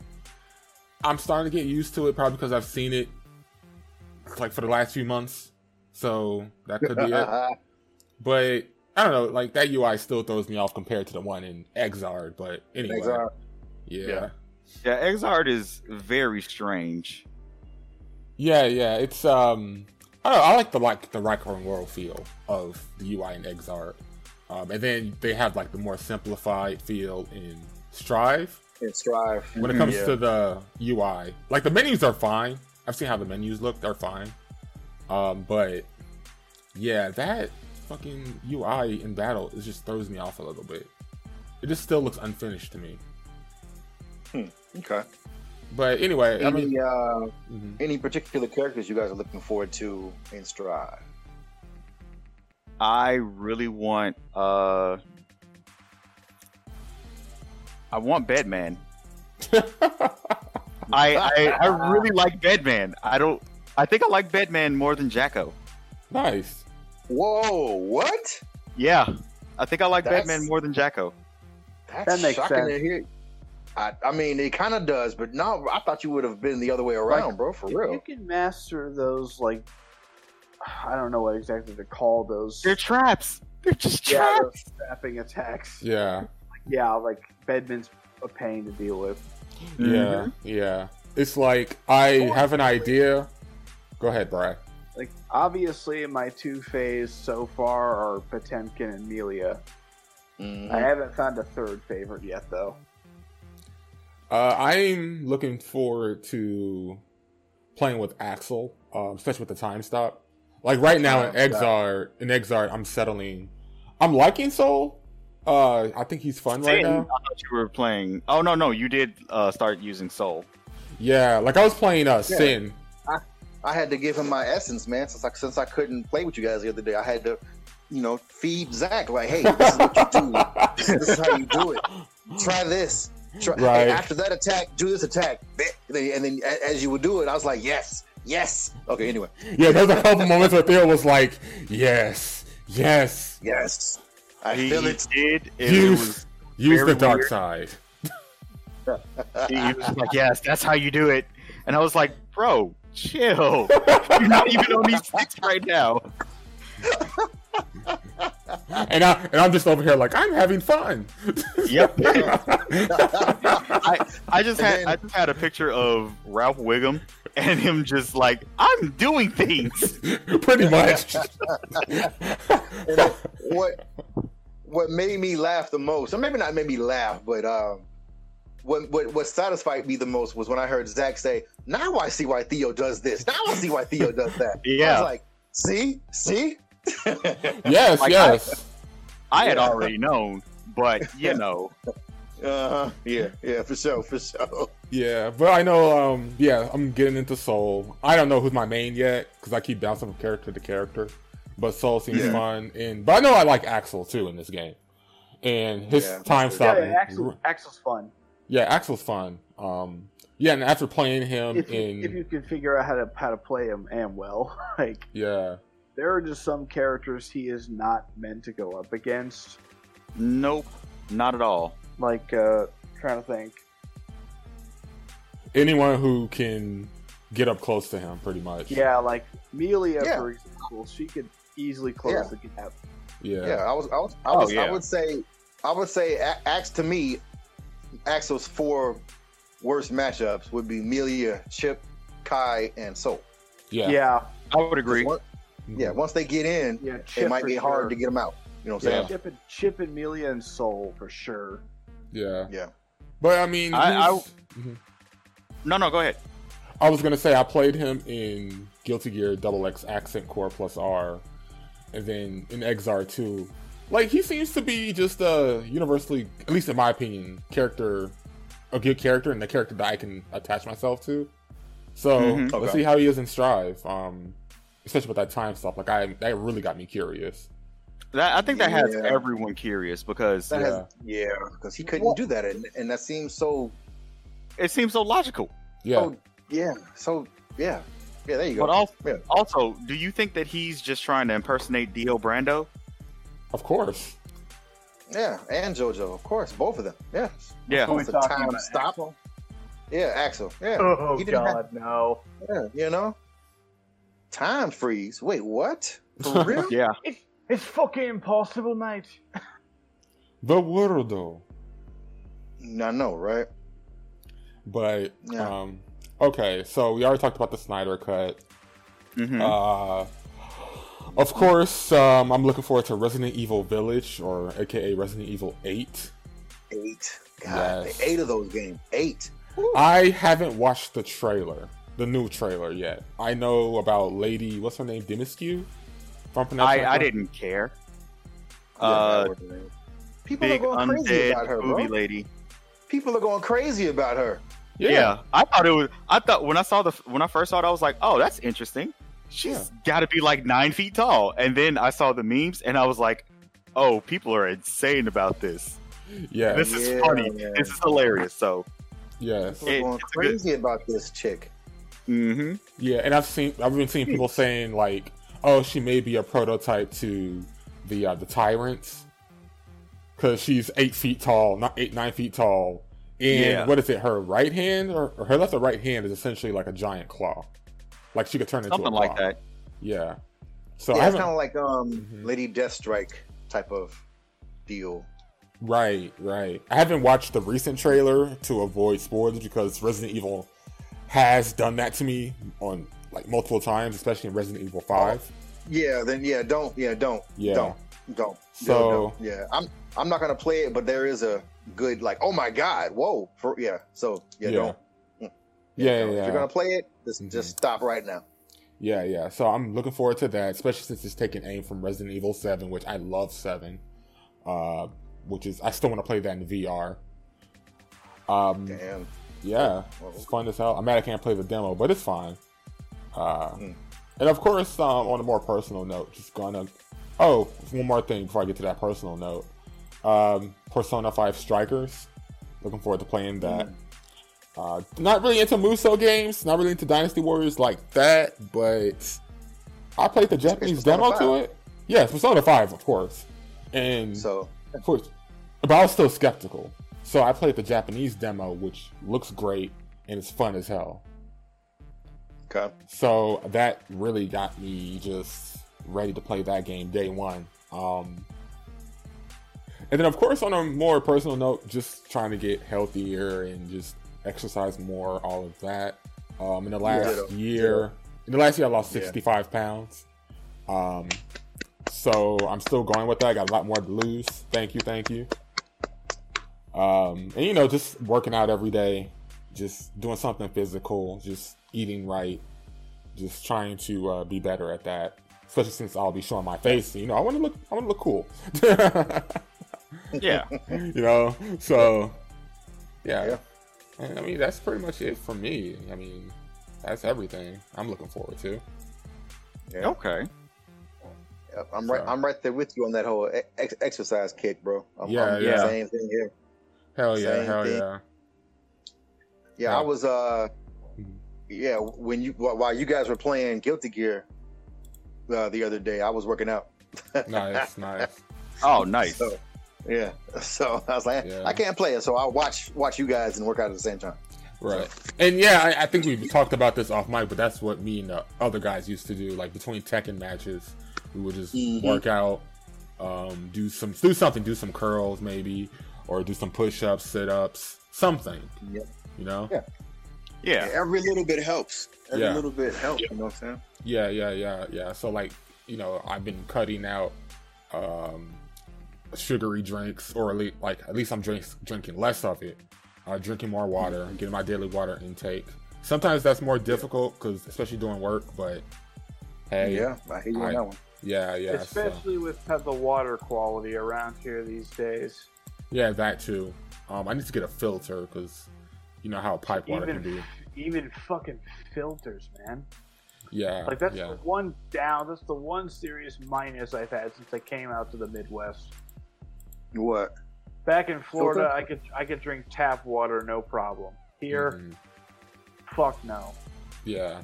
Speaker 1: I'm starting to get used to it. Probably because I've seen it like for the last few months, so that could be it. But I don't know. Like that UI still throws me off compared to the one in Exard. But anyway,
Speaker 2: Thanks, Aaron.
Speaker 1: yeah,
Speaker 2: Yeah.
Speaker 4: Yeah, Exard is very strange.
Speaker 1: yeah, yeah. It's um, I don't know. I like the like the Rikon World feel of the UI in Exard. Um, and then they have like the more simplified feel in Strive.
Speaker 2: and strive.
Speaker 1: when it
Speaker 4: Mhm.
Speaker 1: comes
Speaker 2: Yeah.
Speaker 1: to the UI. Like the menus are fine. I've seen how the menus look; they're fine. Um, but yeah, that fucking UI in battle it just throws me off a little bit. It just still looks unfinished to me.
Speaker 2: Okay.
Speaker 1: But anyway, I mean,
Speaker 2: Any uh,
Speaker 1: mhm.
Speaker 2: any particular characters you guys are looking forward to in strive?
Speaker 4: I really want uh I want Batman. I, I I really like Batman. I don't I think I like Batman more than Jacko.
Speaker 1: nice.
Speaker 2: Whoa, what?
Speaker 4: Yeah. I think I like
Speaker 2: That's-
Speaker 4: Batman more than Jacko.
Speaker 2: That's
Speaker 3: That makes
Speaker 2: shocking
Speaker 3: sense.
Speaker 2: to hear. I, I mean, it kind of does, but no, I thought you would have been the other way around, bro. For
Speaker 3: If you
Speaker 2: real.
Speaker 3: can master those, like, I don't know what exactly to call those.
Speaker 4: They're traps. They're just
Speaker 3: yeah,
Speaker 4: traps.
Speaker 3: those trapping attacks. Yeah.
Speaker 1: Yeah,
Speaker 3: like Bedman's a pain to deal with.
Speaker 1: yeah,
Speaker 4: Mm-hmm.
Speaker 1: yeah. It's like I have an idea. Go ahead, Brad.
Speaker 3: Like, obviously, my two phase so far are Potemkin and Melia. I
Speaker 1: Mm-hmm.
Speaker 3: haven't found a third favorite yet, though.
Speaker 1: Uh, I'm looking forward to playing with Axel, uh, especially with the time stop. Like right now in
Speaker 3: Time stop.
Speaker 1: Exar, in Exar, I'm settling. I'm liking Soul. Uh, I think he's fun right
Speaker 4: Sin, I
Speaker 1: now.
Speaker 4: thought you were playing. Oh no, no, you did uh, start using Soul.
Speaker 1: Yeah, like I was playing uh, Sin.
Speaker 2: I had to give him my essence, man. Since I since I couldn't play with you guys the other day, I had to, you know, feed Zach like, hey, this is what you do. this is how you do it. Try this. Try, hey,
Speaker 1: Right.
Speaker 2: after that attack, do this attack. Bit. And then- and then a- as you would do it, I was like, yes, yes. Okay, anyway,
Speaker 1: yeah, there's a couple moments where Theo was like, "Yes, yes,
Speaker 2: yes. I
Speaker 4: he,
Speaker 2: feel
Speaker 4: he
Speaker 2: it.
Speaker 4: did. and it
Speaker 1: use
Speaker 4: was,
Speaker 1: use the
Speaker 4: very
Speaker 1: dark
Speaker 4: weird.
Speaker 1: side."
Speaker 4: he was like, "Yes, that's how you do it." And I was like, "Bro, chill. You're not even on these sticks right now."
Speaker 1: And I and I'm just over here like I'm having fun.
Speaker 4: Yep.
Speaker 1: yeah,
Speaker 4: I, I just
Speaker 2: And
Speaker 4: had
Speaker 2: then-
Speaker 4: I just had a picture of Ralph Wiggum and him just like I'm doing things.
Speaker 1: pretty much.
Speaker 2: And then what what made me laugh the most, or maybe not made me laugh, but um, what what what satisfied me the most was when I heard Zach say, "Now I see why Theo does this. Now I see why Theo does that." I
Speaker 4: Yeah.
Speaker 2: was like, "See, see."
Speaker 1: yes,
Speaker 4: Like, I-
Speaker 1: yes.
Speaker 4: I had
Speaker 2: Yeah.
Speaker 4: already known, but you know,
Speaker 2: Uh-huh. Yeah, yeah, for sure, for sure.
Speaker 1: yeah, but I know. Um, yeah, I'm getting into Soul. I don't know who's my main yet because I keep bouncing from character to character. But Soul seems
Speaker 2: Yeah.
Speaker 1: fun, and but I know I like Axel too in this game, and his
Speaker 2: Yeah,
Speaker 1: time
Speaker 2: for
Speaker 1: stop.
Speaker 2: sure.
Speaker 1: Yeah,
Speaker 3: Yeah, Axel, Axel's fun.
Speaker 1: Axel's fun. Um, yeah, and after playing him
Speaker 3: If you,
Speaker 1: in
Speaker 3: if you can figure out how to how to play him and well, like
Speaker 1: yeah,
Speaker 3: there are just some characters he is not meant to go up against.
Speaker 4: nope, not at all.
Speaker 3: Like uh, trying to think,
Speaker 1: anyone who can get up close to him, pretty much.
Speaker 3: yeah, like Melia
Speaker 2: Yeah.
Speaker 3: for example, she could easily close
Speaker 2: Yeah.
Speaker 3: the gap.
Speaker 1: yeah.
Speaker 2: Yeah, I was, I was, I
Speaker 4: Oh,
Speaker 2: was, I
Speaker 4: yeah.
Speaker 2: would say, I would say, A- Axe to me, Axel's four worst matchups would be Melia, Chip, Kai, and Soul.
Speaker 1: yeah.
Speaker 3: Yeah, yeah,
Speaker 4: I would agree.
Speaker 2: Once- yeah, once they get in,
Speaker 3: Chip
Speaker 2: it might
Speaker 3: for
Speaker 2: be hard
Speaker 3: sure.
Speaker 2: to get them out. You know what I'm
Speaker 1: Yeah.
Speaker 2: saying?
Speaker 3: Chip and Chip and Melia and Soul for sure.
Speaker 1: Yeah.
Speaker 2: Yeah.
Speaker 1: But I mean,
Speaker 4: I-
Speaker 1: who's-
Speaker 4: No, no, go ahead.
Speaker 1: I, was gonna say I played him in Guilty Gear Double X Accent Core Plus R, and then in Exar Two. Like he seems to be just a universally, at least in my opinion, character, a good character, and the character that I can attach myself to. So
Speaker 4: Mhm.
Speaker 1: let's
Speaker 2: Mm-hmm. Okay.
Speaker 1: see how he is in Strive. Um, especially with that time stuff. Like I, that really got me curious.
Speaker 4: That, I think that has
Speaker 2: Yeah.
Speaker 4: everyone curious because
Speaker 2: That has,
Speaker 1: Yeah.
Speaker 2: yeah, because he couldn't
Speaker 3: Well-
Speaker 2: do that, and, and that seems so,
Speaker 4: it seems so logical.
Speaker 1: Yeah.
Speaker 2: so, yeah, so, yeah, yeah. There you go.
Speaker 4: But also,
Speaker 2: Yeah.
Speaker 4: also, do you think that he's just trying to impersonate Dio Brando?
Speaker 1: Of course.
Speaker 2: yeah, and JoJo, of course, both of them. Yeah,
Speaker 4: Yeah.
Speaker 5: Are we
Speaker 2: It's a
Speaker 5: talking
Speaker 2: time
Speaker 5: about
Speaker 2: stop.
Speaker 5: Axel?
Speaker 2: yeah, Axel. Yeah.
Speaker 5: Oh
Speaker 2: He didn't
Speaker 5: God,
Speaker 2: have-
Speaker 5: no!
Speaker 2: Yeah, you know? Time freeze. Wait, what? For real?
Speaker 4: Yeah.
Speaker 5: It's it's fucking impossible, mate.
Speaker 1: The world, though.
Speaker 2: I know, right?
Speaker 1: But
Speaker 2: Yeah.
Speaker 1: um okay, so we already talked about the Snyder cut.
Speaker 4: Mhm.
Speaker 1: Uh of course, um, I'm looking forward to Resident Evil Village, or AKA Resident Evil 8.
Speaker 2: Eight. God,
Speaker 1: Yes.
Speaker 2: eight of those games. Eight.
Speaker 1: I haven't watched the trailer, the new trailer yet. I know about Lady, what's her name, Demiscu? If I'm pronouncing
Speaker 4: I,
Speaker 1: that
Speaker 4: I
Speaker 1: correct.
Speaker 4: didn't care.
Speaker 2: Yeah,
Speaker 4: Uh,
Speaker 2: that was the name. People are
Speaker 4: Big
Speaker 2: going crazy
Speaker 4: undead
Speaker 2: about her,
Speaker 4: movie
Speaker 2: bro.
Speaker 4: lady.
Speaker 2: People are going crazy about her.
Speaker 1: Yeah.
Speaker 4: yeah i thought it was i thought when i saw the when i first saw it i was like oh that's interesting She's got to be like nine feet tall and then i saw the memes and i was like oh people are insane about this
Speaker 1: Yeah.
Speaker 4: this is
Speaker 2: Yeah,
Speaker 4: funny
Speaker 2: man.
Speaker 4: this is hilarious so
Speaker 1: Yes.
Speaker 2: People are
Speaker 4: It-
Speaker 2: going
Speaker 4: it's a good-
Speaker 2: crazy about this chick.
Speaker 4: mm-hmm.
Speaker 1: Yeah, and I've seen I've been seeing people saying like, "Oh, she may be a prototype to the uh, the tyrants because she's eight feet tall, not eight nine feet tall." And
Speaker 4: Yeah.
Speaker 1: what is it? Her right hand or, or her left or right hand is essentially like a giant claw, like she could turn into
Speaker 4: something
Speaker 1: a
Speaker 4: like
Speaker 1: claw.
Speaker 4: that
Speaker 1: Yeah. So I
Speaker 2: yeah, it's
Speaker 1: haven't.
Speaker 2: kind of like um,
Speaker 4: Mm-hmm.
Speaker 1: Mhm.
Speaker 2: Lady Deathstrike type of deal.
Speaker 1: Right, right. I haven't watched the recent trailer to avoid spoilers because Resident Evil has done that to me on like multiple times, especially in Resident Evil Five.
Speaker 2: Yeah, then yeah, Oh, don't yeah, don't
Speaker 1: Yeah.
Speaker 2: don't Dope.
Speaker 1: So-
Speaker 2: Dope, dope. yeah, I'm I'm not gonna play it, but there is a good like, oh my god, whoa, for, yeah. So yeah,
Speaker 1: Yeah.
Speaker 2: don't.
Speaker 1: Yeah,
Speaker 2: don't. If
Speaker 1: yeah,
Speaker 2: you're gonna play it, just
Speaker 1: Mhm.
Speaker 2: just stop right now.
Speaker 1: yeah, yeah. So I'm looking forward to that, especially since it's taking aim from Resident Evil Seven, which I love Seven, uh, which is I still want to play that in VR. Um,
Speaker 2: Damn.
Speaker 1: Yeah,
Speaker 2: Oh,
Speaker 1: it's fun as hell. I'm mad I can't play the demo, but it's fine. Uh,
Speaker 2: Hmm.
Speaker 1: And of course, um, on a more personal note, just gonna. Oh, one more thing before I get to that personal note. Um, Persona 5 Strikers. Looking forward to playing that.
Speaker 2: Hmm.
Speaker 1: Uh, not really into Muso games, not really into Dynasty Warriors like that, but I played the Japanese
Speaker 2: Persona
Speaker 1: demo to
Speaker 2: 5.
Speaker 1: it. Yeah, it's Persona 5, of course. And
Speaker 2: So
Speaker 1: of course. But I was still skeptical. So I played the Japanese demo, which looks great and it's fun as hell.
Speaker 2: okay,
Speaker 1: So that really got me just ready to play that game day one. Um, and then, of course, on a more personal note, just trying to get healthier and just exercise more, all of that. Um, in the last
Speaker 2: Ditto.
Speaker 1: year, in the last year, I lost
Speaker 2: Yeah.
Speaker 1: 65 pounds. Um, so I'm still going with that. I got a lot more to lose. Thank you, thank you. Um, and you know, just working out every day, just doing something physical, just eating right, just trying to uh, be better at that. Especially since I'll be showing my face, you know, I want to look, I want to look cool.
Speaker 4: Yeah,
Speaker 1: you know, so yeah.
Speaker 2: Yeah.
Speaker 1: And, I mean, that's pretty much it for me. I mean, that's everything I'm looking forward to.
Speaker 2: yeah,
Speaker 4: okay.
Speaker 2: Yep, I'm right.
Speaker 1: So-
Speaker 2: I'm right there with you on that whole e-, ex- exercise kick, bro. I'm,
Speaker 1: Yeah,
Speaker 2: I'm doing
Speaker 4: yeah.
Speaker 2: the Same thing here.
Speaker 1: Hell yeah,
Speaker 2: Same
Speaker 1: hell
Speaker 2: thing.
Speaker 1: yeah.
Speaker 2: Yeah,
Speaker 1: Yeah.
Speaker 2: I was. uh
Speaker 1: Mhm.
Speaker 2: Yeah, when you wh- while you guys were playing Guilty Gear uh, the other day, I was working out.
Speaker 1: Nice, nice.
Speaker 4: Oh, nice.
Speaker 2: So, yeah. So I was like,
Speaker 1: Yeah.
Speaker 2: I can't play it, so I'll watch watch you guys and work out at the same time.
Speaker 1: Right. And yeah, I, I think we talked about this off mic, but that's what me and the other guys used to do. Like between tech and matches, we would just
Speaker 2: Mhm.
Speaker 1: work out, um, do some do something, do some curls maybe, or do some push ups, sit ups, something.
Speaker 2: Yep.
Speaker 1: You know?
Speaker 2: Yeah.
Speaker 4: Yeah,
Speaker 2: Every little bit helps.
Speaker 1: Every Yeah.
Speaker 2: little bit helps. You know what I'm saying?
Speaker 1: Yeah, yeah, yeah, yeah. So like, you know, I've been cutting out um sugary drinks or at least, like at least I'm drinks, drinking less of it. Uh, drinking more water, getting my daily water intake. Sometimes that's more difficult cuz especially doing work, but hey.
Speaker 2: Yeah, I hear you
Speaker 1: I-
Speaker 2: on that one.
Speaker 1: Yeah, yeah. so-
Speaker 3: Especially with how the water quality around here these days.
Speaker 1: yeah, that too. Um I need to get a filter cuz you know how pipe water
Speaker 3: Even-
Speaker 1: can be.
Speaker 3: Even fucking filters, man.
Speaker 1: Yeah.
Speaker 3: Like that's
Speaker 1: yeah.
Speaker 3: the one down. That's the one serious minus I've had since I came out to the Midwest.
Speaker 2: What?
Speaker 3: Back in Florida,
Speaker 2: Filter?
Speaker 3: I could I could drink tap water, no problem. Here,
Speaker 1: Mhm.
Speaker 3: fuck no.
Speaker 1: Yeah.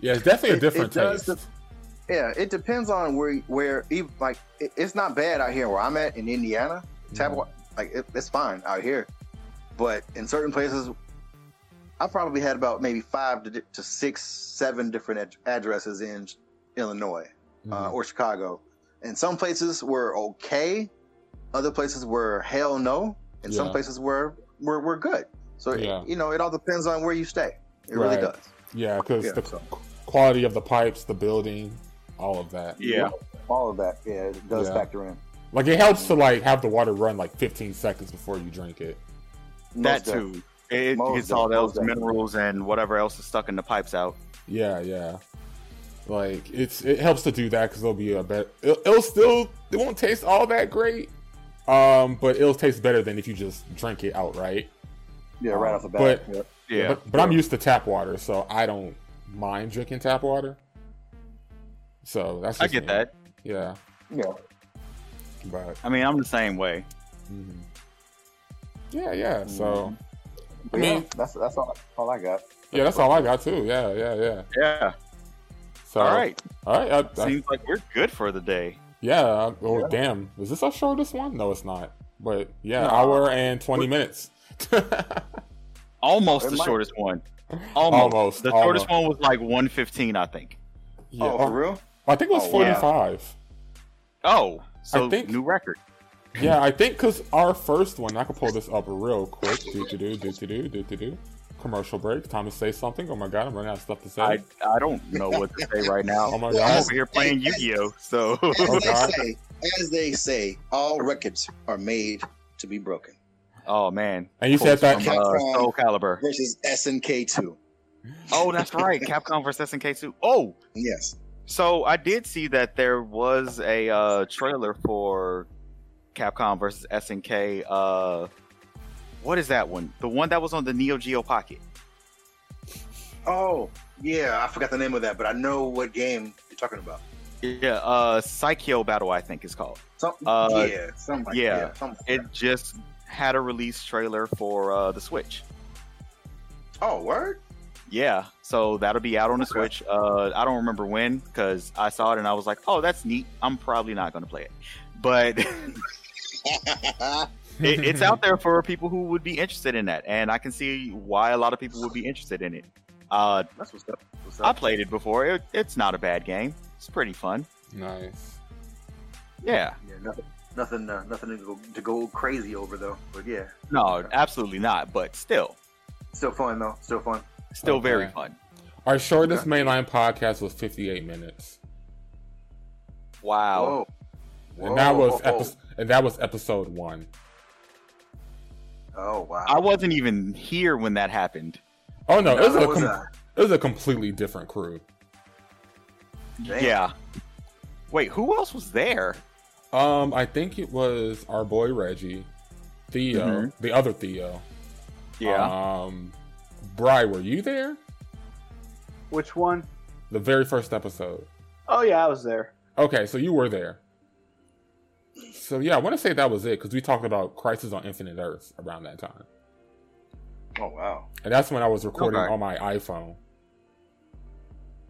Speaker 1: Yeah, it's definitely
Speaker 2: It-
Speaker 1: a
Speaker 2: it
Speaker 1: different
Speaker 2: does
Speaker 1: taste.
Speaker 2: Yeah, it depends on where where even like it, it's not bad out here where I'm at in Indiana. Tap
Speaker 1: Mhm.
Speaker 2: wa- like it, it's fine out here, but in certain places, I probably had about maybe five to, di- to six, seven different ad- addresses in Illinois. uh,
Speaker 1: Mhm.
Speaker 2: or Chicago. And some places were okay, other places were hell no, and some
Speaker 1: Yeah.
Speaker 2: places were were, were good. So it-
Speaker 1: Yeah.
Speaker 2: you know, it all depends on where you stay. It really
Speaker 1: Right.
Speaker 2: does.
Speaker 1: Yeah, because
Speaker 2: Yeah,
Speaker 1: the
Speaker 2: so-
Speaker 1: qu- quality of the pipes, the building, all of that.
Speaker 4: yeah.
Speaker 2: All of that, yeah, it does
Speaker 1: Yeah.
Speaker 2: factor in.
Speaker 1: Like it helps to like have the water run like 15 seconds before you drink it.
Speaker 4: That
Speaker 2: Most definitely.
Speaker 4: too. It
Speaker 2: Most
Speaker 4: gets all
Speaker 2: definitely.
Speaker 4: those minerals and whatever else is stuck in the pipes out.
Speaker 1: Yeah, yeah. Like it's it helps to do that because it'll be a better. It'll, it'll still it won't taste all that great, um, but it'll taste better than if you just drink it outright.
Speaker 2: Yeah, right off the bat.
Speaker 1: But-
Speaker 2: yeah.
Speaker 4: Yeah.
Speaker 1: But, but I'm used to tap water, so I don't mind drinking tap water. So that's
Speaker 4: I
Speaker 1: just
Speaker 4: get
Speaker 1: me.
Speaker 4: that.
Speaker 1: Yeah,
Speaker 2: Yeah.
Speaker 1: but
Speaker 4: I mean, I'm the same way.
Speaker 1: mhm. yeah, yeah. So I
Speaker 4: Mm-hmm.
Speaker 2: But yeah,
Speaker 1: mean-
Speaker 2: that's that's all, all I got.
Speaker 1: yeah, that's all I got too. Yeah, yeah, yeah.
Speaker 4: Yeah.
Speaker 1: So
Speaker 4: all right.
Speaker 1: all right. I, I,
Speaker 4: Seems like we're good for the day.
Speaker 1: Yeah. I- Oh, damn. Is this our shortest one? No, it's not. But yeah, hour and 20 minutes.
Speaker 4: Almost
Speaker 2: It
Speaker 4: the
Speaker 2: might-
Speaker 4: shortest one. Almost.
Speaker 1: Almost,
Speaker 4: The
Speaker 1: almost.
Speaker 4: shortest one was like 115, I think.
Speaker 1: yeah.
Speaker 2: Oh, for real?
Speaker 1: I think it was
Speaker 2: Oh, wow.
Speaker 1: 45.
Speaker 4: Oh, so
Speaker 1: I think-
Speaker 4: new record.
Speaker 1: Yeah, I think because our first one, I could pull this up real quick. Do to do, do to do, do to do. Commercial break. Time to say something. Oh my god, I'm running out of stuff to say.
Speaker 4: I I don't know what to say right now.
Speaker 1: Oh my
Speaker 4: I'm
Speaker 1: god.
Speaker 4: over here playing Yu-Gi-Oh. So
Speaker 1: Oh, God.
Speaker 2: say, as they say, all records are made to be broken.
Speaker 4: Oh man,
Speaker 1: And you said
Speaker 4: Quotes
Speaker 1: that-
Speaker 4: from, uh,
Speaker 2: Capcom.
Speaker 4: Soul Caliber.
Speaker 2: Versus SNK two.
Speaker 4: Oh, that's right, Capcom versus SNK two. Oh,
Speaker 2: Yes.
Speaker 4: So I did see that there was a uh, trailer for Capcom versus SNK. Uh, what is that one? The one that was on the Neo Geo Pocket.
Speaker 2: Oh yeah, I forgot the name of that, but I know what game you're talking about.
Speaker 4: Yeah, uh, Psycho Battle, I think it's called.
Speaker 2: Some,
Speaker 4: Uh,
Speaker 2: yeah, something like,
Speaker 4: yeah.
Speaker 2: yeah. something like
Speaker 4: It
Speaker 2: that.
Speaker 4: just had a release trailer for uh, the Switch.
Speaker 2: Oh word.
Speaker 4: Yeah, so that'll be out on the
Speaker 2: Okay.
Speaker 4: Switch. Uh, I don't remember when because I saw it and I was like, "Oh, that's neat." I'm probably not going to play it, but it, it's out there for people who would be interested in that, and I can see why a lot of people would be interested in it. Uh,
Speaker 2: That's what's up. What's
Speaker 4: I
Speaker 2: up?
Speaker 4: played it before. It, it's not a bad game. It's pretty fun.
Speaker 1: Nice.
Speaker 4: Yeah.
Speaker 2: Yeah, nothing, nothing, uh, nothing to go, to go crazy over though. But yeah,
Speaker 4: No, absolutely not. But still,
Speaker 2: still fun though. Still fun.
Speaker 4: still very
Speaker 1: Okay.
Speaker 4: fun.
Speaker 1: Our shortest mainline podcast was 58 minutes,
Speaker 4: Wow.
Speaker 2: Whoa.
Speaker 1: and that
Speaker 2: Whoa,
Speaker 1: was
Speaker 2: whoa, whoa.
Speaker 1: epi- and that was episode one.
Speaker 2: Oh wow.
Speaker 4: I wasn't even here when that happened.
Speaker 1: Oh no, it was
Speaker 2: No,
Speaker 1: a
Speaker 2: was uh,
Speaker 1: com-
Speaker 2: I?
Speaker 1: it was a completely different crew.
Speaker 2: Damn.
Speaker 4: Yeah. Wait, who else was there?
Speaker 1: Um, I think it was our boy Reggie, Theo,
Speaker 4: Mhm.
Speaker 2: Mm-hmm.
Speaker 1: the other Theo.
Speaker 4: Yeah.
Speaker 1: Um, Bry, were you there?
Speaker 3: Which one?
Speaker 1: The very first episode.
Speaker 3: Oh yeah, I was there.
Speaker 1: Okay, so you were there. So yeah, I want to say that was it because we talked about Crisis on Infinite Earth around that time,
Speaker 2: Oh wow.
Speaker 1: and that's when I was recording
Speaker 4: Okay.
Speaker 1: on my iPhone.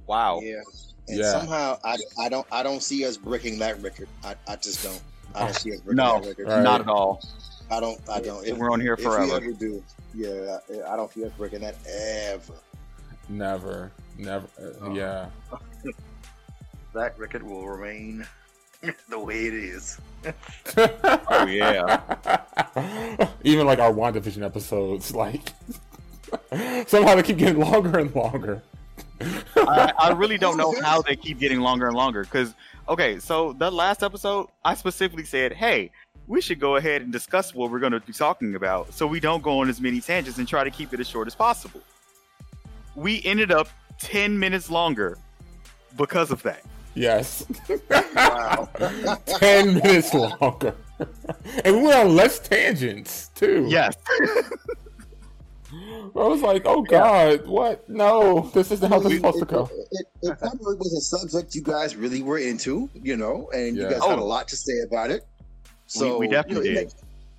Speaker 4: wow.
Speaker 2: Yeah. And
Speaker 1: Yeah.
Speaker 2: somehow I, I don't I don't see us breaking that record. I, I just don't. I don't see us breaking
Speaker 4: No.
Speaker 2: that record.
Speaker 1: Right.
Speaker 4: Not at all.
Speaker 2: I don't I don't. If,
Speaker 4: We're on here
Speaker 2: if we
Speaker 4: forever.
Speaker 2: ever do, yeah, I, I don't see us breaking that ever.
Speaker 1: Never, never. uh,
Speaker 2: Oh.
Speaker 1: Yeah,
Speaker 2: That record will remain the way it is.
Speaker 4: Oh,
Speaker 1: yeah. Even like our WandaVision episodes, like somehow they keep getting longer and longer.
Speaker 4: I, I really don't know how they keep getting longer and longer. Because, okay, so the last episode, I specifically said, hey, we should go ahead and discuss what we're going to be talking about so we don't go on as many tangents and try to keep it as short as possible. We ended up 10 minutes longer because of that.
Speaker 1: Yes.
Speaker 2: Wow.
Speaker 1: Ten minutes longer. and we went on less tangents too.
Speaker 4: Yes.
Speaker 1: I was like, oh god, what? No, this isn't how this is supposed to go.
Speaker 2: It, it, it probably was a subject you guys really were into, you know, and
Speaker 1: Yeah.
Speaker 2: you guys had
Speaker 4: Oh.
Speaker 2: a lot to say about it. So
Speaker 4: we
Speaker 2: you know,
Speaker 4: definitely
Speaker 2: it
Speaker 4: did.
Speaker 2: makes-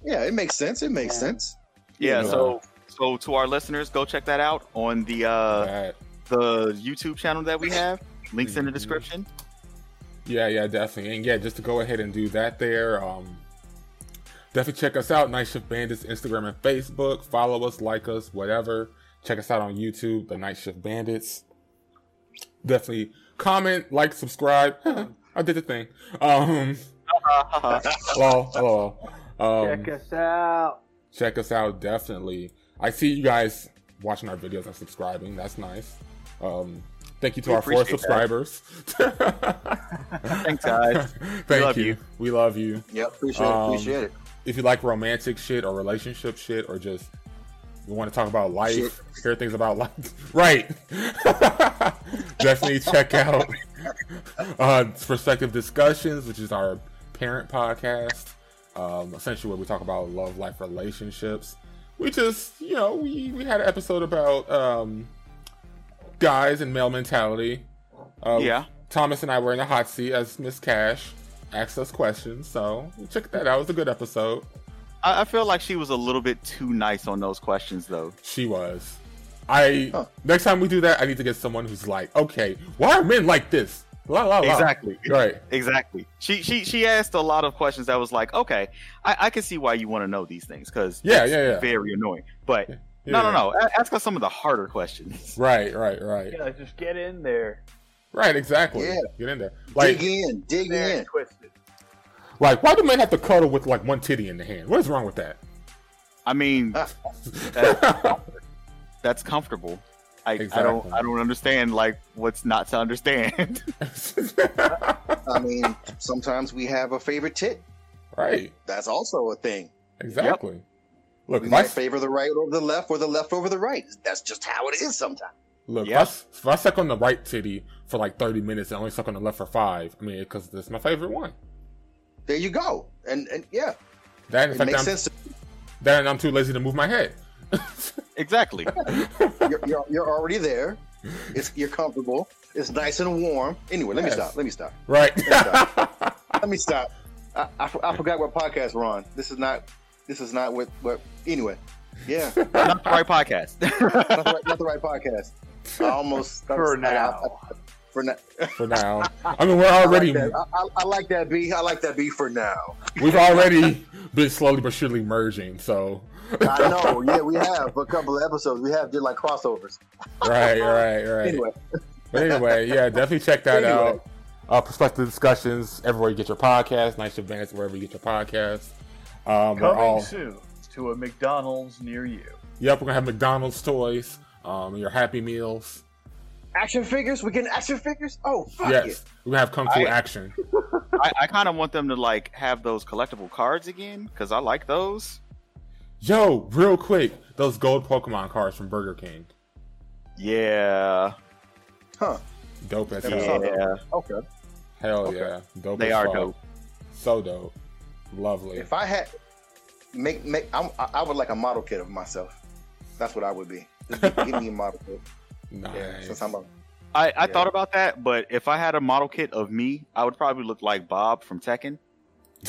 Speaker 2: yeah, it makes sense. It makes sense.
Speaker 4: Yeah,
Speaker 1: Yeah.
Speaker 4: so so to our listeners, go check that out on the uh,
Speaker 1: Right.
Speaker 4: the YouTube channel that we have. Links in the
Speaker 1: Mhm.
Speaker 4: description.
Speaker 1: Yeah, yeah, definitely. And yeah, just to go ahead and do that there. Um, definitely check us out, Night Shift Bandits, Instagram and Facebook. Follow us, like us, whatever. Check us out on YouTube, The Night Shift Bandits. Definitely comment, like, subscribe. I did the thing. Um, lol, lol. Um,
Speaker 3: Check us out.
Speaker 1: check us out definitely i see you guys watching our videos and subscribing that's nice um thank you to
Speaker 4: We
Speaker 1: our four
Speaker 4: appreciate
Speaker 1: subscribers
Speaker 4: Thanks, guys.
Speaker 1: thank
Speaker 4: love
Speaker 1: you.
Speaker 4: you.
Speaker 1: we love you
Speaker 2: Yep, appreciate
Speaker 1: Um,
Speaker 2: it. Appreciate it.
Speaker 1: if you like romantic shit or relationship shit or just you want to talk about life
Speaker 2: Shit.
Speaker 1: hear things about life right definitely check out uh perspective discussions which is our parent podcast um essentially where we talk about love life relationships we just you know we we had an episode about um guys and male mentality uh,
Speaker 4: yeah.
Speaker 1: Thomas and I were in the hot seat as Miss Cash asked us questions. So check that out. It was a good episode.
Speaker 4: I, I feel like she was a little bit too nice on those questions, though.
Speaker 1: She was. I
Speaker 2: Huh.
Speaker 1: next time we do that, I need to get someone who's like, okay, why are men like this? La la la.
Speaker 4: Exactly.
Speaker 1: Right.
Speaker 4: Exactly. She she she asked a lot of questions that was like, okay, I, I can see why you want to know these things because
Speaker 1: Yeah, yeah, yeah.
Speaker 4: very annoying. But no, no,
Speaker 1: Yeah.
Speaker 4: no. A- Ask us some of the harder questions.
Speaker 1: Right, right, right,
Speaker 5: Yeah, just get in there.
Speaker 1: right. Exactly.
Speaker 2: Yeah.
Speaker 1: Get in there. Like,
Speaker 2: dig in, dig
Speaker 5: There,
Speaker 2: in.
Speaker 5: twisted.
Speaker 1: like, why do men have to cuddle with like one titty in the hand? What is wrong with that?
Speaker 4: I mean,
Speaker 2: Ah.
Speaker 4: that, that's comfortable. I, I
Speaker 1: Exactly.
Speaker 4: don't I don't understand like what's not to understand.
Speaker 5: I mean, sometimes we have a favorite tit.
Speaker 1: right.
Speaker 5: That's also a thing.
Speaker 1: Exactly. Look,
Speaker 5: We
Speaker 1: if I,
Speaker 5: might favor the right over the left or the left over the right. That's just how it is sometimes.
Speaker 1: look if, I,
Speaker 4: Yeah.
Speaker 1: s- if I suck on the right titty for like 30 minutes and only suck on the left for five, I mean, because that's my favorite one.
Speaker 5: There you go. And and yeah,
Speaker 1: That, in
Speaker 5: it
Speaker 1: fact,
Speaker 5: makes
Speaker 1: I'm,
Speaker 5: sense. To,
Speaker 1: that and I'm too lazy to move my head.
Speaker 4: exactly.
Speaker 5: you're, you're, you're already there. It's you're comfortable. It's nice and warm. Anyway, let me
Speaker 1: Yes.
Speaker 5: stop. Let me stop.
Speaker 1: Right.
Speaker 5: Let me stop. I, I, f- I forgot what podcast we're on. This is not. This is not what. What anyway? Yeah, not
Speaker 4: not the right podcast.
Speaker 5: the right, not the right podcast. I almost
Speaker 2: For
Speaker 5: I- I-
Speaker 2: now.
Speaker 5: I- for now.
Speaker 1: for now. I mean, we're
Speaker 5: I like
Speaker 1: already
Speaker 5: that. I, I, I like that B. I like that B for now.
Speaker 1: we've already been slowly but surely merging. So
Speaker 5: I know. Yeah, we have a couple of episodes. We have did like crossovers.
Speaker 1: right, right, right.
Speaker 5: Anyway,
Speaker 1: But anyway, yeah, definitely check that
Speaker 5: Anyway.
Speaker 1: out. Uh, Perspective discussions everywhere you get your podcast. Nice advance wherever you get your podcast. Um, we're
Speaker 3: Coming
Speaker 1: all
Speaker 3: soon to a McDonald's near you.
Speaker 1: yep. We're gonna have McDonald's toys, um, your Happy Meals.
Speaker 5: action figures. We getting action figures. Oh fuck
Speaker 1: yes,
Speaker 5: it.
Speaker 1: we're gonna have Kung Fu
Speaker 4: I-
Speaker 1: action.
Speaker 4: I, I kind of want them to like have those collectible cards again because I like those.
Speaker 1: Yo, real quick, those gold Pokemon cards from Burger King,
Speaker 4: Yeah,
Speaker 5: Huh?
Speaker 1: dope as
Speaker 5: Never
Speaker 1: hell.
Speaker 5: saw
Speaker 4: yeah,
Speaker 5: Okay.
Speaker 1: Hell
Speaker 5: Okay.
Speaker 1: yeah, dope.
Speaker 4: they
Speaker 1: as
Speaker 4: are
Speaker 1: fuck.
Speaker 4: dope.
Speaker 1: So dope, lovely.
Speaker 5: If I had make make, I'm, I I would like a model kit of myself. That's what I would be. Just give, give me a model kit.
Speaker 1: Nice.
Speaker 5: Yeah, since I'm a
Speaker 4: I, I
Speaker 5: Yeah.
Speaker 4: thought about that, but if I had a model kit of me, I would probably look like Bob from Tekken.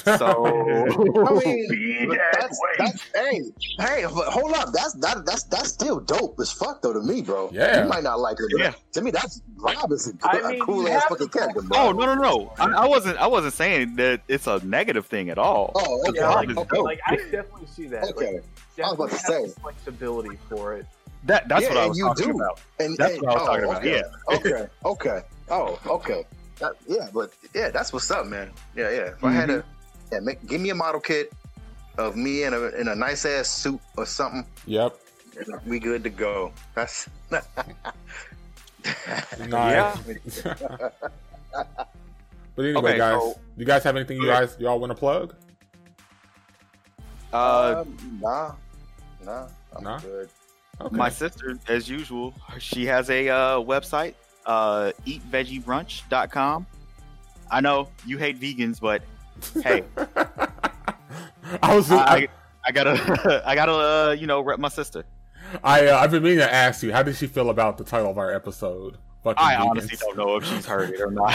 Speaker 4: So
Speaker 5: I mean,
Speaker 3: Be
Speaker 5: but
Speaker 3: that
Speaker 5: that's,
Speaker 3: way.
Speaker 5: that's, hey, hey, but hold up. That's that, that's that's still dope as fuck though to me, bro.
Speaker 1: Yeah.
Speaker 5: you might not like it. But
Speaker 4: Yeah.
Speaker 5: to me, that's Rob is a, good,
Speaker 3: I mean,
Speaker 5: a cool
Speaker 3: you
Speaker 5: ass
Speaker 3: have
Speaker 5: fucking
Speaker 3: to-
Speaker 5: character, bro.
Speaker 4: Oh no no no! I, I wasn't I wasn't saying that it's a negative thing at all.
Speaker 5: Oh, okay.
Speaker 3: Yeah, like,
Speaker 4: Bob is
Speaker 5: okay.
Speaker 4: dope.
Speaker 3: like I definitely see that. Like,
Speaker 5: okay. I was about to
Speaker 3: definitely have
Speaker 5: say.
Speaker 3: flexibility for it.
Speaker 4: That that's
Speaker 5: Yeah,
Speaker 4: what I
Speaker 5: and
Speaker 4: was
Speaker 5: you
Speaker 4: talking
Speaker 5: do.
Speaker 4: about.
Speaker 5: And,
Speaker 4: That's
Speaker 5: and-
Speaker 4: what I was
Speaker 5: oh,
Speaker 4: talking about.
Speaker 5: okay.
Speaker 4: Yeah,
Speaker 5: okay, okay. Oh, okay. That, yeah, but yeah, that's what's up, man. Yeah, yeah. If I had a,
Speaker 4: Mm-hmm.
Speaker 5: yeah, make, give me a model kit of me in a in a nice ass suit or something,
Speaker 1: yep.
Speaker 5: and we good to go. That's
Speaker 1: Nice. but anyway,
Speaker 4: Okay,
Speaker 1: guys,
Speaker 4: so-
Speaker 1: you guys have anything you
Speaker 4: Okay.
Speaker 1: guys y'all want to plug?
Speaker 4: Uh,
Speaker 5: Um, nah, nah,
Speaker 4: Um,
Speaker 5: I'm
Speaker 1: Nah?
Speaker 5: good.
Speaker 1: Okay.
Speaker 4: my sister, as usual, she has a uh, website, uh, eatveggiebrunch.com. I know you hate vegans, but hey,
Speaker 1: I was just,
Speaker 4: I,
Speaker 1: I,
Speaker 4: I gotta I gotta uh, you know rep my sister.
Speaker 1: I, uh, I've been meaning to ask you, how did she feel about the title of our episode? Fucking
Speaker 4: I
Speaker 1: vegans.
Speaker 4: honestly don't know if she's heard it or not.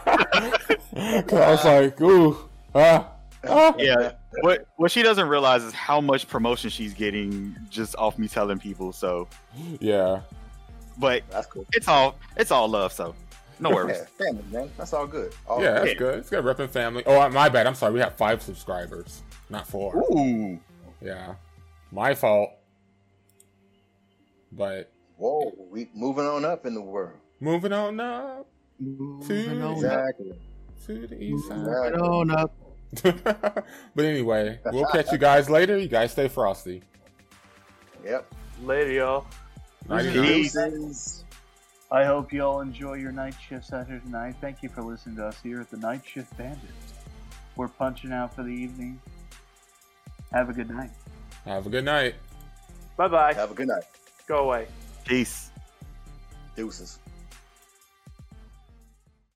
Speaker 1: 'Cause I was like, ooh, ah, ah.
Speaker 4: yeah, what what she doesn't realize is how much promotion she's getting just off me telling people. So,
Speaker 1: yeah,
Speaker 4: but
Speaker 5: That's cool.
Speaker 4: it's all it's all love. So, no worries.
Speaker 5: Yeah, family, man. That's all good. Oh, All
Speaker 1: yeah, that's
Speaker 4: yeah.
Speaker 1: good. It's good repping family. Oh, my bad. I'm sorry. We have five subscribers, not four.
Speaker 4: Ooh.
Speaker 1: Yeah, my fault. But
Speaker 5: Whoa, we moving on up in the world.
Speaker 1: moving on up
Speaker 4: Moving on up.
Speaker 5: Exactly.
Speaker 1: to the east side.
Speaker 5: Exactly.
Speaker 4: Moving on up.
Speaker 1: but anyway, we'll catch you guys later. You guys stay frosty.
Speaker 5: Yep.
Speaker 3: Later, y'all.
Speaker 1: Nighty-night.
Speaker 4: Peace.
Speaker 5: Deuces.
Speaker 3: I hope you all enjoy your night shift Saturday night. Thank you for listening to us here at the Night Shift Bandits. We're punching out for the evening. Have a good night.
Speaker 1: Have a good night.
Speaker 2: Bye bye.
Speaker 5: Have a good night.
Speaker 2: Go away.
Speaker 4: Peace.
Speaker 5: Deuces.